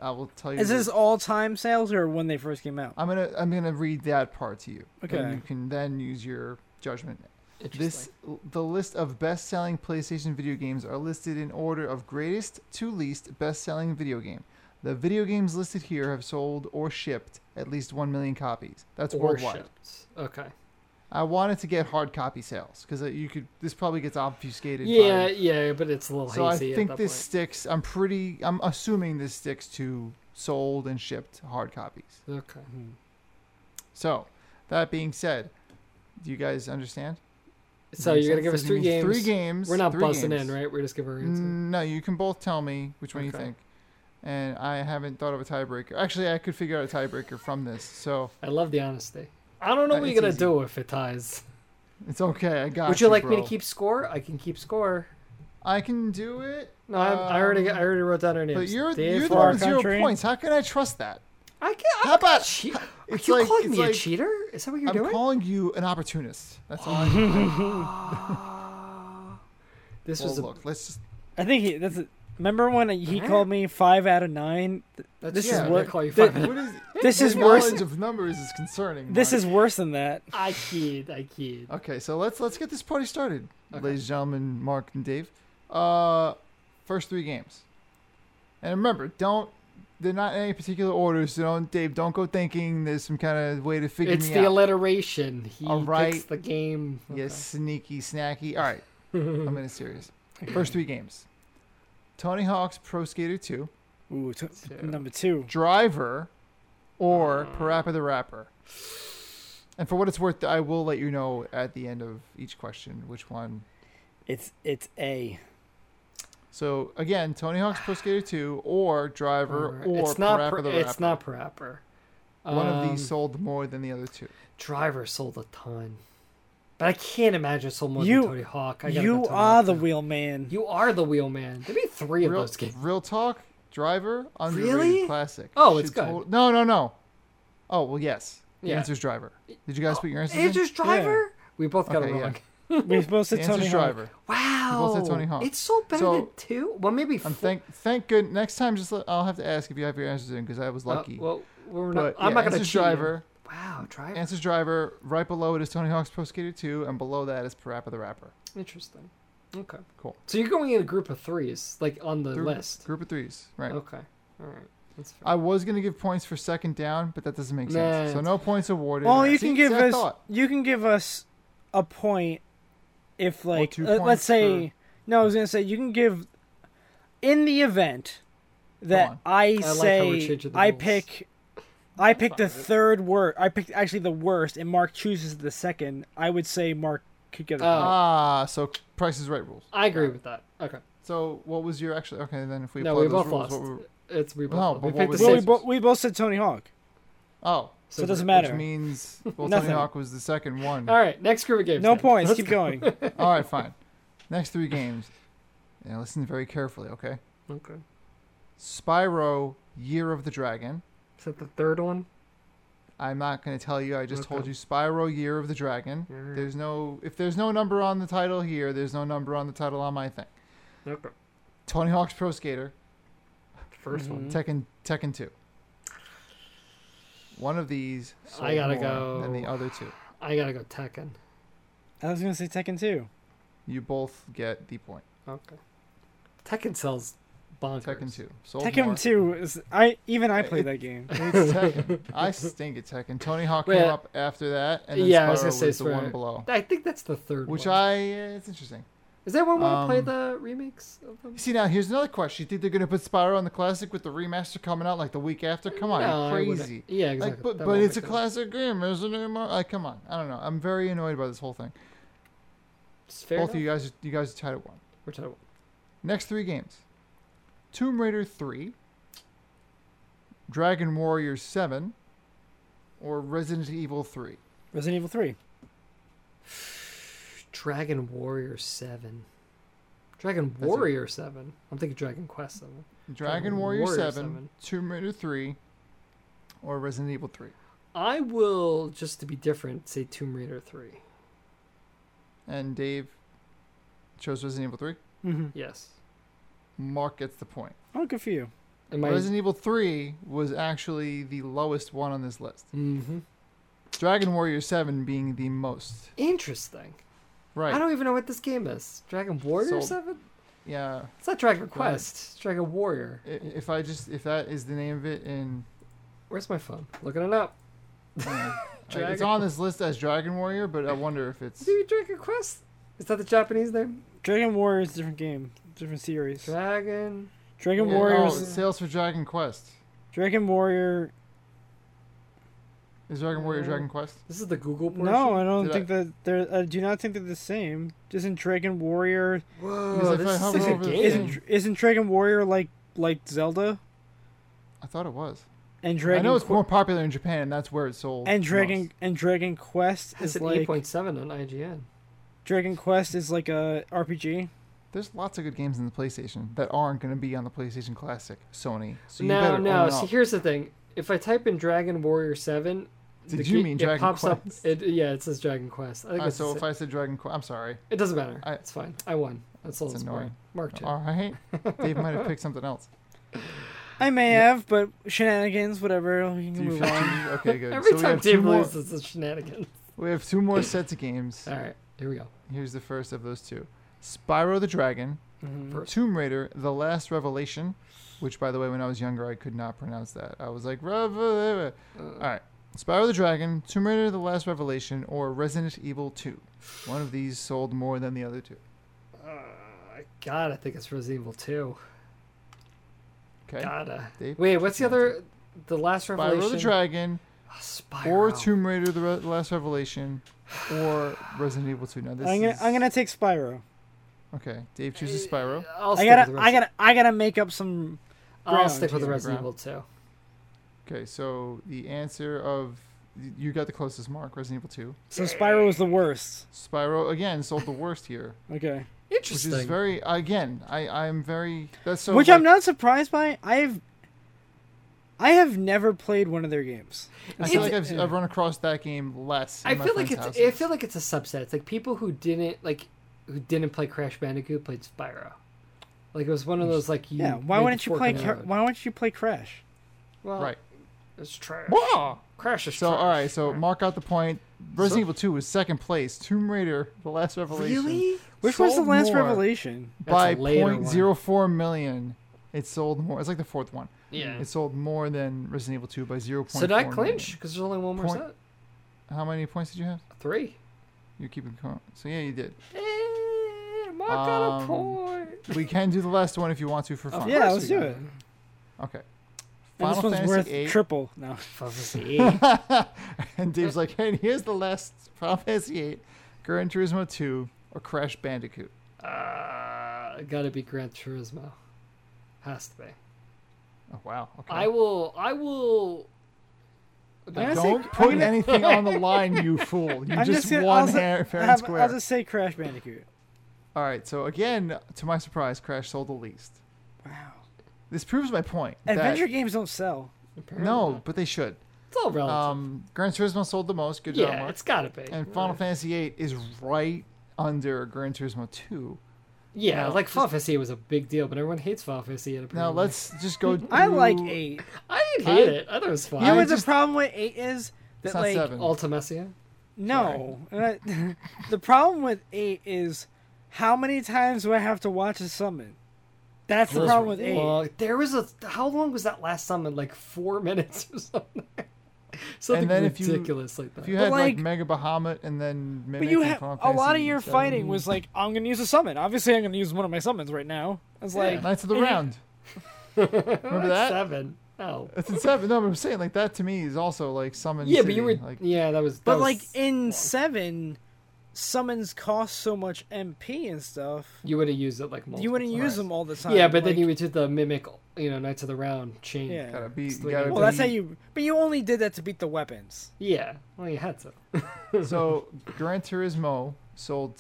Speaker 1: I will tell you.
Speaker 3: Is this
Speaker 1: the-
Speaker 3: all time sales or when they first came out?
Speaker 1: I'm gonna. I'm gonna read that part to you. And
Speaker 3: Okay.
Speaker 1: you can then use your judgment
Speaker 2: Interesting.
Speaker 1: This the list of best-selling PlayStation video games are listed in order of greatest to least best-selling video game. The video games listed here have sold or shipped at least 1 million copies. That's
Speaker 2: Or
Speaker 1: worldwide.
Speaker 2: ships. Okay.
Speaker 1: I wanted to get hard copy sales cuz you could this probably gets obfuscated
Speaker 2: Yeah,
Speaker 1: by
Speaker 2: yeah, but it's a little
Speaker 1: So I
Speaker 2: hazy
Speaker 1: think
Speaker 2: at that
Speaker 1: this
Speaker 2: point.
Speaker 1: sticks. I'm pretty I'm assuming this sticks to sold and shipped hard copies.
Speaker 2: Okay.
Speaker 3: Mm-hmm.
Speaker 1: So, that being said, do you guys understand? Does
Speaker 2: So
Speaker 1: that make
Speaker 2: you're gonna
Speaker 1: sense?
Speaker 2: give us
Speaker 1: Does it
Speaker 2: three
Speaker 1: mean
Speaker 2: games.
Speaker 1: Three games.
Speaker 2: We're not
Speaker 1: three
Speaker 2: buzzing
Speaker 1: games? Mm.
Speaker 2: in, right? We're just giving our answer.
Speaker 1: No, you can both tell me which one you
Speaker 2: Okay.
Speaker 1: think. And I haven't thought of a tiebreaker. Actually, I could figure out a tiebreaker from this, so
Speaker 2: I love the honesty. I don't know
Speaker 1: Uh,
Speaker 2: what you're
Speaker 1: it's
Speaker 2: gonna
Speaker 1: easy.
Speaker 2: do if it ties.
Speaker 1: it's okay. I got.
Speaker 2: Would you like me to
Speaker 1: bro.
Speaker 2: keep score? I can keep score.
Speaker 1: I can do it.
Speaker 2: No, I'm, I already I already wrote down our names.
Speaker 1: Um, But you're
Speaker 2: Dave
Speaker 1: you're the
Speaker 2: Farr.
Speaker 1: one
Speaker 3: our
Speaker 1: with zero
Speaker 3: country.
Speaker 1: points. How can I trust that?
Speaker 2: I can.
Speaker 1: How about
Speaker 2: Che- Are
Speaker 1: it's
Speaker 2: you
Speaker 1: like-
Speaker 2: calling
Speaker 1: it's
Speaker 2: me a
Speaker 1: like-
Speaker 2: cheater? Is that what you're
Speaker 1: I'm
Speaker 2: doing?
Speaker 1: calling you an opportunist. That's all. I-
Speaker 2: This
Speaker 1: well,
Speaker 2: was a,
Speaker 1: look. Let's just
Speaker 3: I think he, that's. A, remember when he called me five out of nine?
Speaker 2: that's,
Speaker 3: This
Speaker 1: is
Speaker 2: yeah,
Speaker 1: what-
Speaker 2: they call you
Speaker 3: the-
Speaker 2: five
Speaker 1: what is
Speaker 3: This
Speaker 1: your
Speaker 3: is
Speaker 1: knowledge
Speaker 3: worse.
Speaker 1: of numbers is concerning.
Speaker 3: This
Speaker 1: Mark.
Speaker 3: is worse than that.
Speaker 2: I kid, I kid.
Speaker 1: Okay, so let's let's get this party started,
Speaker 2: Okay.
Speaker 1: ladies and gentlemen, Mark and Dave. Uh, first three games, and remember, don't they're not in any particular order. So don't, Dave, don't go thinking there's some kind of way to figure
Speaker 2: It's
Speaker 1: me
Speaker 2: the
Speaker 1: out.
Speaker 2: alliteration. He
Speaker 1: All right.
Speaker 2: picks the game.
Speaker 1: You sneaky snacky. All right, I'm in a serious. First three games: Tony Hawk's Pro Skater 2,
Speaker 3: Ooh, t-
Speaker 2: Two.
Speaker 3: number two.
Speaker 1: Driver,
Speaker 2: Uh.
Speaker 1: or Parappa the Rapper. And for what it's worth, I will let you know at the end of each question which one
Speaker 3: It's it's A.
Speaker 1: So again, Tony Hawk's Pro Skater 2 or Driver or
Speaker 2: it's not.
Speaker 1: Parappa
Speaker 2: per-
Speaker 1: the Rapper.
Speaker 2: it's not Parappa.
Speaker 1: One of
Speaker 2: Um,
Speaker 1: these sold more than the other two.
Speaker 2: Driver sold a ton, but I can't imagine sold more
Speaker 3: You-
Speaker 2: than Tony Hawk. I gotta go
Speaker 3: You
Speaker 2: Tony
Speaker 3: are
Speaker 2: Hawk
Speaker 3: the
Speaker 2: now.
Speaker 3: wheel man.
Speaker 2: You are the wheel man. There be three of
Speaker 1: Real,
Speaker 2: those games.
Speaker 1: real talk, Driver underrated
Speaker 2: Really?
Speaker 1: classic.
Speaker 2: Oh, it's
Speaker 1: Should
Speaker 2: good.
Speaker 1: tot- no, no, no. Oh well, yes. The
Speaker 2: Yeah.
Speaker 1: answer's Driver. Did you guys put your answers? in?
Speaker 2: Andrew's Driver. We both got
Speaker 1: Okay,
Speaker 2: it
Speaker 1: yeah.
Speaker 2: wrong.
Speaker 3: We're supposed to
Speaker 1: The
Speaker 3: Tony
Speaker 1: answer's
Speaker 3: Hawk.
Speaker 1: Driver.
Speaker 2: Wow.
Speaker 1: both said Tony Hawk.
Speaker 2: It's so better
Speaker 1: So-
Speaker 2: than two. Well, maybe
Speaker 1: I'm
Speaker 2: four.
Speaker 1: thank thank good. Next time, just let, I'll have to ask if you have your answers in because I was
Speaker 2: Uh,
Speaker 1: lucky.
Speaker 2: well, we're not.
Speaker 1: but
Speaker 2: I'm
Speaker 1: yeah,
Speaker 2: not gonna
Speaker 1: answer's
Speaker 2: cheat you.
Speaker 1: Driver.
Speaker 2: Wow, Driver.
Speaker 1: Answer's Driver. Right below it is Tony Hawk's Pro Skater 2, and below that is Parappa the Rapper.
Speaker 2: Interesting. Okay.
Speaker 1: Cool.
Speaker 2: So you're going in a group of threes, like on the
Speaker 1: Group-
Speaker 2: list.
Speaker 1: Group of threes. Right.
Speaker 2: Okay. All right. That's fair.
Speaker 1: I was gonna give points for second down, but that doesn't make sense. So
Speaker 2: Nah.
Speaker 1: no points awarded.
Speaker 3: Well, you
Speaker 1: See,
Speaker 3: can give
Speaker 1: see, I
Speaker 3: us
Speaker 1: thought.
Speaker 3: you can give us a point if like
Speaker 1: two
Speaker 3: uh, let's
Speaker 1: points
Speaker 3: say
Speaker 1: for-
Speaker 3: no, I was gonna say you can give in the event
Speaker 1: Go
Speaker 3: that
Speaker 1: on.
Speaker 3: I,
Speaker 2: like how we're
Speaker 3: say
Speaker 2: changing the
Speaker 3: I
Speaker 2: rules.
Speaker 3: pick I pick the third word. I picked actually the worst, and Mark chooses the second. I would say Mark could get a
Speaker 2: Oh.
Speaker 3: point.
Speaker 1: Ah, so Price is Right rules.
Speaker 2: I agree with that. Okay.
Speaker 1: So what was your actually? Okay, then if we
Speaker 2: no,
Speaker 1: apply
Speaker 2: we
Speaker 1: those
Speaker 2: both
Speaker 1: rules,
Speaker 2: lost.
Speaker 1: what were-
Speaker 2: It's we both.
Speaker 1: No,
Speaker 2: lost.
Speaker 1: but
Speaker 2: we
Speaker 1: what
Speaker 2: picked the
Speaker 1: was-
Speaker 3: Well,
Speaker 2: same.
Speaker 3: we, bo- we both said Tony Hawk,
Speaker 1: oh,
Speaker 3: so it doesn't
Speaker 2: we're-
Speaker 1: which
Speaker 3: matter.
Speaker 1: means well, Tony
Speaker 3: Nothing.
Speaker 1: Hawk was the second one.
Speaker 2: All right, next group of games.
Speaker 3: No
Speaker 2: then.
Speaker 3: points.
Speaker 2: Let's
Speaker 3: Keep
Speaker 2: go.
Speaker 3: going.
Speaker 1: All right, fine. Next three games. Now listen very carefully, okay?
Speaker 2: Okay.
Speaker 1: Spyro, Year of the Dragon.
Speaker 2: Is that the third one?
Speaker 1: I'm not going to tell you. I just told
Speaker 2: Okay.
Speaker 1: you Spyro, Year of the Dragon.
Speaker 2: Alright.
Speaker 1: There's no if there's no number on the title here. There's no number on the title on my thing.
Speaker 2: Okay.
Speaker 1: Tony Hawk's Pro Skater.
Speaker 2: 1st one.
Speaker 1: Tekken Tekken two. One of these sold
Speaker 2: I gotta
Speaker 1: more than the
Speaker 2: go.
Speaker 1: other two.
Speaker 2: I gotta go Tekken.
Speaker 3: I was gonna say Tekken too.
Speaker 1: You both get the point.
Speaker 2: Okay. Tekken sells bonkers.
Speaker 1: Tekken two. Sold more.
Speaker 3: Tekken two is I even I
Speaker 1: Hey,
Speaker 3: played that game.
Speaker 1: It's Tekken. I stink at Tekken. Tony Hawk
Speaker 2: Wait,
Speaker 1: came up after that, and then
Speaker 2: yeah,
Speaker 1: Spyro
Speaker 2: I was gonna say
Speaker 1: was the
Speaker 2: Spyro.
Speaker 1: one below.
Speaker 2: I think that's the third
Speaker 1: Which
Speaker 2: one.
Speaker 1: I eh, it's interesting.
Speaker 2: Is that one where we play
Speaker 1: um,
Speaker 2: the remakes of them?
Speaker 1: You see now here's another question. You think they're gonna put Spyro on the classic with the remaster coming out like the week after? Come on,
Speaker 2: No, I
Speaker 1: you're
Speaker 2: wouldn't.
Speaker 1: crazy.
Speaker 2: Yeah, exactly.
Speaker 1: Like, but
Speaker 2: That
Speaker 1: but
Speaker 2: won't
Speaker 1: it's a
Speaker 2: make sense.
Speaker 1: classic game, isn't it? Mar- Like, come on. I don't know. I'm very annoyed by this whole thing.
Speaker 2: It's fair
Speaker 1: Both
Speaker 2: enough.
Speaker 1: of you guys, you guys are tied at one.
Speaker 2: We're tied at one.
Speaker 1: Next three games Tomb Raider 3, Dragon Warrior 7, or Resident Evil 3.
Speaker 3: Resident Evil three.
Speaker 2: Dragon Warrior Seven. Dragon
Speaker 1: That's a-
Speaker 2: Warrior Seven. I'm thinking Dragon Quest Seven.
Speaker 1: Dragon
Speaker 2: Dragon
Speaker 1: Warrior,
Speaker 2: Warrior
Speaker 1: 7,
Speaker 2: 7.
Speaker 1: Tomb Raider 3, or Resident Evil 3.
Speaker 2: I will just to be different say Tomb Raider Three.
Speaker 1: And Dave chose Resident Evil 3.
Speaker 3: Mm-hmm.
Speaker 2: Yes.
Speaker 1: Mark gets the point.
Speaker 3: Oh, good for you.
Speaker 2: Am I?
Speaker 1: Resident Evil 3 was actually the lowest one on this list.
Speaker 2: Mm-hmm.
Speaker 1: Dragon Warrior 7 being the most.
Speaker 2: Interesting.
Speaker 1: Right.
Speaker 2: I don't even know what this game is. Dragon Warrior
Speaker 1: Sold.
Speaker 2: Seven.
Speaker 1: yeah.
Speaker 2: It's not Dragon Quest. It's Dragon Warrior.
Speaker 1: I- If I just if that is the name of it in
Speaker 2: Where's my phone? Looking it up.
Speaker 1: Like, it's
Speaker 2: Dragon-
Speaker 1: on this list as Dragon Warrior, but I wonder if it's
Speaker 2: Maybe Dragon Quest. Is that the Japanese name?
Speaker 3: Dragon Warrior is a different game, different series.
Speaker 2: Dragon.
Speaker 3: Dragon
Speaker 1: Yeah,
Speaker 3: Warriors.
Speaker 1: Oh, sales for Dragon Quest.
Speaker 2: Oh.
Speaker 3: Dragon Warrior.
Speaker 1: Is Dragon Warrior
Speaker 2: Uh,
Speaker 1: Dragon Quest?
Speaker 2: This is the Google portion.
Speaker 3: No, I don't
Speaker 1: Did
Speaker 3: think that they're. I do not think they're the same. Isn't Dragon Warrior?
Speaker 1: Because
Speaker 2: Whoa,
Speaker 1: if I
Speaker 2: this
Speaker 1: hover
Speaker 2: is a
Speaker 1: over the
Speaker 2: game.
Speaker 1: thing-
Speaker 3: Isn't isn't Dragon Warrior like like Zelda
Speaker 1: I thought it was.
Speaker 3: and Dragon?
Speaker 1: I know it's
Speaker 3: Que-
Speaker 1: more popular in Japan, and that's where it's sold.
Speaker 3: and
Speaker 1: the
Speaker 3: Dragon
Speaker 1: most.
Speaker 3: and Dragon Quest
Speaker 2: It's
Speaker 3: is
Speaker 2: an
Speaker 3: like
Speaker 2: 8.7 on IGN.
Speaker 3: Dragon Quest is like a RPG.
Speaker 1: There's lots of good games in the PlayStation that aren't going to be on the PlayStation Classic, Sony. So you
Speaker 2: no,
Speaker 1: better own
Speaker 2: no.
Speaker 1: up.
Speaker 2: See, here's the thing. If I type in Dragon Warrior 7,
Speaker 1: Did
Speaker 2: the
Speaker 1: you
Speaker 2: ga-
Speaker 1: mean
Speaker 2: it
Speaker 1: Dragon
Speaker 2: pops
Speaker 1: Quest?
Speaker 2: Up, it, yeah, it says Dragon Quest. I think
Speaker 1: Uh,
Speaker 2: it's
Speaker 1: so
Speaker 2: the
Speaker 1: if
Speaker 2: sa-
Speaker 1: I said Dragon Quest, I'm sorry.
Speaker 2: It doesn't matter.
Speaker 1: I-
Speaker 2: it's fine. I won. That's a little
Speaker 1: That's
Speaker 2: annoying.
Speaker 1: annoying.
Speaker 2: Mark two.
Speaker 1: All right, Dave might have picked something else.
Speaker 3: I may have, but shenanigans, whatever. We
Speaker 1: Do
Speaker 3: can
Speaker 1: you
Speaker 3: move
Speaker 1: feel
Speaker 3: on.
Speaker 1: cheated? Okay, good.
Speaker 2: Every
Speaker 1: so we
Speaker 2: time
Speaker 1: have two
Speaker 2: Dave
Speaker 1: more.
Speaker 2: loses, it's a shenanigan.
Speaker 1: We have two more sets of games.
Speaker 2: All right, here we go.
Speaker 1: Here's the first of those two: Spyro the Dragon,
Speaker 2: First,
Speaker 1: Tomb Raider: The Last Revelation. Which, by the way, when I was younger, I could not pronounce that. I was like, "Revel-" all right. Spyro the Dragon, Tomb Raider: The Last Revelation, or Resident Evil 2. One of these sold more than the other two.
Speaker 2: Uh, God, I think it's Resident Evil Two.
Speaker 1: Okay.
Speaker 2: Gotta.
Speaker 1: Dave?
Speaker 2: Wait, what's the other? The last revelation.
Speaker 1: Spyro the Dragon,
Speaker 2: Ah, Spyro.
Speaker 1: or Tomb Raider: The Re- Last Revelation, or Resident Evil 2. Now this
Speaker 3: I'm gonna,
Speaker 1: is
Speaker 3: I'm gonna take Spyro.
Speaker 1: okay. Dave chooses Spyro.
Speaker 2: Uh, I'll
Speaker 3: I
Speaker 2: stick
Speaker 3: gotta,
Speaker 2: with the
Speaker 3: I gotta, I gotta make up some.
Speaker 2: I'll
Speaker 3: ground
Speaker 2: stick with the
Speaker 3: here,
Speaker 2: Resident Evil
Speaker 1: ground.
Speaker 2: Two.
Speaker 1: Okay, so the answer of you got the closest mark, Resident Evil 2.
Speaker 3: So Spyro was the worst.
Speaker 1: Spyro again sold the worst here,
Speaker 3: Okay.
Speaker 1: which
Speaker 2: Interesting.
Speaker 1: is very again. I I'm very that's so
Speaker 3: Which I'm
Speaker 1: like,
Speaker 3: not surprised by. I've, I have never played one of their games.
Speaker 1: I feel like
Speaker 2: it's-
Speaker 1: I've, I've run across that game less. in
Speaker 2: I
Speaker 1: my
Speaker 2: feel like
Speaker 1: friends'
Speaker 2: it's. I
Speaker 1: houses.
Speaker 2: feel like it's a subset. It's like people who didn't like, who didn't play Crash Bandicoot played Spyro. Like it was one of those like you.
Speaker 3: Yeah. Why
Speaker 2: made
Speaker 3: wouldn't
Speaker 2: the
Speaker 3: you
Speaker 2: fork
Speaker 3: play?
Speaker 2: in the
Speaker 3: Cra-
Speaker 2: road.
Speaker 3: why wouldn't you play Crash?
Speaker 2: Well,
Speaker 1: right.
Speaker 2: It's trash.
Speaker 1: Wah!
Speaker 2: Crash is
Speaker 1: So
Speaker 2: trash.
Speaker 1: all right, so mark out the point. Resident
Speaker 2: So-
Speaker 1: Evil 2 was second place. Tomb Raider: The Last Revelation
Speaker 2: really?
Speaker 3: Which was the
Speaker 1: sold
Speaker 3: last
Speaker 1: more
Speaker 3: revelation?
Speaker 2: That's
Speaker 1: by
Speaker 2: a later one.
Speaker 1: 0.04 million. It sold more. It's like the fourth one.
Speaker 2: Yeah.
Speaker 1: It sold more than Resident Evil 2 by 0.4
Speaker 2: Mm. So did I
Speaker 1: million.
Speaker 2: clinch? Because there's only one more
Speaker 1: Point-
Speaker 2: set.
Speaker 1: How many points did you have?
Speaker 2: Three.
Speaker 1: You're keeping count. So yeah, you did.
Speaker 2: Eh, mark
Speaker 1: Um, we can do the last one if you want to for fun.
Speaker 2: Of
Speaker 3: Yeah,
Speaker 2: course
Speaker 3: let's
Speaker 2: we
Speaker 3: do
Speaker 2: got
Speaker 3: it.
Speaker 2: it.
Speaker 1: Okay. Final
Speaker 3: And this one's worth
Speaker 1: Fantasy VIII.
Speaker 3: triple. No.
Speaker 2: Fuck.
Speaker 1: and Dave's like, hey, here's the last Final Fantasy VIII, Gran Turismo 2, or Crash Bandicoot.
Speaker 2: uh, gotta be Gran Turismo. Has to be.
Speaker 1: Oh wow. Okay.
Speaker 2: I will. I will.
Speaker 3: gonna say-
Speaker 1: Don't
Speaker 3: I'm
Speaker 1: put
Speaker 3: gonna-
Speaker 1: anything on the line, you fool. You
Speaker 3: I'm
Speaker 1: just,
Speaker 3: gonna-
Speaker 1: won
Speaker 3: I'll s-
Speaker 1: hair, fair and
Speaker 3: have-
Speaker 1: square.
Speaker 3: I'll just say Crash Bandicoot.
Speaker 1: All right. So again, to my surprise, Crash sold the least.
Speaker 3: Wow.
Speaker 1: This proves my point. that-
Speaker 3: Adventure games don't sell.
Speaker 1: No, but they should.
Speaker 2: it's all relative.
Speaker 1: Um, Gran Turismo sold the most. Good job,
Speaker 2: yeah,
Speaker 1: Mark.
Speaker 2: it's gotta be.
Speaker 1: And Final Fantasy VIII is right under Gran Turismo 2.
Speaker 2: yeah,
Speaker 1: no,
Speaker 2: like Final Fantasy was a big deal, but everyone hates Final Fantasy. Apparently.
Speaker 1: Now let's just go.
Speaker 3: Mm. I like
Speaker 1: through-
Speaker 3: eight.
Speaker 2: I didn't hate
Speaker 1: I-
Speaker 2: it. I thought it was fine.
Speaker 3: You know
Speaker 1: I
Speaker 3: what
Speaker 1: just-
Speaker 3: the problem with eight is that
Speaker 1: It's not
Speaker 3: like
Speaker 1: seven.
Speaker 2: Ultimacia.
Speaker 3: no, Uh, the problem with eight is how many times do I have to watch a summon? That's the
Speaker 2: Those
Speaker 3: problem
Speaker 2: were
Speaker 3: with eight.
Speaker 2: long. There was a how long was that last summon? Like four minutes or something. Something
Speaker 1: then if you-
Speaker 2: ridiculous like that.
Speaker 1: if you had like,
Speaker 3: like-
Speaker 1: Mega Bahamut and then
Speaker 3: But
Speaker 1: Mimic
Speaker 3: you
Speaker 1: and
Speaker 3: have
Speaker 1: Final
Speaker 3: a lot of
Speaker 1: Fantasy
Speaker 3: your
Speaker 1: VII,
Speaker 3: fighting was like I'm gonna use a summon. Obviously, I'm gonna use one of my summons right now. I was like,
Speaker 1: Knights of the Round. Remember
Speaker 2: Like
Speaker 1: that? uh,
Speaker 2: seven. Oh.
Speaker 1: That's in seven. No, but I'm saying like that to me is also like summon.
Speaker 2: Yeah, but
Speaker 1: City,
Speaker 2: you were
Speaker 1: like
Speaker 2: yeah. That was. that
Speaker 3: but
Speaker 2: was-
Speaker 3: like in seven, summons cost so much MP and stuff.
Speaker 2: you would have used it like multiple
Speaker 3: You wouldn't use
Speaker 2: times.
Speaker 3: them all the time.
Speaker 2: Yeah, but then
Speaker 3: like-
Speaker 2: you would do the mimic. You know, Knights of the Round chain.
Speaker 3: Yeah.
Speaker 1: gotta be.
Speaker 2: Still
Speaker 1: Gotta
Speaker 2: gotta
Speaker 3: Well, that's how
Speaker 1: be-
Speaker 3: you. But you only did that to beat the weapons.
Speaker 2: Yeah. Well, you had to.
Speaker 1: Oh, So Gran Turismo sold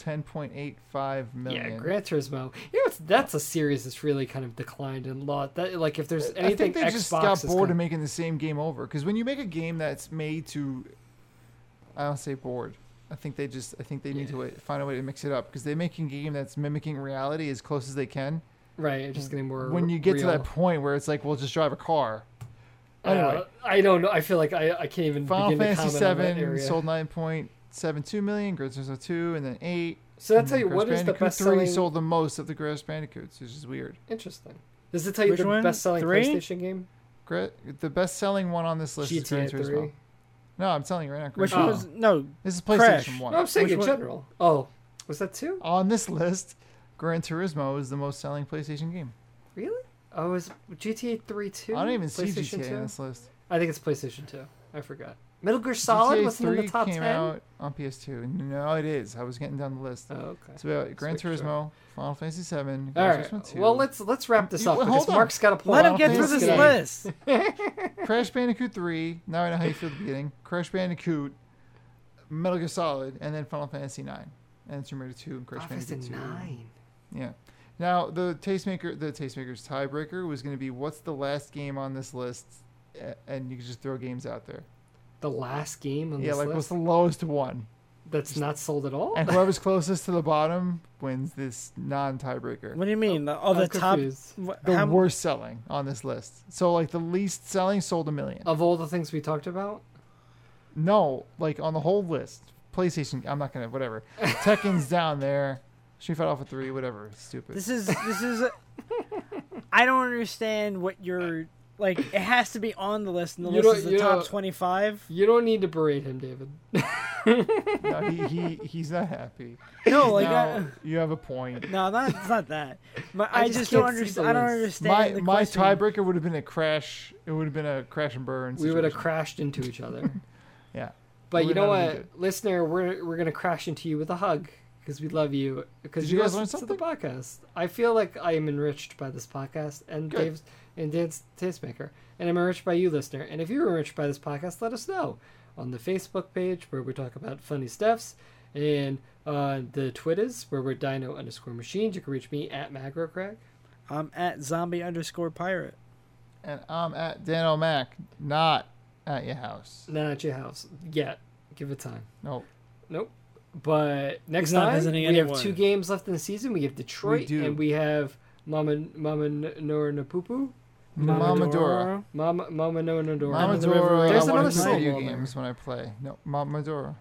Speaker 1: 10.85 million.
Speaker 2: Yeah, Gran Turismo. You know, it's, that's a series that's really kind of declined in lot. That like, if there's anything,
Speaker 1: I think they
Speaker 2: Xbox
Speaker 1: just got
Speaker 2: is
Speaker 1: bored
Speaker 2: kind
Speaker 1: of making the same game over. Because when you make a game that's made to, I don't say bored. I think they just. I think they need to wait, find a way to mix it up. Because they're making a game that's mimicking reality as close as they can.
Speaker 2: right. it's Just getting more.
Speaker 1: When you get to that
Speaker 2: real.
Speaker 1: point where it's like, we'll just drive a car.
Speaker 2: Uh,
Speaker 1: Anyway,
Speaker 2: I don't know. I feel like I, I can't even
Speaker 1: Final
Speaker 2: begin
Speaker 1: Fantasy
Speaker 2: to comment on that
Speaker 1: VII
Speaker 2: area.
Speaker 1: sold 9.72 million. Gran Turismo 2, and then eight.
Speaker 2: so
Speaker 1: and
Speaker 2: that's tell you
Speaker 1: Crash
Speaker 2: what is the
Speaker 1: Bandicoot
Speaker 2: best
Speaker 1: 3
Speaker 2: selling.
Speaker 1: sold the most of the Crash Bandicoots, which is weird.
Speaker 2: Interesting. Does it tell you
Speaker 3: Which
Speaker 2: the
Speaker 3: one?
Speaker 2: best selling
Speaker 3: Three?
Speaker 2: PlayStation game?
Speaker 1: Gra- the best selling one on this list is Gran
Speaker 2: GTA
Speaker 1: Turismo.
Speaker 2: Three.
Speaker 1: No, I'm telling you right now. Gran
Speaker 3: Which
Speaker 2: Oh.
Speaker 1: Turismo.
Speaker 3: was no.
Speaker 1: This is
Speaker 3: Crash.
Speaker 1: PlayStation
Speaker 2: No, I'm
Speaker 1: One.
Speaker 2: saying
Speaker 3: Which
Speaker 2: in
Speaker 3: one?
Speaker 2: general. Oh, was that two?
Speaker 1: On this list, Gran Turismo is the most selling PlayStation game.
Speaker 2: Really? Oh, it was GTA Three too?
Speaker 1: I don't even see
Speaker 2: PlayStation
Speaker 1: GTA on
Speaker 2: 2?
Speaker 1: this list.
Speaker 2: I think it's PlayStation Two. I forgot. Metal Gear Solid
Speaker 1: GTA
Speaker 2: wasn't in the
Speaker 1: 3
Speaker 2: top
Speaker 1: came
Speaker 2: ten.
Speaker 1: out on PS2. No, it is. I was getting down the list.
Speaker 2: Oh, okay.
Speaker 1: So we got Gran
Speaker 2: Sweet, sure.
Speaker 1: Turismo, Final Fantasy VII, Gran
Speaker 2: All
Speaker 1: Turismo
Speaker 2: right.
Speaker 1: 2.
Speaker 2: Well, let's let's wrap this
Speaker 1: You-
Speaker 2: up
Speaker 1: well,
Speaker 2: because
Speaker 1: hold on.
Speaker 2: Mark's got a point.
Speaker 3: Let
Speaker 1: Final
Speaker 3: him get through
Speaker 1: Fantasy
Speaker 3: this
Speaker 1: VII.
Speaker 3: list.
Speaker 1: Crash Bandicoot 3. Now I know how you feel at the beginning. Crash Bandicoot, Metal Gear Solid, and then Final Fantasy 9. And Tomb Raider 2 and Crash
Speaker 2: Office
Speaker 1: Bandicoot 2.
Speaker 2: in nine.
Speaker 1: Yeah. Now the tastemaker, the tastemaker's tiebreaker was going to be what's the last game on this list, A- and you could just throw games out there.
Speaker 2: The last game on
Speaker 1: yeah,
Speaker 2: this
Speaker 1: like what's
Speaker 2: list.
Speaker 1: the lowest one?
Speaker 2: that's not sold at all.
Speaker 1: and whoever's closest to the bottom wins this non tiebreaker.
Speaker 3: What do you mean? The, oh,
Speaker 2: I'm
Speaker 3: the top.
Speaker 2: confused.
Speaker 3: wh-
Speaker 1: The
Speaker 3: how-
Speaker 1: worst selling on this list. So like the least selling sold a million.
Speaker 2: Of all the things we talked about,
Speaker 1: No, like on the whole list. PlayStation. I'm not gonna. Whatever. Tekken's down there. Street Fighter Alpha Three. Whatever. Stupid.
Speaker 3: This is this is. A, I don't understand what you're like. It has to be on the list, and the
Speaker 2: You don't-
Speaker 3: list is the
Speaker 2: you
Speaker 3: top
Speaker 2: don't-
Speaker 3: twenty-five.
Speaker 2: you don't need to berate him, David.
Speaker 1: no, he, he he's not happy.
Speaker 3: No, like I,
Speaker 1: Now, you have a point.
Speaker 3: no, not it's not that. My, I,
Speaker 2: I
Speaker 3: just,
Speaker 2: just
Speaker 3: don't
Speaker 2: can't see
Speaker 3: understand.
Speaker 2: the
Speaker 3: I don't
Speaker 2: list.
Speaker 3: understand.
Speaker 1: My
Speaker 3: the
Speaker 1: my
Speaker 3: question.
Speaker 1: tiebreaker would have been a crash. It would have been a crash and burn.
Speaker 2: We
Speaker 1: Situation.
Speaker 2: would have crashed into each other.
Speaker 1: Yeah.
Speaker 2: But you
Speaker 1: We're
Speaker 2: know
Speaker 1: not
Speaker 2: what,
Speaker 1: really
Speaker 2: listener, we're we're gonna crash into you with a hug because we love you. Because
Speaker 1: Did
Speaker 2: you,
Speaker 1: you guys
Speaker 2: listen
Speaker 1: learn
Speaker 2: to the podcast. I feel like I am enriched by this podcast and
Speaker 1: Good.
Speaker 2: Dave's and Dan's tastemaker, and I'm enriched by you, listener. And if you're enriched by this podcast, let us know on the Facebook page where we talk about funny stuffs, and on the Twitters where we're Dino underscore machines. You can reach me at MagroCrack.
Speaker 3: I'm at zombie underscore pirate.
Speaker 1: And I'm at Dan O'Mac, not at your house.
Speaker 2: Not at your house yet. Give it time.
Speaker 1: No,
Speaker 2: Nope. But next
Speaker 3: He's not
Speaker 2: time we
Speaker 3: visiting
Speaker 2: have
Speaker 3: anyone.
Speaker 2: two games left in the season. We have Detroit
Speaker 1: do.
Speaker 2: and we have Mama Mama N- Nora Napupu.
Speaker 1: Mamadora.
Speaker 2: Mama Mama Nora Nora.
Speaker 3: Mama-
Speaker 1: Mamadora.
Speaker 2: There's
Speaker 1: I
Speaker 2: another
Speaker 1: watch video
Speaker 2: syllable there.
Speaker 1: games when I play. No, Mamadora.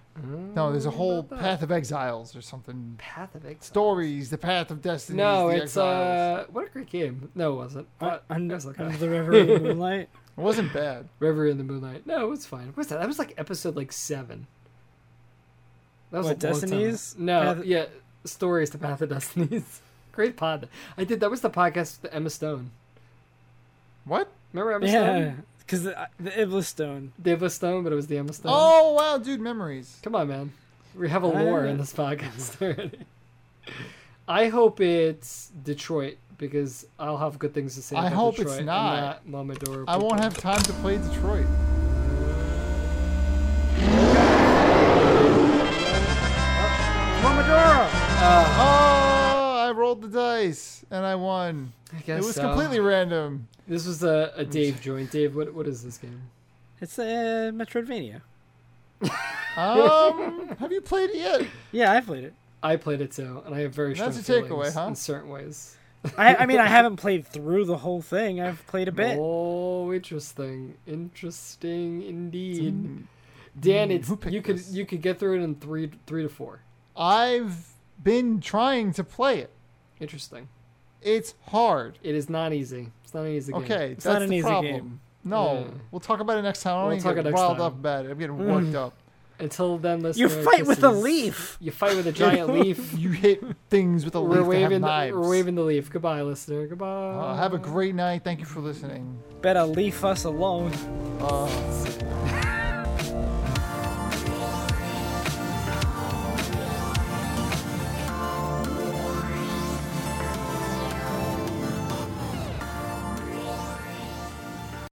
Speaker 1: No, there's a whole Path of Exiles or something.
Speaker 2: Mm, Path of Exile.
Speaker 1: Stories, the Path of Destiny.
Speaker 2: No,
Speaker 1: the
Speaker 2: it's
Speaker 1: Exiles.
Speaker 2: uh what a great game. No, it wasn't.
Speaker 3: Uh,
Speaker 2: But
Speaker 3: under,
Speaker 2: it was okay.
Speaker 3: under the reverie of moonlight.
Speaker 1: It wasn't bad.
Speaker 2: River in the Moonlight. No, it was fine. What's that? That was like episode like seven. That was
Speaker 3: What,
Speaker 2: a long time.
Speaker 3: Destinies?
Speaker 2: No,
Speaker 3: Path-
Speaker 2: yeah, stories to Path of Destinies. great pod. I did. That was the podcast with Emma Stone.
Speaker 1: What?
Speaker 2: Remember Emma
Speaker 3: Yeah,
Speaker 2: Stone?
Speaker 3: because the, the Iblis stone.
Speaker 2: They have a stone, but it was the Emma Stone.
Speaker 1: Oh wow, dude, memories.
Speaker 2: Come on, man. We have a
Speaker 3: I-
Speaker 2: lore in this podcast already. I hope it's Detroit because I'll have good things to say.
Speaker 1: I
Speaker 2: about
Speaker 1: hope it's
Speaker 2: Detroit and
Speaker 1: not.
Speaker 2: Mama Dora.
Speaker 1: I won't have time to play Detroit.
Speaker 3: Mamadora.
Speaker 2: Uh,
Speaker 1: Oh, I rolled the dice and I won.
Speaker 2: I guess
Speaker 1: It was
Speaker 2: so.
Speaker 1: completely random.
Speaker 2: This was a, a Dave joint. Dave, what what is this game?
Speaker 3: It's a uh, Metroidvania.
Speaker 1: Um, have you played it yet?
Speaker 3: Yeah, I played it.
Speaker 2: I played it too, and I have very strong
Speaker 1: That's a takeaway,
Speaker 2: feelings
Speaker 1: huh?
Speaker 2: in certain ways.
Speaker 3: I, I mean, I haven't played through the whole thing. I've played a bit.
Speaker 2: Oh, interesting, interesting indeed. Dan, it's
Speaker 1: Who picked
Speaker 2: you could
Speaker 1: this?
Speaker 2: you could get through it in three three to four.
Speaker 1: I've been trying to play it.
Speaker 2: Interesting.
Speaker 1: It's hard.
Speaker 2: It is not easy. It's not an easy game.
Speaker 1: Okay,
Speaker 3: It's
Speaker 1: that's
Speaker 3: not an
Speaker 1: the
Speaker 3: easy
Speaker 1: problem.
Speaker 3: game.
Speaker 1: No,
Speaker 2: Yeah.
Speaker 1: we'll talk about it next time. I don't
Speaker 2: We'll
Speaker 1: even
Speaker 2: talk
Speaker 1: get
Speaker 2: next
Speaker 1: riled
Speaker 2: time. Mm.
Speaker 1: up about it. I'm getting worked up.
Speaker 2: Until then, listen.
Speaker 3: You
Speaker 2: to our
Speaker 3: fight with a
Speaker 2: kisses.
Speaker 3: leaf.
Speaker 2: You fight with a giant leaf.
Speaker 1: You hit things with a
Speaker 2: We're
Speaker 1: leaf that have
Speaker 2: waving.
Speaker 1: knives.
Speaker 2: We're waving the leaf. Goodbye, listener. Goodbye.
Speaker 1: Uh, have a great night. Thank you for listening.
Speaker 3: Better leave us alone.
Speaker 1: Uh,